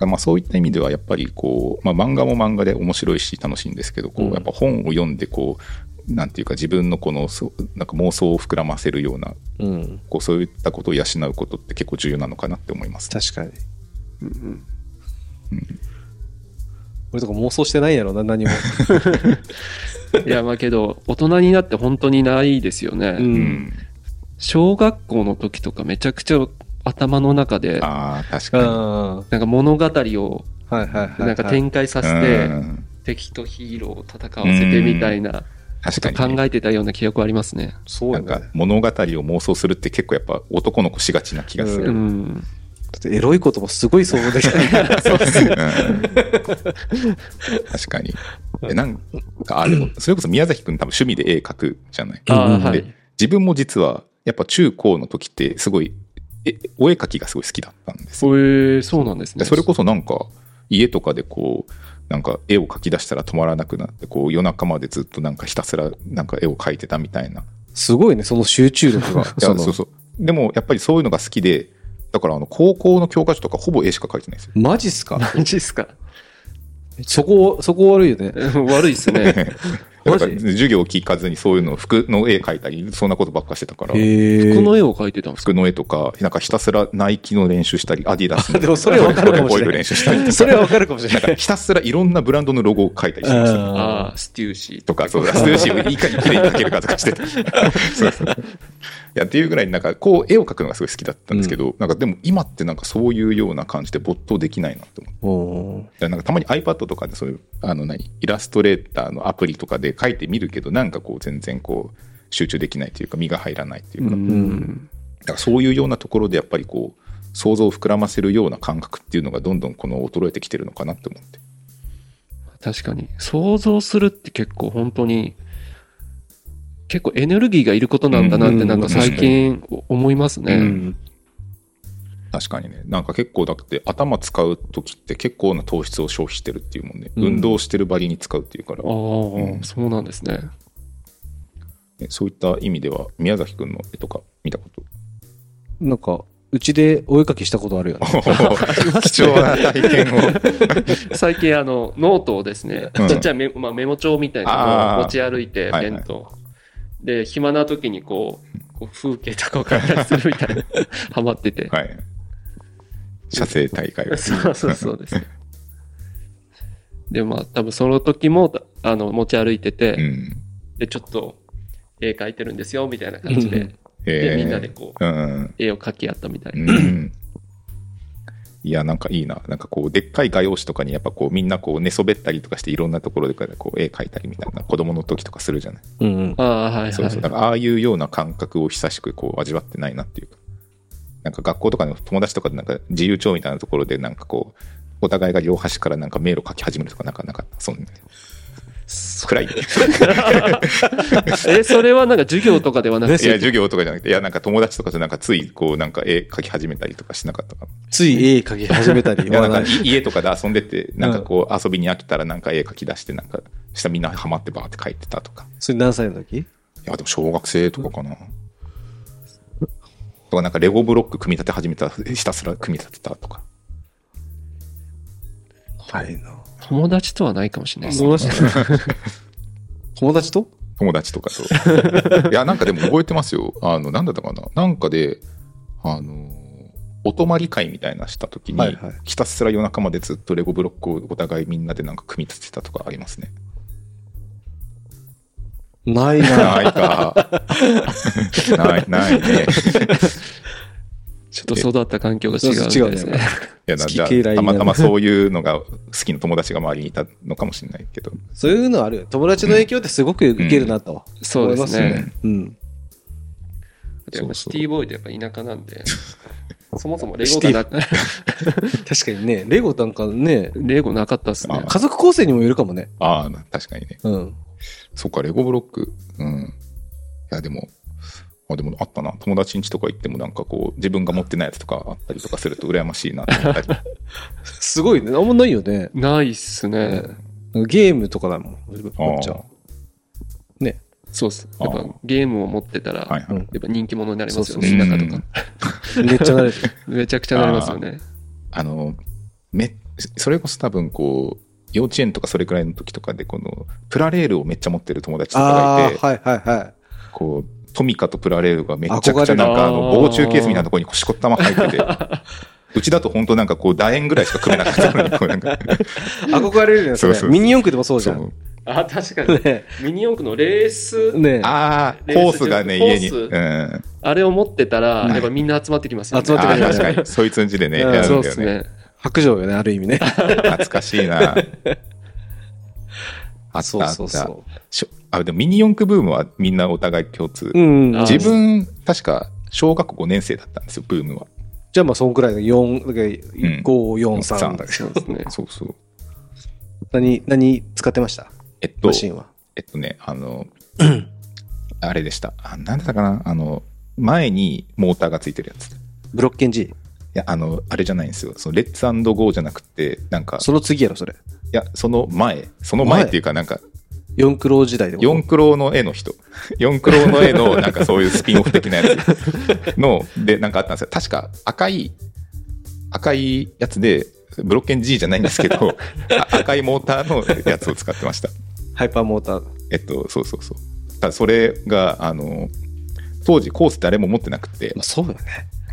Speaker 3: まあ、そういった意味ではやっぱりこう、まあ、漫画も漫画で面白いし楽しいんですけどこ
Speaker 4: うん
Speaker 3: うやっぱ本を読んでこうなんていうか自分のこのそうなんか妄想を膨らませるような
Speaker 4: うん、
Speaker 3: こうそういったことを養うことって結構重要なのかなって思います。
Speaker 4: 確かに。
Speaker 5: うんうん
Speaker 4: 俺とか妄想してないやろな、何も。
Speaker 5: いやまあけど大人になって本当にないですよね、
Speaker 4: う。
Speaker 3: うんん、
Speaker 5: 小学校の時とかめちゃくちゃ頭の中で
Speaker 3: ああ確
Speaker 4: うん。
Speaker 3: かに。
Speaker 4: は
Speaker 5: なんか物語を
Speaker 4: いはいはい、はい。
Speaker 5: なんか展開させ
Speaker 3: う
Speaker 5: て
Speaker 3: ん
Speaker 5: 敵とヒーローを戦わせてみたいな
Speaker 3: 確
Speaker 5: と
Speaker 3: かに、
Speaker 5: 考
Speaker 3: ね、
Speaker 5: えてたような記憶ありますね。
Speaker 4: そう
Speaker 3: な
Speaker 4: や
Speaker 3: ん
Speaker 4: ね。だ
Speaker 3: か物語を妄想するって結構やっぱ男の子しがちな気がす
Speaker 4: う
Speaker 5: う
Speaker 3: る。
Speaker 5: ん。
Speaker 4: ってエロいこともすごい想像できない。
Speaker 3: そうですね。確かに。でなんかあれもそれこそ宮崎くん多分趣味で絵描くじゃない。
Speaker 5: ああ、は
Speaker 3: で
Speaker 5: い。
Speaker 3: 自分も実はやっぱ中高の時ってすごいえお絵描きがすごい好きだったんですよ。
Speaker 5: そういう、そうなんです
Speaker 3: で
Speaker 5: ね。
Speaker 3: それこそなんか家とかでこうなんか絵を描き出したら止まらなくなってこう夜中までずっとなんかひたすらなんか絵を描いてたみたい な
Speaker 4: すごい ね、その集中力が。
Speaker 3: いや
Speaker 4: の
Speaker 3: そうそうでもやっぱりそういうのが好きでだからあの高校の教科書とかほぼ絵しか描いてないですよ
Speaker 4: マジっすか
Speaker 5: マジっすか。
Speaker 4: そこ、そこ悪いよね。
Speaker 5: 悪いっすね。
Speaker 3: だ
Speaker 4: マ
Speaker 3: か
Speaker 4: ジ
Speaker 3: ら授業を聞かずにそういうの服の絵描いたりそんなことばっかしてたから
Speaker 4: へ
Speaker 5: この
Speaker 4: え。
Speaker 5: 絵を描いてたんですか
Speaker 3: 服の絵とかなんかひたすらナイキの練習したりアディダスの
Speaker 4: で もそれはわかるかもしれ
Speaker 3: ロゴ覚える
Speaker 4: な
Speaker 3: 練習したりと
Speaker 4: い。
Speaker 3: か
Speaker 4: それはわかるかもしれ
Speaker 3: な
Speaker 4: なん
Speaker 3: かひたすらいろんなブランドのロゴを描いたりしてました
Speaker 4: い。
Speaker 5: ああ、ステューシー
Speaker 3: とか、そうだ、ステーシーをいかに綺麗に描けるかとかして た。そうそういや、っていうぐらい、なんか、こう、絵を描くのがすごい好きだったんですけど、なんか、でも今ってなんかそういうような感じで没頭できないなって思っ
Speaker 4: うん
Speaker 3: て。なんか、たまに iPad とかでそういうあの何イラストレーターのアプリとかで書いてみるけどなんかこう全然こう集中できないというか身が入らないというか,、
Speaker 5: うん
Speaker 3: だからそういうようなところでやっぱりこう想像を膨らませるような感覚っていうのがどんどんこの衰えてきてるのかなと思って
Speaker 5: 確かに想像するって結構本当に結構エネルギーがいることなんだなってなんか最近思いますね、
Speaker 4: うん
Speaker 3: 確かにねなんか結構だって頭使う時って結構な糖質を消費してるっていうもんね、
Speaker 4: うん
Speaker 3: 運動してるばりに使うっていうから
Speaker 5: ああ、
Speaker 3: うん
Speaker 5: そうなんですね
Speaker 3: ねそういった意味では宮崎くんの絵とか見たこと
Speaker 4: なんか、うちでお絵かきしたことある よね。
Speaker 3: 貴重な体験を
Speaker 5: 最近あのノートをですね、
Speaker 3: うん
Speaker 5: ちっちゃいメ,、まあ、メモ帳みたいなの
Speaker 3: あ
Speaker 5: を
Speaker 3: ー
Speaker 5: 持ち歩いて
Speaker 3: はいはい
Speaker 5: ペンと、で暇な時にこうこう風景とかを考えたりするみたい なハマってて、
Speaker 3: はい写生大会を
Speaker 5: そうそうそうですねでもまあ多分その時もたあの持ち歩いてて、
Speaker 3: うん
Speaker 5: でちょっと絵描いてるんですよみたいな感じで、
Speaker 4: うん
Speaker 3: え
Speaker 5: で
Speaker 3: ー
Speaker 5: みんなでこう
Speaker 3: うん
Speaker 5: 絵を描き合ったみたいな、
Speaker 3: うんいやなんかいいななんかこうでっかい画用紙とかにやっぱこうみんなこう寝そべったりとかしていろんなところでこう絵描いたりみたいな子供の時とかするじゃない
Speaker 4: うんうん。
Speaker 5: ああはいはい
Speaker 3: そうそうだからああいうような感覚を久しくこう味わってないなっていうかなんか学校とかの友達とかでなんか自由帳みたいなところでなんかこうお互いが両端からなんか迷路書き始めるとかなんかなかったそんな暗いい
Speaker 5: えそれはなんか授業とかではなく
Speaker 4: です
Speaker 5: て
Speaker 3: や授業とかじゃなくていやなんか友達とかとなんかついこうなんか絵描き始めたりとかしなかったかな
Speaker 4: つい絵描き始めたり、
Speaker 3: いやなんか
Speaker 4: 笑い
Speaker 3: い家とかで遊んでてなんかこう遊びに飽きたらなんか絵描き出してなんか下みんなハマってバーって描いてたとか
Speaker 4: それ何歳の時
Speaker 3: いや、でも小学生とかかな。とか、なんかレゴブロック組み立て始めた、ひたすら組み立てたとか。
Speaker 4: はいな。
Speaker 5: 友達とはないかもしれないです
Speaker 4: 友達と友達と
Speaker 3: 友達とかと。いや、なんかでも覚えてますよ。あの、なんだったかな。なんかで、あの、お泊まり会みたいなした時に、
Speaker 4: はいはい
Speaker 3: ひたすら夜中までずっとレゴブロックをお互いみんなでなんか組み立てたとかありますね。
Speaker 4: ないな。
Speaker 3: ないか。ない、ないね。
Speaker 5: ちょっと育った環境が違うん
Speaker 4: そうそう違う
Speaker 5: ですね
Speaker 4: ね
Speaker 3: いやな
Speaker 4: 好き
Speaker 3: じゃあ
Speaker 4: 嫌いになる
Speaker 3: たまたまそういうのが好きな友達が周りにいたのかもしれないけど。
Speaker 4: そういうのあるよ。友達の影響ってすごく受けるなと。
Speaker 5: そうで
Speaker 4: 思いますすよ
Speaker 5: ね
Speaker 4: ね。うん。
Speaker 5: でもシ
Speaker 3: そうそう
Speaker 5: ティボーイってやっぱ田舎なんで、そもそもレゴがな
Speaker 4: 確かにね、レゴなんかね、
Speaker 5: レゴなかったっすね。
Speaker 4: 家族構成にもよるかもね。
Speaker 3: ああ、確かにね。
Speaker 4: うん。
Speaker 3: そうか、レゴブロック。うん。いや、でも、あ、でもあったな。友達ん家とか行ってもなんかこう、自分が持ってないやつとかあったりとかすると羨ましいなって思った り。
Speaker 4: すごいね。あんまないよね。
Speaker 5: ないっすね。
Speaker 4: ゲームとかだもん。こっち
Speaker 3: あ
Speaker 4: は
Speaker 3: ー
Speaker 5: そうっす。
Speaker 3: あ
Speaker 5: やっ
Speaker 3: ー
Speaker 5: ぱゲームを持ってたら、
Speaker 3: はい
Speaker 5: や
Speaker 3: はい。
Speaker 4: うん
Speaker 5: っぱ人気者になりますよ
Speaker 4: そう
Speaker 5: ね、
Speaker 3: そ
Speaker 5: 田
Speaker 3: う
Speaker 5: 舎とか。
Speaker 4: めっちゃ 慣れてる。
Speaker 5: めちゃくちゃなりますよね。
Speaker 3: あの、め、それこそ多分こう、幼稚園とかそれくらいの時とかで、この、プラレールをめっちゃ持ってる友達とかが
Speaker 4: あ
Speaker 3: いて、
Speaker 4: あ、はいはいはい。
Speaker 3: こう、トミカとプラレールがめちゃくちゃなん
Speaker 5: 憧れる
Speaker 3: かあの、防虫ケースみたいなところにこうしこったま入 ってて、うちだと本当なんかこう、楕円ぐらいしか組めなかったのに、こうなんか、
Speaker 4: 憧れるよね、そ
Speaker 3: そうそ
Speaker 4: れ。
Speaker 3: う
Speaker 4: ミニ四駆でもそうじ
Speaker 3: そ
Speaker 4: ゃん。
Speaker 3: う。
Speaker 5: あ、確か
Speaker 4: ね
Speaker 5: ミニ四駆のレース
Speaker 4: ね
Speaker 3: ああ、
Speaker 5: レース
Speaker 3: コースがね、
Speaker 5: コー
Speaker 3: 家
Speaker 5: ス
Speaker 3: に。うん。
Speaker 5: あれを持ってたら、
Speaker 3: はい
Speaker 5: やっぱみんな集まってきますよね。
Speaker 4: 集まってくる
Speaker 3: あー確かに。そいつんちでね、
Speaker 4: う
Speaker 3: や
Speaker 4: ん
Speaker 3: るんだ
Speaker 5: そう
Speaker 3: よ
Speaker 5: っす
Speaker 3: ね。
Speaker 5: ね。
Speaker 4: 白状よね、ある意味ね。
Speaker 3: 懐かしいな。あっ
Speaker 4: そう
Speaker 3: たあ
Speaker 4: そう
Speaker 3: っ
Speaker 4: そ
Speaker 3: た。
Speaker 4: う。
Speaker 3: しょあ、でもミニ四駆ブームはみんなお互い共通。
Speaker 4: うん。
Speaker 5: あ
Speaker 4: じ
Speaker 3: 自分、確か小学校5年生だったんですよ、ブームは。
Speaker 4: じゃあまあ、そんくらいの4、だけ
Speaker 3: ん
Speaker 4: ど5、4、3だけ
Speaker 5: そうです ね。
Speaker 3: そうそう。
Speaker 4: ど。何、何使ってました
Speaker 3: えっと
Speaker 4: マ、シンは。
Speaker 3: えっとね、あ の、あれでした。あなんだったかなあの、前にモーターがついてるやつ。い
Speaker 4: ブロッケン G。
Speaker 3: や、あの、あれじゃないんですよ。そのレッツゴーじゃなくて、なんか、
Speaker 4: その次やろ、それ。
Speaker 3: いや、その前、その前っていうか、なんか、
Speaker 4: 四クロー時代で。
Speaker 3: 四クロの絵の 人。四クロの絵の、なんかそういうスピンオフ的なや つの、で、なんかあったんですよ。確か赤い、赤いやつで、ブロッケン G じゃないんですけ ど、あ赤いモーターのやつを使ってました。
Speaker 4: ハイパーモーター。
Speaker 3: えっと、そうそうそう。ただそれが、あの、当時コース誰も持ってなくて
Speaker 4: まあ、、そうよね。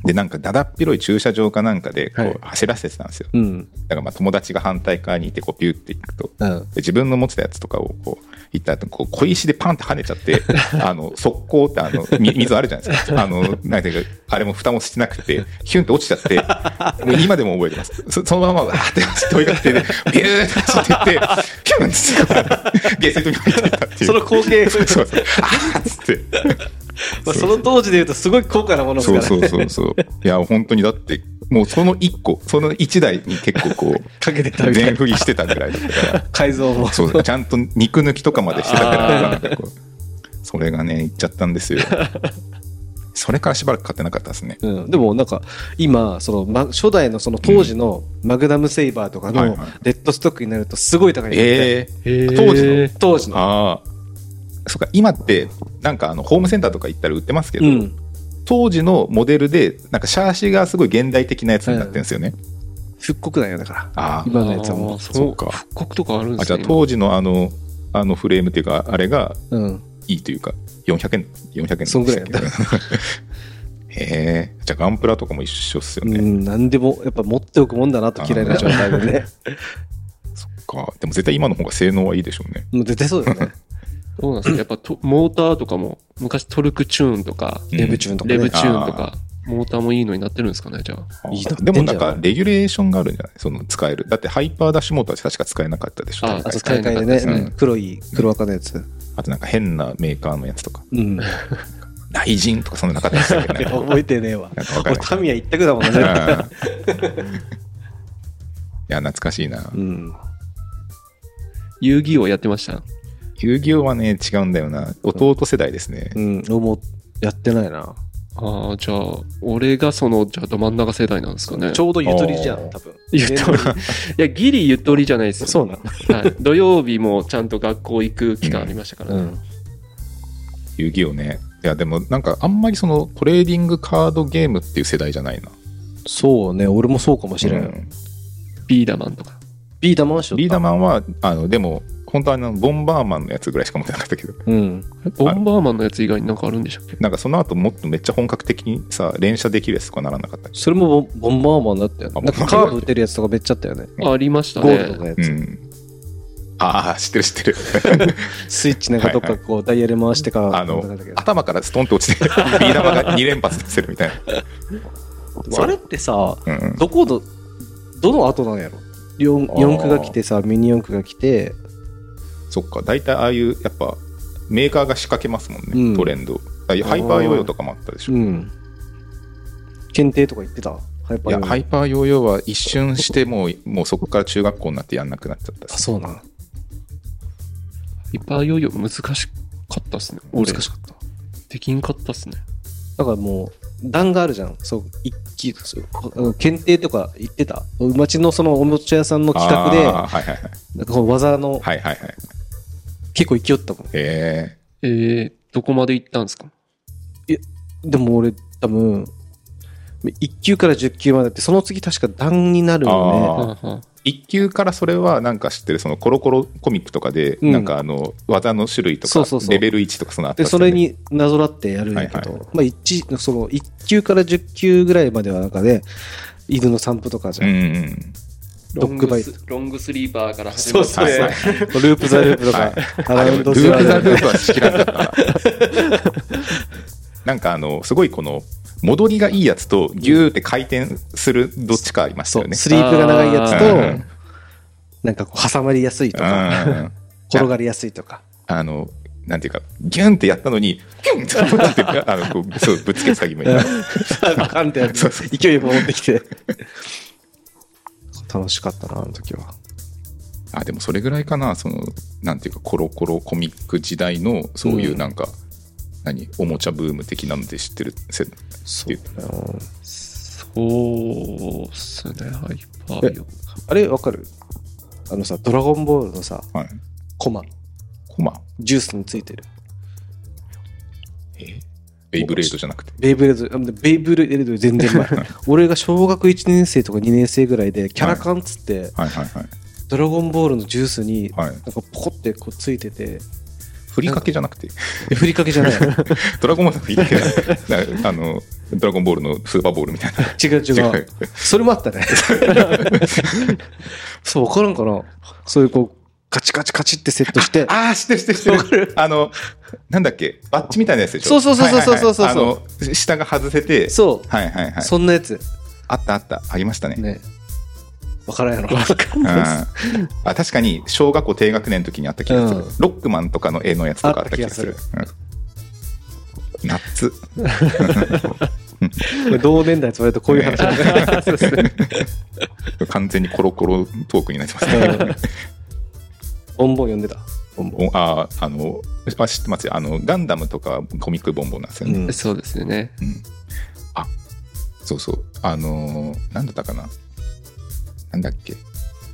Speaker 3: でなんかだだっ広い駐車場かなんかでこ
Speaker 4: はいう
Speaker 3: 走らせてたんですよ、
Speaker 4: うん。
Speaker 3: だからまあ友達が反対側にいてこうビューっていくと
Speaker 4: うん。
Speaker 3: で自分の持ってたやつとかをこう行った後こう小石でパンって跳ねちゃって あの速攻ってあのみ水あるじゃないですかあのなんていうかあれも蓋もしてなくてヒュンって落ちちゃってもう今でも覚えてますそそのままわーって走って追いかけてでビューって走っていってヒュンってゲセットに入っていったっていう
Speaker 4: その光景、
Speaker 3: そうそうそうあーっつって
Speaker 4: まあその当時で言うとすごい高価なものです
Speaker 3: そ
Speaker 4: か
Speaker 3: う
Speaker 4: ら。
Speaker 3: そうそうそういや本当にだってもうその1個その1台に結構こう
Speaker 4: かけてたみたい
Speaker 3: 全
Speaker 4: な。
Speaker 3: 振りしてたぐらいだったから
Speaker 4: 改造も。
Speaker 3: そうだちゃんと肉抜きとかまでしてたか
Speaker 5: あ
Speaker 3: ら
Speaker 5: ー
Speaker 3: なんかこうそれがねいっちゃったんです よそれからしばらく買ってなかったですね
Speaker 4: うん、でもなんか今その、ま、初代のその当時のマグナムセイバーとか
Speaker 3: はいは
Speaker 4: の
Speaker 3: い
Speaker 4: レッドストックになるとすごい高いんですよ
Speaker 3: え
Speaker 5: へー
Speaker 3: 当時の
Speaker 4: 当
Speaker 3: ー、
Speaker 4: 時の。
Speaker 3: ああそうか今ってなんかあのホームセンターとか行ったら売ってますけ
Speaker 4: う
Speaker 3: ど、
Speaker 4: ん、
Speaker 3: 当時のモデルでなんかシャーシがすごい現代的なやつになってるんですよね、
Speaker 4: 復刻だよだから
Speaker 3: あー
Speaker 4: 今のやつは
Speaker 5: あ
Speaker 4: も
Speaker 5: ー
Speaker 4: う、
Speaker 5: そう
Speaker 3: そうか
Speaker 5: 復刻とかあるんで
Speaker 3: あ
Speaker 5: す
Speaker 3: じゃ
Speaker 5: ね
Speaker 3: あ当時のあのあのフレームっていうかあれが
Speaker 4: うん、
Speaker 3: いいというか400円400円で
Speaker 4: そんぐらい
Speaker 3: したっけ へえじゃあガンプラとかも一緒っすよ
Speaker 4: う
Speaker 3: ね、
Speaker 4: ん、何でもやっぱ持っておくもんだなと嫌いな状態で ね
Speaker 3: かでも絶対今の方が性能はいいでしょうね
Speaker 4: もう絶対そうだよね
Speaker 5: どうなんですかやっぱとモーターとかも昔トルクチューンとか、
Speaker 3: うん
Speaker 4: レブチューンとか、ね、
Speaker 5: レブチューンとか、モーターもいいのになってるんですかね、じゃあ。
Speaker 4: いいな
Speaker 3: でもなん
Speaker 4: 出んじゃな
Speaker 3: か
Speaker 4: い
Speaker 3: レギュレーションがあるんじゃないその使えるだってハイパーダッシュモーターって確か使えなかったでしょ
Speaker 5: あ
Speaker 3: 大
Speaker 4: あ
Speaker 3: 会
Speaker 4: と
Speaker 5: そ
Speaker 4: 大会でね、
Speaker 3: うん
Speaker 4: うん黒い黒赤のやつ
Speaker 3: あとなんか変なメーカーのやつとか
Speaker 4: うん
Speaker 3: 雷神とかそんなのなかったでしたっ けなんか
Speaker 4: 覚えてねえわ
Speaker 3: なんかわか
Speaker 4: 俺
Speaker 3: る
Speaker 4: 神谷一択だもんね、
Speaker 3: うんいや懐かしいな
Speaker 4: うん、
Speaker 5: 遊戯王やってました。
Speaker 3: 遊戯王はね違うんだよな弟世代ですね
Speaker 4: うん、俺もやってないな、
Speaker 5: ああ、じゃあ、俺がその、じゃあ、ど真ん中世代なんですかね。
Speaker 4: ちょうどゆとりじゃん多分
Speaker 5: ゆとり。いや、ギリゆとりじゃないです
Speaker 4: そうな
Speaker 5: はい、土曜日もちゃんと学校行く期間ありましたから、
Speaker 4: の、う
Speaker 5: ね
Speaker 4: ん、
Speaker 3: 遊戯王ねいやでもなんかあんまりそのトレーディングカードゲームっていう世代じゃないな
Speaker 4: そうね俺もそうかもしれん、
Speaker 3: うん
Speaker 5: ビーダマンとか。
Speaker 4: ビーダマンション
Speaker 3: リーダーマンはあのでも本当はあのボンバーマンのやつぐらいしか持ってなかったけど
Speaker 4: うん
Speaker 5: ボンバーマンのやつ以外になんかあるんでしたっけ
Speaker 3: なんかその後もっとめっちゃ本格的にさ連射できるやつとかならなかったっけ
Speaker 4: それもボンボンバーマンだったよね
Speaker 3: あ
Speaker 4: なんかカーブ打てるやつとかめっちゃあったよね
Speaker 5: あありました
Speaker 4: ゴールド
Speaker 5: ね。
Speaker 4: のやつ、
Speaker 3: うんああ知ってる知ってる
Speaker 4: スイッチなんかどっかこうダイヤル回してか
Speaker 3: あの頭からストンと 落ちてビー玉が2連発出せるみたいな、
Speaker 4: あれってさ
Speaker 3: うんうん、
Speaker 4: どこどどの後なんやろ 4, 四区が来てさミニ四区が来て
Speaker 3: そっか大体ああいうやっぱメーカーが仕掛けますもんね、
Speaker 4: うん
Speaker 3: トレンドハイパーヨーヨーとかもあったでしょ、
Speaker 4: うん検定とか行ってたハイ
Speaker 3: い
Speaker 4: パー
Speaker 3: や
Speaker 4: ヨー
Speaker 3: ハイパーヨーヨーは一瞬してもうもうそこから中学校になってやんなくなっちゃったっ
Speaker 4: あ
Speaker 3: す
Speaker 4: そうなん
Speaker 5: いっぱいヨーヨー難しかったっすね。
Speaker 4: 難
Speaker 5: 俺
Speaker 4: し、かった
Speaker 5: できんかったっすね。
Speaker 4: だからもう段があるじゃんそう一期そうあの検定とか行ってた町のそのおもちゃ屋さんの企画で
Speaker 3: あーはいはいはい
Speaker 4: なんかこの技の
Speaker 3: はいはいはい
Speaker 4: 結構勢ったもん
Speaker 3: え
Speaker 5: えー、どこまで行ったんですか
Speaker 4: でも俺多分1級から10級まであってその次確か段になるよね
Speaker 3: あ
Speaker 5: はあはあ
Speaker 3: 1級からそれはなんか知ってるそのコロコロコミックとかで
Speaker 4: うん
Speaker 3: なんかあの技の種類と
Speaker 4: そう
Speaker 3: か
Speaker 4: そうそう
Speaker 3: レベル1とかそのあった
Speaker 4: で
Speaker 3: っす
Speaker 4: そ
Speaker 3: よね
Speaker 4: れになぞらってやるんやけど、
Speaker 3: はいは
Speaker 4: まあ、一その1級から10級ぐらいまではなんかね犬の散歩とかじ
Speaker 3: う
Speaker 4: ゃ
Speaker 3: ん
Speaker 4: ん、
Speaker 3: うんうん
Speaker 4: ドッグバイト
Speaker 5: ロングスロングスリーパーから始
Speaker 4: そうそう
Speaker 3: はいはい
Speaker 4: ループ・ザ・ループとか、
Speaker 3: はい
Speaker 4: アラウンド・
Speaker 3: ループ・ザ・
Speaker 4: ー
Speaker 3: ループは知らなかったな なんかあのすごいこの戻りがいいやつとギューって回転するどっちかありました
Speaker 4: そ
Speaker 3: よ
Speaker 4: う
Speaker 3: ね
Speaker 4: スリープが長いやつ
Speaker 3: う
Speaker 4: と、
Speaker 3: ん
Speaker 4: なんかこう挟まりやすいと
Speaker 3: うん
Speaker 4: か、
Speaker 3: うんうん
Speaker 4: 転がりやすいとか
Speaker 3: あのなんていうかギュンってやったのにギュンって戻ってあのこうそうぶつけた気分になる
Speaker 4: バカンってやる
Speaker 3: そうそう
Speaker 4: 勢いよく戻ってきて 楽しかったなあの時は
Speaker 3: あでもそれぐらいかなそのなんていうかコロコロコミック時代のそういうなんか、何おもちゃブーム的なので知ってるせ
Speaker 4: そう
Speaker 5: そうっすね、ハイパーヨー。
Speaker 4: あれわかるあのさ「ドラゴンボール」のさ
Speaker 3: はい
Speaker 4: コマ
Speaker 3: コマ
Speaker 4: ジュースについてる
Speaker 3: えベイブレードじゃなくて
Speaker 4: ベイブレードあでベイブレードより全然 前俺が小学1年生とか2年生ぐらいでキャラカンっつって、
Speaker 3: はいはいはい
Speaker 4: ドラゴンボールのジュースになん
Speaker 3: はい
Speaker 4: かポコってこうついてて
Speaker 3: ふりかけじゃなくて、
Speaker 4: えふりかけ じゃない。
Speaker 3: ドラゴンボールのふりかけだなあの、ドラゴンボールのスーパーボールみたいな。
Speaker 4: 違う違う。
Speaker 3: 違う
Speaker 4: それもあったね。 そう、わからんかな。そういうこう、カチカチカチってセットして、
Speaker 3: ああ、してるしてるしてる。あの、なんだっけ、バッチみたいなやつでしょ。
Speaker 4: そうそうそうそうそう
Speaker 3: はい
Speaker 4: そうそう
Speaker 3: はいはいあの、下が外せて、
Speaker 4: そう、
Speaker 3: はいはいはい。
Speaker 4: そんなやつ。
Speaker 3: あったあった、ありましたね。
Speaker 4: ね。わからんやろ。
Speaker 5: わかん
Speaker 3: うん
Speaker 5: ないで
Speaker 3: あ確かに小学校低学年の時にあった気がする、
Speaker 4: うん
Speaker 3: ロックマンとかの絵のやつとかあった気がするうんナッツ
Speaker 4: 同年代つまるとこういう話になる。
Speaker 5: す。そうですね
Speaker 3: 完全にコロコロトークになってますね、
Speaker 4: ボンボン読んでた。ボンボン。
Speaker 3: おああのあ知ってますよあのガンダムとかコミックボンボンなんですよね、
Speaker 4: うん
Speaker 5: そうですよね。
Speaker 3: うんあそうそうあのーなんだったかななんだっけ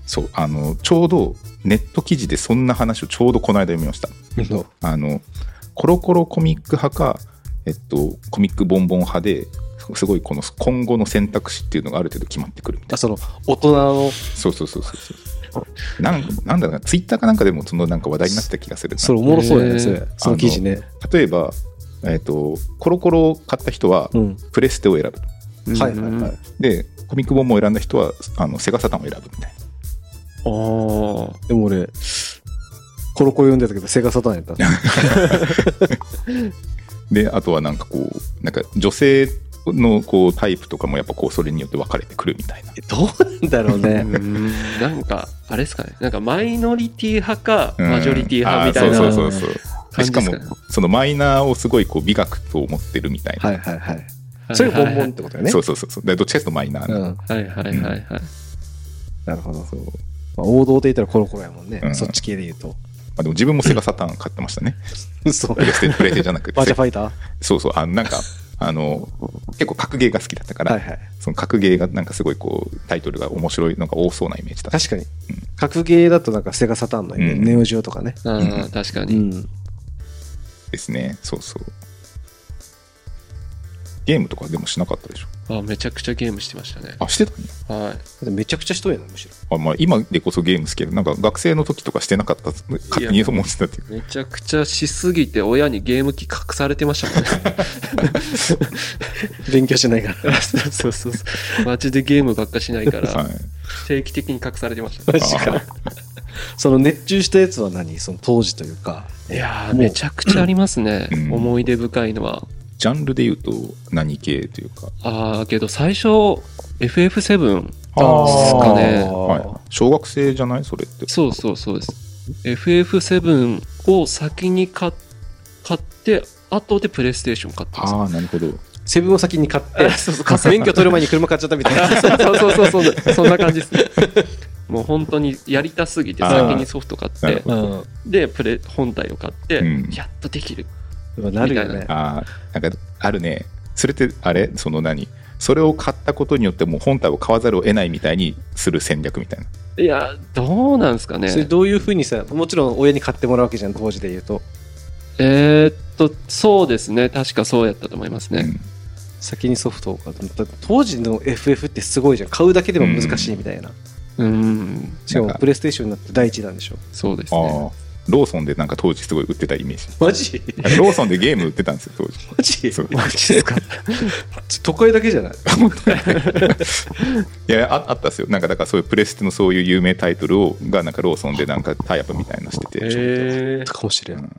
Speaker 3: そうあのちょうどネット記事でそんな話をちょうどこの間読みました
Speaker 4: そう
Speaker 3: あのコロコロコミック派か、えっと、コミックボンボン派ですごいこの今後の選択肢っていうのがある程度決まってくるみたい
Speaker 4: あその、大人の、
Speaker 3: なそうそうそうそうそうなんなんだろうなツイッターかなんかでもそのなんか話題になってた気がするな
Speaker 4: それおもろそうや
Speaker 5: へ
Speaker 4: ね、
Speaker 5: ー
Speaker 4: それ。その記事ね。
Speaker 3: 例えば、えっと、コロコロを買った人は
Speaker 4: うん。
Speaker 3: プレステを選ぶ
Speaker 4: はいはいはい。
Speaker 3: でコミックボンボンを選んだ人はあのセガサタンを選ぶみたい
Speaker 5: あ
Speaker 3: な
Speaker 5: あ。
Speaker 4: でも俺、コロコロ読んでたけど、セガサターンやった。
Speaker 3: であとはなんかこうなんか女性のこうタイプとかもやっぱこうそれによって分かれてくるみたいな
Speaker 4: どうなんだろう
Speaker 5: う
Speaker 4: ね。
Speaker 5: んなんか、あれですかね。なんかマイノリティ派か、
Speaker 3: うん
Speaker 5: マジョリティ派みたい
Speaker 3: あー
Speaker 5: な
Speaker 3: そうそうそうそう
Speaker 5: 感
Speaker 3: し
Speaker 5: じ
Speaker 3: か
Speaker 5: です
Speaker 3: も
Speaker 5: かね。
Speaker 3: そのマイナーをすごいこう美学と思ってるみたいな、
Speaker 4: はいはいはい。それがボンボンってことよね。
Speaker 3: そうそうそうそうでどっちかというとマイナー
Speaker 4: う
Speaker 3: な、
Speaker 4: ん。
Speaker 5: はいはいはいはいはい。
Speaker 4: なるほど。まあ、王道で言ったらコロコロやもんね。
Speaker 3: うん
Speaker 4: そっち系で言う と。
Speaker 3: あ、でも自分もセガサターン買ってましたね
Speaker 4: 嘘。
Speaker 3: プレステプレステじゃなくて
Speaker 4: バーチャファイター
Speaker 3: そうそうあのなんかあの結構格ゲーが好きだったから、
Speaker 4: はいはい。
Speaker 3: その格ゲーがなんかすごいこうタイトルが面白いのが多そうなイメージだった
Speaker 4: 確かに。格ゲーだとなんかセガサターンの、ね
Speaker 3: うん
Speaker 4: ネオジオとかね。
Speaker 5: ああ、確か
Speaker 4: う
Speaker 5: に。
Speaker 4: ん。
Speaker 3: ですねそうそうゲームとかでもしなかったでしょ
Speaker 5: あめちゃくちゃゲームしてましたね。
Speaker 3: あしてたんや
Speaker 5: はい。
Speaker 4: めちゃくちゃ人やな、むしろ。
Speaker 3: あ、まあ、今でこそゲーム好きやけどなんか学生の時とかしてなかった勝手に思ってたっていう
Speaker 5: めちゃくちゃしすぎて親にゲーム機隠されてましたもん ね。
Speaker 4: 勉強しない から。
Speaker 5: そうそうそうそう。マジでゲームばっかしないか
Speaker 3: は
Speaker 5: ら、
Speaker 3: い
Speaker 5: 定期的に隠されてましたね。
Speaker 3: あー
Speaker 4: その熱中したやつは何その当時というか。
Speaker 5: いやー、
Speaker 4: もう
Speaker 5: めちゃくちゃありますね
Speaker 3: う。ん
Speaker 5: 思い出深いのは。
Speaker 3: ジャンルで言うと何系というか
Speaker 5: ああ、けど最初、FF7。
Speaker 4: あ
Speaker 5: ーですかね
Speaker 3: はい、小学生じゃないそれって
Speaker 5: そうそうそうです。FF7 を先に買っ買って、後でプレイステーション買ってます。
Speaker 3: ああなるほど
Speaker 4: セブンを先に買 って、
Speaker 5: そうそう買っ
Speaker 4: 免許取る前に車買っちゃったみたいな。
Speaker 5: そうそうそうそうそう、そんな感じですね。もう本当にやりたすぎて、
Speaker 3: あ
Speaker 5: 先
Speaker 3: ー
Speaker 5: にソフト買っ
Speaker 3: なる
Speaker 5: て
Speaker 3: ほ、ど
Speaker 4: ん。
Speaker 5: で、プレ本体を買って、
Speaker 3: うん
Speaker 5: やっとできる。
Speaker 4: まあなるよ
Speaker 5: みた
Speaker 4: ね
Speaker 5: い。
Speaker 3: ああなんかあるねそれってあれその何それを買ったことによってもう本体を買わざるを得ないみたいにする戦略みたいない
Speaker 5: や、どうなんですかね
Speaker 4: そ。れどういうふうにさ、もちろん親に買ってもらうわけじゃん、当時で言うと。
Speaker 5: えーっと、そうですね。確かそうやったと思いますね。
Speaker 3: うん
Speaker 4: 先にソフトを買うだって当時の FF ってすごいじゃん。買うだけでも難しいみたいな。
Speaker 5: うん、
Speaker 4: しかも
Speaker 3: なんか
Speaker 4: プレイステーションになって第一弾でしょ。
Speaker 5: そうです
Speaker 3: あ
Speaker 5: ね。
Speaker 3: あローソンでなんか当時すごい売ってたイメージ
Speaker 4: マジ
Speaker 3: なんかローソンでゲーム売ってたんですよ当時
Speaker 4: マジ
Speaker 3: そう
Speaker 5: マジですか
Speaker 4: 都会だけじゃない
Speaker 3: いやああったっすよなんかだからそういうプレステのそういう有名タイトルをがなんかローソンでなんかタイアップみたいなのしてて、
Speaker 5: えー
Speaker 4: かもしれん。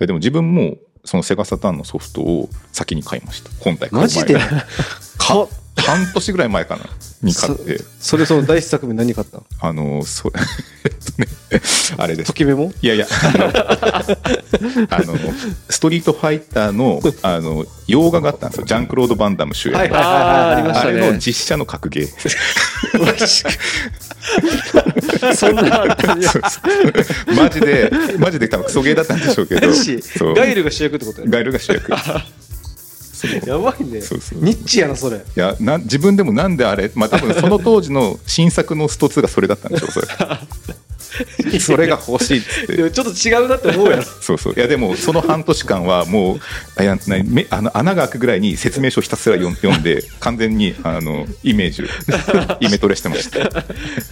Speaker 3: えでも自分もそのセガサターンのソフトを先に買いました本体買う前
Speaker 4: マジで
Speaker 3: 半
Speaker 4: か
Speaker 3: 年ぐらい前かなに買って
Speaker 4: それその第一作目何買ったの
Speaker 3: あのそ えっとねあれです
Speaker 4: ときメモ
Speaker 3: いやいやあのあのストリートファイターのあの洋画があったんですよジャンクロード・バンダム主演の、
Speaker 4: はいはい
Speaker 5: ああ、ありまし
Speaker 3: あ
Speaker 5: た
Speaker 3: れの
Speaker 5: ね。
Speaker 3: 実写の格ゲー
Speaker 5: そんなあったんや
Speaker 3: そうそうマジでマジで多分クソゲーだったんでしょうけ ど
Speaker 4: マジ
Speaker 3: そう
Speaker 4: ガイルが主役ってことやろ
Speaker 3: ガイルが主役そう
Speaker 4: やばいね
Speaker 3: そうそう
Speaker 4: ニッチやなそれ
Speaker 3: いやな自分でもなんであれ、まあ多分その当時の新作のスト2がそれだったんでしょう、それそれが欲しいっつっ
Speaker 4: で
Speaker 3: て。
Speaker 4: もちょっと違うなって思うやろ
Speaker 3: そうそういやでもその半年間はもうあいやなめあの穴が開くぐらいに説明書をひたすら読ん読んで完全にあ のイメージをイメトレしてました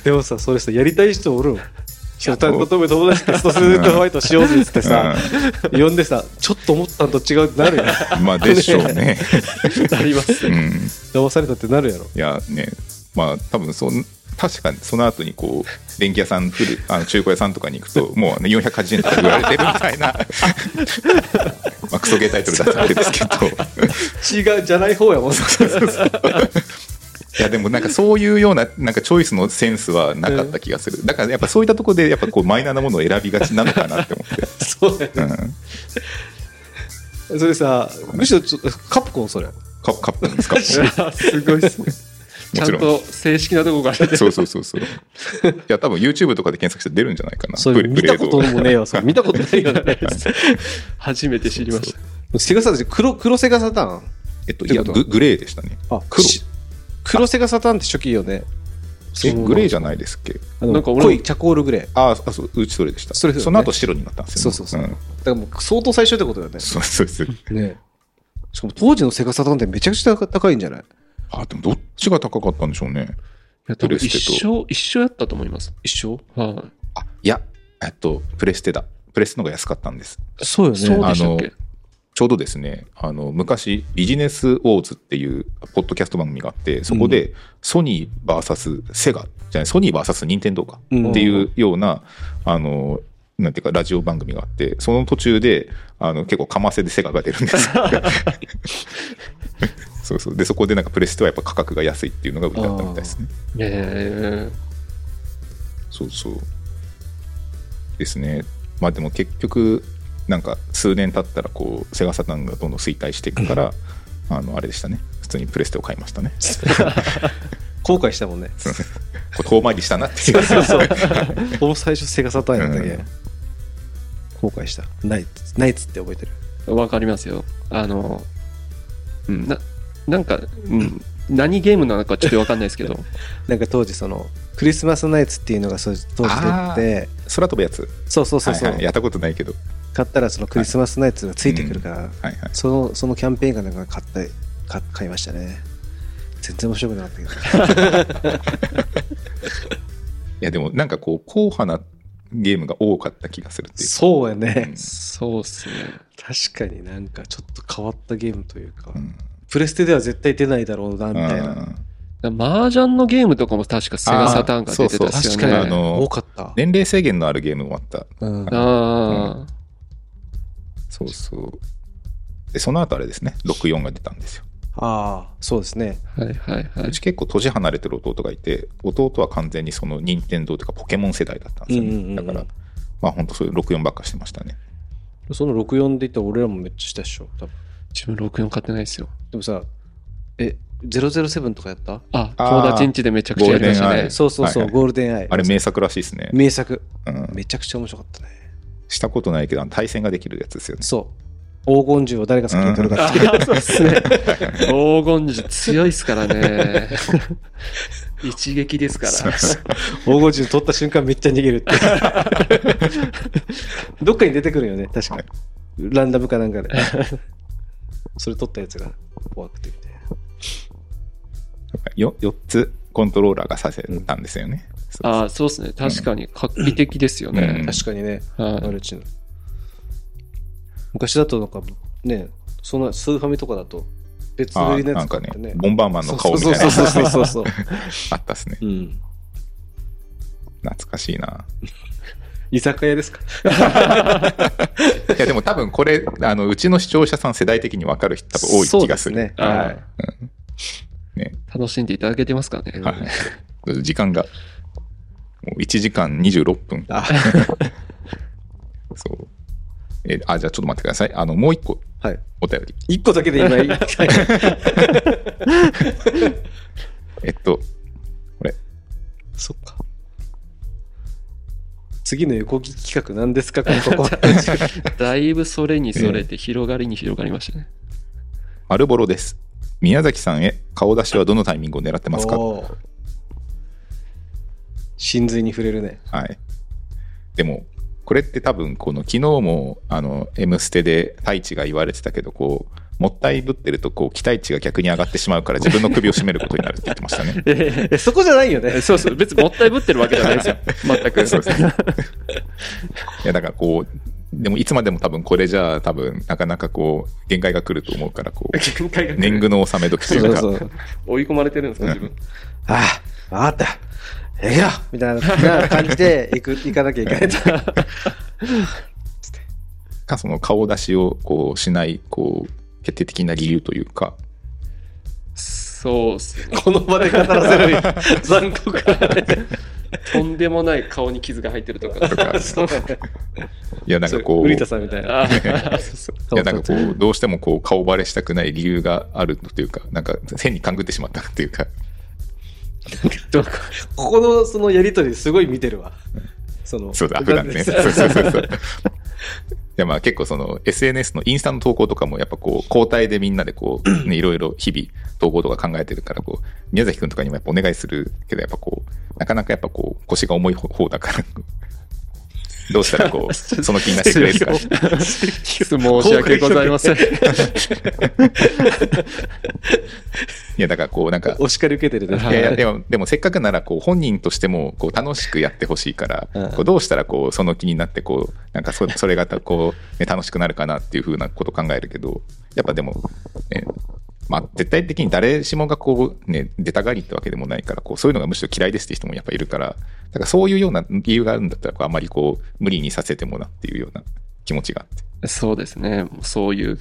Speaker 4: でもさそれさやりたい人おるのそう友達テストするとホワイトしようぜっつってさ、呼んでさ、ちょっと思ったんと違うってなるやん。
Speaker 3: うんまあでしょうね。
Speaker 4: なります。
Speaker 3: うん、い
Speaker 4: 騙されたってなるやろ。
Speaker 3: やねまあ多分そん確かにその後にこう電気屋さん古いあの中古屋さんとかに行くともうあの480円とか売られてるみた いなまあクソゲータイトルだったわけですけど
Speaker 4: 違うじゃない方やもん。
Speaker 3: いやでもなんかそういうようななんかチョイスのセンスはなかった気がするだからやっぱそういったところでやっぱこうマイナーなものを選びがちなのかなって思って、
Speaker 4: そうやね。
Speaker 3: うん、
Speaker 4: それさ、むしろちょっとカプコンそれ。
Speaker 3: カカップなんですかも
Speaker 4: すごいっす ね。
Speaker 5: ちゃ
Speaker 3: ち
Speaker 5: ん
Speaker 3: ろん
Speaker 5: と正式なとこから出てる
Speaker 3: そうそうそうそう。いや、多分 YouTube とかで検索して出るんじゃないかな。
Speaker 4: そ
Speaker 3: プ
Speaker 4: れ
Speaker 3: レ
Speaker 4: 見たこともねえ。わ。それ見たことない
Speaker 5: い
Speaker 4: よ
Speaker 5: や
Speaker 4: ね。
Speaker 5: 初めて知りました。
Speaker 4: セガサターン、黒、黒セガサターン。
Speaker 3: えっと、
Speaker 4: っ
Speaker 3: い
Speaker 4: て
Speaker 3: や、
Speaker 4: こと
Speaker 3: ググレーでしたね。
Speaker 4: あ、
Speaker 3: 黒
Speaker 4: 黒セガサターンって初期よね。
Speaker 3: え、グレー
Speaker 5: ー
Speaker 3: じゃないですっけ
Speaker 4: あの
Speaker 5: なんか俺も
Speaker 4: 濃いチャコールグレー。だか
Speaker 3: ああ、そう、うちそれでした。
Speaker 4: それですよね
Speaker 3: の後白になったんですよね。
Speaker 4: そうそうそうんらもう相当最初ってことだよね。
Speaker 3: そうそうそう。
Speaker 4: ねしかも当時のセガサターンってめちゃくちゃ高いんじゃない
Speaker 3: あ、でもどっちが高かったんでしょうね。
Speaker 5: いや多分
Speaker 3: プレステと
Speaker 5: 一生、一生やったと思います。
Speaker 4: 一緒
Speaker 5: は
Speaker 3: あ、いや、えっと、プレステだ。プレステの方が安かったんです。
Speaker 4: そうよ
Speaker 5: い。そうでしたっ
Speaker 3: あ
Speaker 5: け
Speaker 3: ちょうどですね、あの、昔、ビジネスウォーズっていう、ポッドキャスト番組があって、そこで、ソニー VS セガ、じゃない、ソニー VS 任天堂か。
Speaker 4: うん
Speaker 3: っていうような、あの、なんていうか、ラジオ番組があって、その途中で、あの、結構、かませでセガが出る んです。そうそう。で、そこでなんか、プレステはやっぱ価格が安いっていうのが売りだったみたいですね。
Speaker 5: え
Speaker 3: そうそう。ですね。まあでも結局、なんか、数年経ったら、こう、セガサターンがどんどん衰退していくから、あの、あれでしたね。普通にプレステを買いま したね。
Speaker 4: 後悔したもんね。
Speaker 3: これ遠回りしたなっていう。
Speaker 4: ほぼ最初セガサターンやったけ、
Speaker 3: うん
Speaker 4: 後悔した。ナイツ、ナイツって覚えてる。
Speaker 5: えわかりますよ。あの、うん、な、なんか、うん、何ゲームなのかちょっとわかんないですけど、
Speaker 4: なんか当時その、クリスマスナイツっていうのがそう当時出て、
Speaker 3: 空飛ぶやつ。
Speaker 4: そうそうそうそう、
Speaker 3: はいはいやったことないけど。
Speaker 4: 買ったらそのクリスマスナイツがついてくるから、
Speaker 3: はいはい。
Speaker 4: そのそのキャンペーンかなんか買ったか買いましたね。全然面白くなかっ たけど。
Speaker 3: いやでもなんかこう硬派なゲームが多かった気がするっていうか
Speaker 4: そうやね
Speaker 3: うん
Speaker 5: そうっすね。
Speaker 4: 確かになんかちょっと変わったゲームというか、
Speaker 3: うん
Speaker 4: プレステでは絶対出ないだろうなみたいな。
Speaker 3: うん
Speaker 5: 麻雀のゲームとかも確かセガサターンが出てたっすよ
Speaker 4: 確
Speaker 5: ね。
Speaker 4: か
Speaker 3: あ
Speaker 4: に、
Speaker 3: の
Speaker 4: 多かった。
Speaker 3: 年齢制限のあるゲームもあった
Speaker 4: うん
Speaker 5: ああ、
Speaker 3: そうそうでその後あれですね64が出たんですよ
Speaker 4: ああ、そうですね。
Speaker 5: はいはいは
Speaker 3: う
Speaker 5: い
Speaker 3: ち。結構年離れてる弟がいて弟は完全にその任天堂というかポケモン世代だったんですよね、
Speaker 4: うんうんうん
Speaker 3: だからまあ本当そういう64ばっかしてましたね
Speaker 4: その64で言ったら俺らもめっちゃしたでしょ。多分
Speaker 5: 自分64買ってないですよ。
Speaker 4: でもさ、え、007とかやった
Speaker 5: あ、
Speaker 3: あー
Speaker 5: 友達んちでめちゃくちゃやりました
Speaker 3: ゴールデンア
Speaker 5: ね
Speaker 3: イ。
Speaker 4: そうそうそう、
Speaker 3: はいはい
Speaker 4: ゴールデンアイ。
Speaker 3: あれ名作らしいですね、
Speaker 4: 名作。
Speaker 3: うん、
Speaker 4: めちゃくちゃ面白かったね。
Speaker 3: したことないけどあの対戦ができるやつですよ ね
Speaker 4: そう。黄金銃を誰が先に取るか っていう。
Speaker 5: あそうっすね。 黄金時強いっすから ね。一撃ですから。
Speaker 4: 黄金銃取った瞬間めっちゃ逃げるっ ていう。どっかに出てくるよね、確か
Speaker 3: はい
Speaker 4: ランダムかなんかで。 それ取ったやつが怖くてみたいな。
Speaker 3: よ4つコントローラーがさせたんですよね、そう
Speaker 5: あそうですね。確かに画期的ですよね。
Speaker 3: うん
Speaker 4: 確かにね、
Speaker 5: はい
Speaker 4: マルチの。昔だとなんか、ね、そんなスーファミとかだと別
Speaker 3: あー
Speaker 4: 売りのや
Speaker 3: な
Speaker 4: つ
Speaker 3: んか
Speaker 4: 買
Speaker 3: ね
Speaker 4: ってね。
Speaker 3: ボンバーマンの顔みたいな
Speaker 4: そうそうそうそうそうそう。
Speaker 3: あったっすね。
Speaker 4: うん。
Speaker 3: 懐かしいな。
Speaker 4: 居酒屋ですか
Speaker 3: いや、でも多分これ、あの、うちの視聴者さん世代的に分かる人多分多い気がする。
Speaker 4: そうですね。
Speaker 5: あー
Speaker 4: はい。
Speaker 3: ね
Speaker 5: 楽しんでいただけてますかね。
Speaker 3: はい。時間が、もう1時間26分。
Speaker 4: あ、
Speaker 3: そう。え、あ、じゃあちょっと待ってください。あの、もう一個
Speaker 4: はい。
Speaker 3: お便り。
Speaker 4: 一個だけで 今言いたい。
Speaker 3: えっと、これ、
Speaker 4: そっか。次の横切り企画何ですかこのここ
Speaker 5: だいぶそれにそれて広がりに広がりましたね。。
Speaker 3: 丸ボロです。宮崎さんへ顔出しはどのタイミングを狙ってますか
Speaker 4: おー真髄に触れるね。
Speaker 3: はい。でも、これって多分、この昨日も、あの、M ステで太一が言われてたけど、こう、もったいぶってると、こう、期待値が逆に上がってしまうから、自分の首を絞めることになるって言ってました ね
Speaker 5: え
Speaker 4: えそこじゃないよね
Speaker 5: え。そうそう、別にもったいぶってるわけじゃないですよ。 全く。
Speaker 3: そうですね。いや、だからこう、でもいつまでも多分これじゃあ多分なかなかこう限界が来ると思うから こう
Speaker 5: 限界が来る
Speaker 3: 年貢の納め時と
Speaker 4: そ
Speaker 3: いう
Speaker 4: う
Speaker 3: か
Speaker 4: そう。
Speaker 5: 追い込まれてるんですか、自分。
Speaker 4: ああ、わかった。行けよみたいなな感じで行く行かなきゃいけ ないと。
Speaker 3: かその顔出しをこうしないこう決定的な理由というか
Speaker 5: そうっすね。
Speaker 4: この場で語らせる 残酷なね。
Speaker 5: とんでもない顔に傷が入ってるとか。
Speaker 3: とか
Speaker 4: そうだね
Speaker 3: いやなんかこ
Speaker 4: ウ
Speaker 3: う
Speaker 4: リ
Speaker 3: い
Speaker 4: タさんみたいな。
Speaker 5: あーそうそう
Speaker 3: やなんかこうどうしてもこう顔バレしたくない理由があるというかなんか変に勘ぐってしまったっていう か
Speaker 5: どうか
Speaker 4: ここのそのやりとりすごい見てるわ。その。
Speaker 3: そうだ普段ねそうそうそうそういやまあ結構その SNS のインスタの投稿とかもやっぱこう交代でみんなでこ う、ね、いろいろ日々投稿とか考えてるからこう宮崎くんとかにもやっぱお願いするけどやっぱこうなかなかやっぱこう腰が重い方だからどうしたら こうその気になってくれるか
Speaker 5: 申し訳ございません。
Speaker 3: いやだからこうなんか
Speaker 4: お叱り受けてるね。
Speaker 5: はい
Speaker 3: やいやでもでもせっかくならこう本人としてもこう楽しくやってほしいから、
Speaker 4: うん
Speaker 3: こうどうしたらこうその気になってこうなんかそそれがたこう、ね、楽しくなるかなっていうふうなことを考えるけどやっぱでも、ねまあ、絶対的に誰しもがこう、ね、出たがりってわけでもないからこうそういうのがむしろ嫌いですって人もやっぱいるからだからそういうような理由があるんだったらこうあまりこう無理にさせてもなっていうような気持ちがあって。
Speaker 5: そうですね。もうそういう、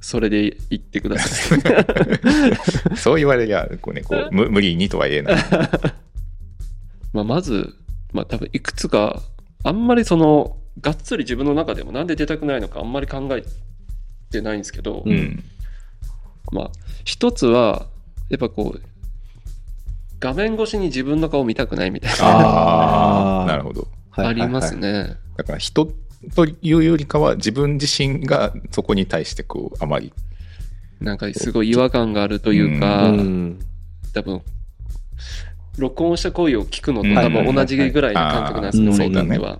Speaker 5: それで言ってください。
Speaker 3: そう言われりゃこう、ね、こ うむ無理にとは言えない。
Speaker 5: まあ、まず、まあ、多分いくつか、あんまりその、がっつり自分の中でもなんで出たくないのかあんまり考えてないんですけど、
Speaker 4: うん
Speaker 3: うん
Speaker 5: まあ、一つは、やっぱこう、画面越しに自分の顔見たくないみたいな、
Speaker 4: あー
Speaker 3: なるほど。
Speaker 4: はい
Speaker 5: あります。ね。
Speaker 3: だから人というよりかは自分自身がそこに対してこうあまり
Speaker 5: なんかすごい違和感があるという
Speaker 4: はい
Speaker 5: か、
Speaker 4: はいうん。
Speaker 5: 多分、録音した声を聞くのと
Speaker 3: うん
Speaker 5: 多分同じぐらいの感覚なんですね、
Speaker 4: はいはい
Speaker 5: 俺
Speaker 4: はい
Speaker 5: にとっては。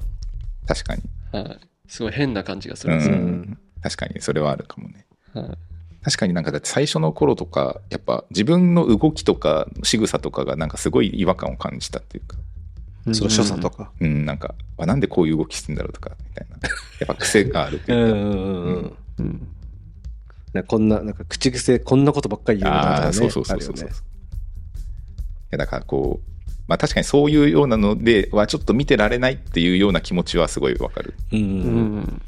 Speaker 3: 確かに、
Speaker 5: はい。すごい変な感じがす
Speaker 3: う
Speaker 5: るんですよ。
Speaker 3: ん、確かにそれはあるかもね
Speaker 5: はい
Speaker 3: 確かになんかだって最初の頃とかやっぱ自分の動きとか仕草とかがなんかすごい違和感を感じたっていうか、
Speaker 4: その所作とか。
Speaker 3: うん、なんかあなんでこういう動きしてんだろうと かみたいなやっぱ癖があるとい
Speaker 4: うん
Speaker 3: う
Speaker 4: う
Speaker 3: か
Speaker 4: んうんうん。
Speaker 5: うん
Speaker 4: なんかこんな、なんか口癖、こんなことばっかり言うみたいな
Speaker 3: あ
Speaker 4: ね。
Speaker 3: あ、そうそうそうそう
Speaker 4: ある
Speaker 3: そ
Speaker 4: よ
Speaker 3: う、
Speaker 4: ね
Speaker 3: いやだからこう、まあ、確かにそういうようなのではちょっと見てられないっていうような気持ちはすごいわかる
Speaker 4: う。
Speaker 5: うんん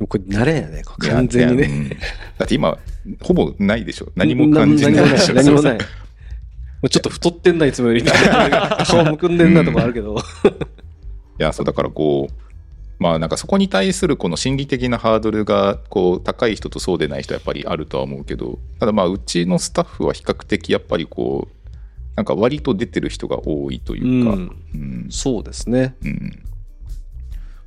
Speaker 4: もうこれ慣れやね、こう完全に
Speaker 3: いや
Speaker 4: ね。
Speaker 3: いやうんだって今ほぼないでしょ何も感じ
Speaker 4: な。
Speaker 3: ないいでしょ
Speaker 4: 何もない。
Speaker 3: い
Speaker 4: もうちょっと太ってんないつもより、顔むくんでんなとこあるけど。
Speaker 3: やそうだからこうまあなんかそこに対するこの心理的なハードルがこう高い人とそうでない人はやっぱりあるとは思うけどただまあうちのスタッフは比較的やっぱりこうなんか割と出てる人が多いというか、
Speaker 4: う
Speaker 3: うんん
Speaker 4: そうですね。
Speaker 3: うん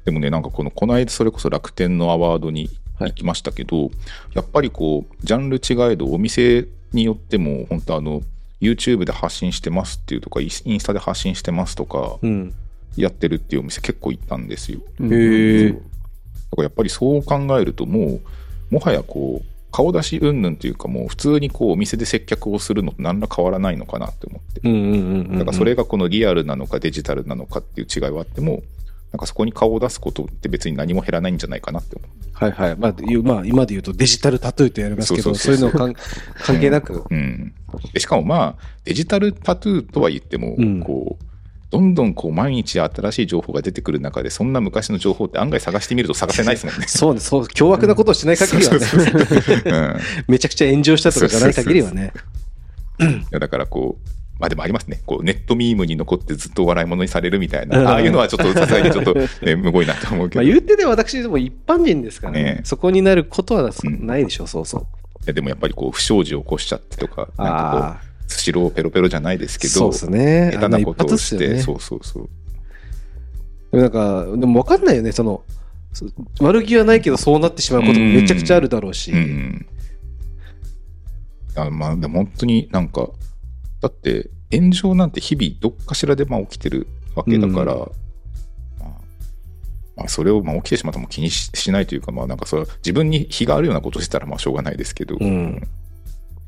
Speaker 3: でもねなんかこのこの間それこそ楽天のアワードに行きましたけど、やっぱりこうジャンル違えどお店によっても本当あの YouTube で発信してますっていうとかインインスタで発信してますとか
Speaker 4: うん。
Speaker 3: やってるっていうお店結構行ったんですよだ
Speaker 5: うん
Speaker 4: へー
Speaker 3: からやっぱりそう考えるともうもはやこう顔出し云々というかもう普通にこうお店で接客をするのと何ら変わらないのかなって思って
Speaker 4: うんうんうんうん。
Speaker 3: だからそれがこのリアルなのかデジタルなのかっていう違いはあっても、なんかそこに顔を出すことって別に何も減らないんじゃないかなって思
Speaker 4: はいはい。まあ、いうまあ、今で言うとデジタルタトゥーとやりますけ
Speaker 3: そ
Speaker 4: ど、
Speaker 3: うそ
Speaker 4: そ
Speaker 3: うう
Speaker 4: いうの
Speaker 3: そう
Speaker 4: 関関係なく。
Speaker 3: う。うん、でしかもまあ、デジタルタトゥーとは言っても、
Speaker 4: うん
Speaker 3: こう、どんどんこう毎日新しい情報が出てくる中で、そんな昔の情報って案外探してみると探せないですも んね。
Speaker 4: そうね、そう、凶悪なことをしない限りはね、
Speaker 3: うん
Speaker 4: めちゃくちゃ炎上したとかじゃない限りはね。
Speaker 3: いやだからこう、まあでもありますね、こうネットミームに残ってずっと笑い物にされるみたい
Speaker 4: うん
Speaker 3: な、ああいうのはちょっとさすがにちょっと、 ね、むごいなと思うけ
Speaker 4: まあ、
Speaker 3: ど、
Speaker 4: 言ってで私でも一般人ですからね
Speaker 3: ね
Speaker 4: そこになることはそ
Speaker 3: うん
Speaker 4: ないでしょう、そうそう。
Speaker 3: いやでもやっぱりこう不祥事を起こしちゃってとか、なんかこ
Speaker 4: ああ、
Speaker 3: う、スシローペロペロじゃないですけど、
Speaker 4: そうですね。
Speaker 3: 下手なことをして、
Speaker 4: あんな一発っすよね
Speaker 3: そうそうそう。
Speaker 4: でもなんか、でも分かんないよね、その、そ悪気はないけどそうなってしまうこともめちゃくちゃあるだろうし。
Speaker 3: うん、あまあでも本当になんかだって炎上なんて日々どっかしらでまあ起きてるわけだから、まあまあ、それをまあ起きてしまったも気にししないというか、まあ、なんかそれは自分に非があるようなことしてたらまあしょうがないですけど、
Speaker 4: うん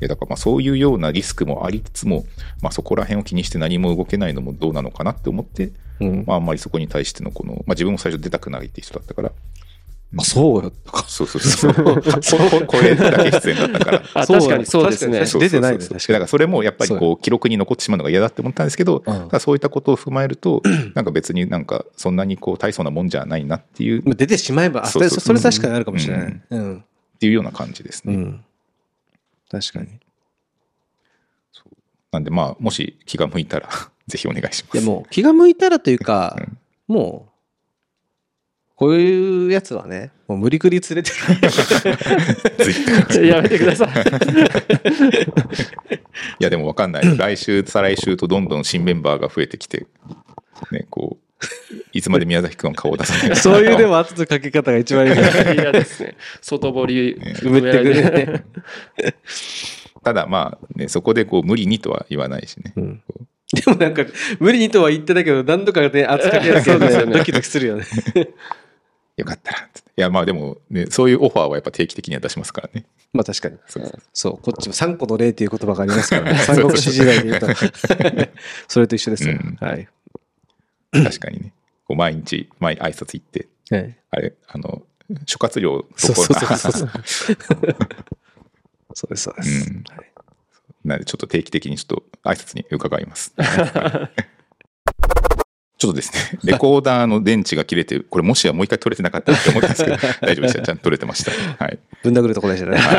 Speaker 3: いやだからまあそういうようなリスクもありつつも、まあ、そこら辺を気にして何も動けないのもどうなのかなって思って、
Speaker 4: うん
Speaker 3: まあ、あんまりそこに対してのこの、まあ、自分も最初出たくないって人だったから、
Speaker 4: あ、そうやったか。
Speaker 3: そうそう そうそう、そうこれだけ出演だったから。
Speaker 5: あ
Speaker 4: そう
Speaker 5: 確かにそうですね
Speaker 4: 確かに出てないね
Speaker 3: そうそうそうだ
Speaker 4: 確かに
Speaker 3: からそれもやっぱり
Speaker 4: そ
Speaker 3: こう記録に残ってしまうのが嫌だって思ったんですけど、
Speaker 4: うん
Speaker 3: ただそういったことを踏まえる と、なんか別になんかそんなにこう大層なもんじゃないなっていう、
Speaker 4: まあ出てしまえば、あ
Speaker 3: そうそう
Speaker 4: そそれ確かにあるかもしれない。うん。
Speaker 3: っていうような感じです
Speaker 4: う
Speaker 3: ね。
Speaker 4: ん。確かに。い
Speaker 3: なんでまあ、もし気が向いたら、 ぜひお願いします。
Speaker 4: や、もう気が向いたらというか
Speaker 3: うん、
Speaker 4: もう、こういうやつはね、もう無理くり連れ て
Speaker 3: ぜひい
Speaker 5: やめてください。
Speaker 3: や、でもわかん ない。来週、再来週とどんどん新メンバーが増えてきて、ね、こう、いつまで宮崎くんは顔を出さないのか
Speaker 4: そういうでも圧のかけ方が一番いいから。
Speaker 5: 嫌ですね。外堀
Speaker 4: 埋めてくれ
Speaker 5: て。
Speaker 4: て。
Speaker 3: ただまあ、ね、そこでこう無理にとは言わないしね。
Speaker 4: うんでもなんか、無理にとは言ってたけど、何度かね、圧かけるけ
Speaker 5: そうです
Speaker 4: ど
Speaker 5: よ
Speaker 4: ね、
Speaker 5: ね
Speaker 4: ドキドキするよね。
Speaker 3: よかったらっつって。いや、まあでも、ね、そういうオファーはやっぱ定期的には出しますからね。
Speaker 4: まあ確かに。
Speaker 3: そうそう
Speaker 4: そう、こっちも3個の例という言葉がありますから、ね、
Speaker 3: そう
Speaker 4: 三国志時代で言うと、それと一緒ですよ。
Speaker 3: うん
Speaker 4: はい。
Speaker 3: 確かにね。こう毎日、毎挨拶行って、
Speaker 4: はい
Speaker 3: あれ、あの、諸葛亮
Speaker 4: そうそうそうそう
Speaker 3: う。
Speaker 4: そう。そう です、そうで
Speaker 3: う
Speaker 4: す
Speaker 3: ん。
Speaker 4: はい
Speaker 3: なんで、ちょっと定期的にちょっと挨拶に伺い ます。ちょっとですね、 レコーダーの電池が切れて、これもしやもう一回取れてなかったらって思ったんです けど、大丈夫でした。ちゃんと取れてました。はい。
Speaker 4: ぶん殴るとこでしたね。
Speaker 3: は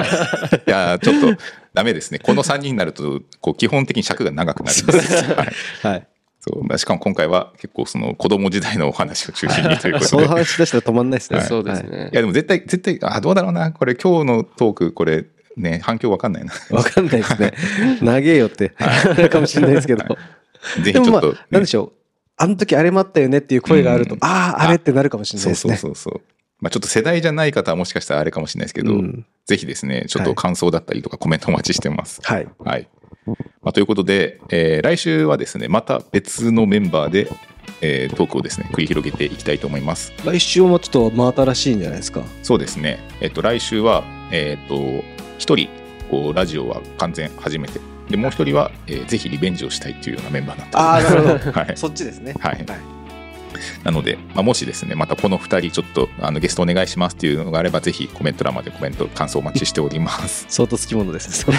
Speaker 3: い、いやー、ちょっとダメですね。この3人になると、こう、基本的に尺が長くなるんです。はい
Speaker 4: はい。
Speaker 3: そうまあしかも今回は結構その子供時代のお話を中心にということ
Speaker 4: その
Speaker 3: で。い
Speaker 4: 話出したら止まんないですね。
Speaker 5: そうです
Speaker 4: はい。
Speaker 5: ね。
Speaker 3: やでも絶対、絶対、あ、どうだろうな。これ今日のトーク、これね、反響わかんないな。
Speaker 4: わかんないですね。長えよって、なるかもしれないですけど。
Speaker 3: ぜひち
Speaker 4: で
Speaker 3: ょ
Speaker 4: もま
Speaker 3: っ
Speaker 4: あ
Speaker 3: とね、、
Speaker 4: なんでしょう。あの時あれもあったよねっていう声があると
Speaker 3: う、ん
Speaker 4: ああ、あれってなるかもしれない
Speaker 3: そう
Speaker 4: です
Speaker 3: そう
Speaker 4: ね。
Speaker 3: そうそう。まあちょっと世代じゃない方はもしかしたらあれかもしれないですけど、
Speaker 4: うん
Speaker 3: ぜひですね、ちょっと感想だったりとかコメントお待ちしてます。
Speaker 4: はい。
Speaker 3: はい。まあ、ということで、えー来週はですね、また別のメンバーで、えートークをですね、繰り広げていきたいと思います。
Speaker 4: 来週もちょっと真新しいんじゃないですか。
Speaker 3: そうですね、えっと、来週は、えっと、一人、こう、ラジオは完全初めて。で、もう一人は、えーぜひリベンジをしたいというようなメンバーになっております
Speaker 4: ああ、なるほ
Speaker 3: はい
Speaker 4: ど。そっちですね。
Speaker 3: はい
Speaker 4: はい
Speaker 3: なので、まあ、もしですね、またこの2人、ちょっとあのゲストお願いしますっていうのがあれば、ぜひコメント欄までコメント、感想お待ちしており ます。
Speaker 4: 相当つきものですね。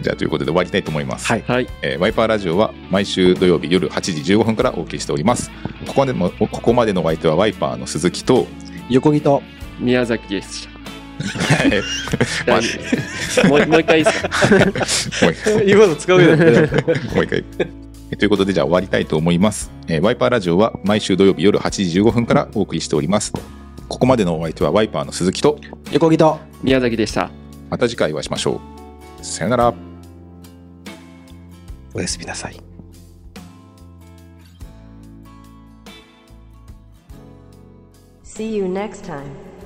Speaker 3: じゃあ、ということで終わりたいと思います。
Speaker 4: はい
Speaker 5: はい。
Speaker 3: えーワイパーラジオは毎週土曜日夜8時15分からお送りしております。ここまでのここまでのお相手はワイパーの鈴木と、
Speaker 4: 横木と
Speaker 5: 宮崎でした。
Speaker 3: まあ
Speaker 5: もうもう一回いいですか
Speaker 3: もう一回
Speaker 4: 今の使うようになってる
Speaker 3: もう一回。えということで、じゃあ終わりたいと思います。えーワイパーラジオは毎週土曜日夜8時15分からお送りしております。ここまでのお相手はワイパーの鈴木と、
Speaker 4: 横木と
Speaker 5: 宮崎でした。
Speaker 3: また次回お会いしましょう。さよなら。
Speaker 4: おやすみなさい
Speaker 2: See you next time.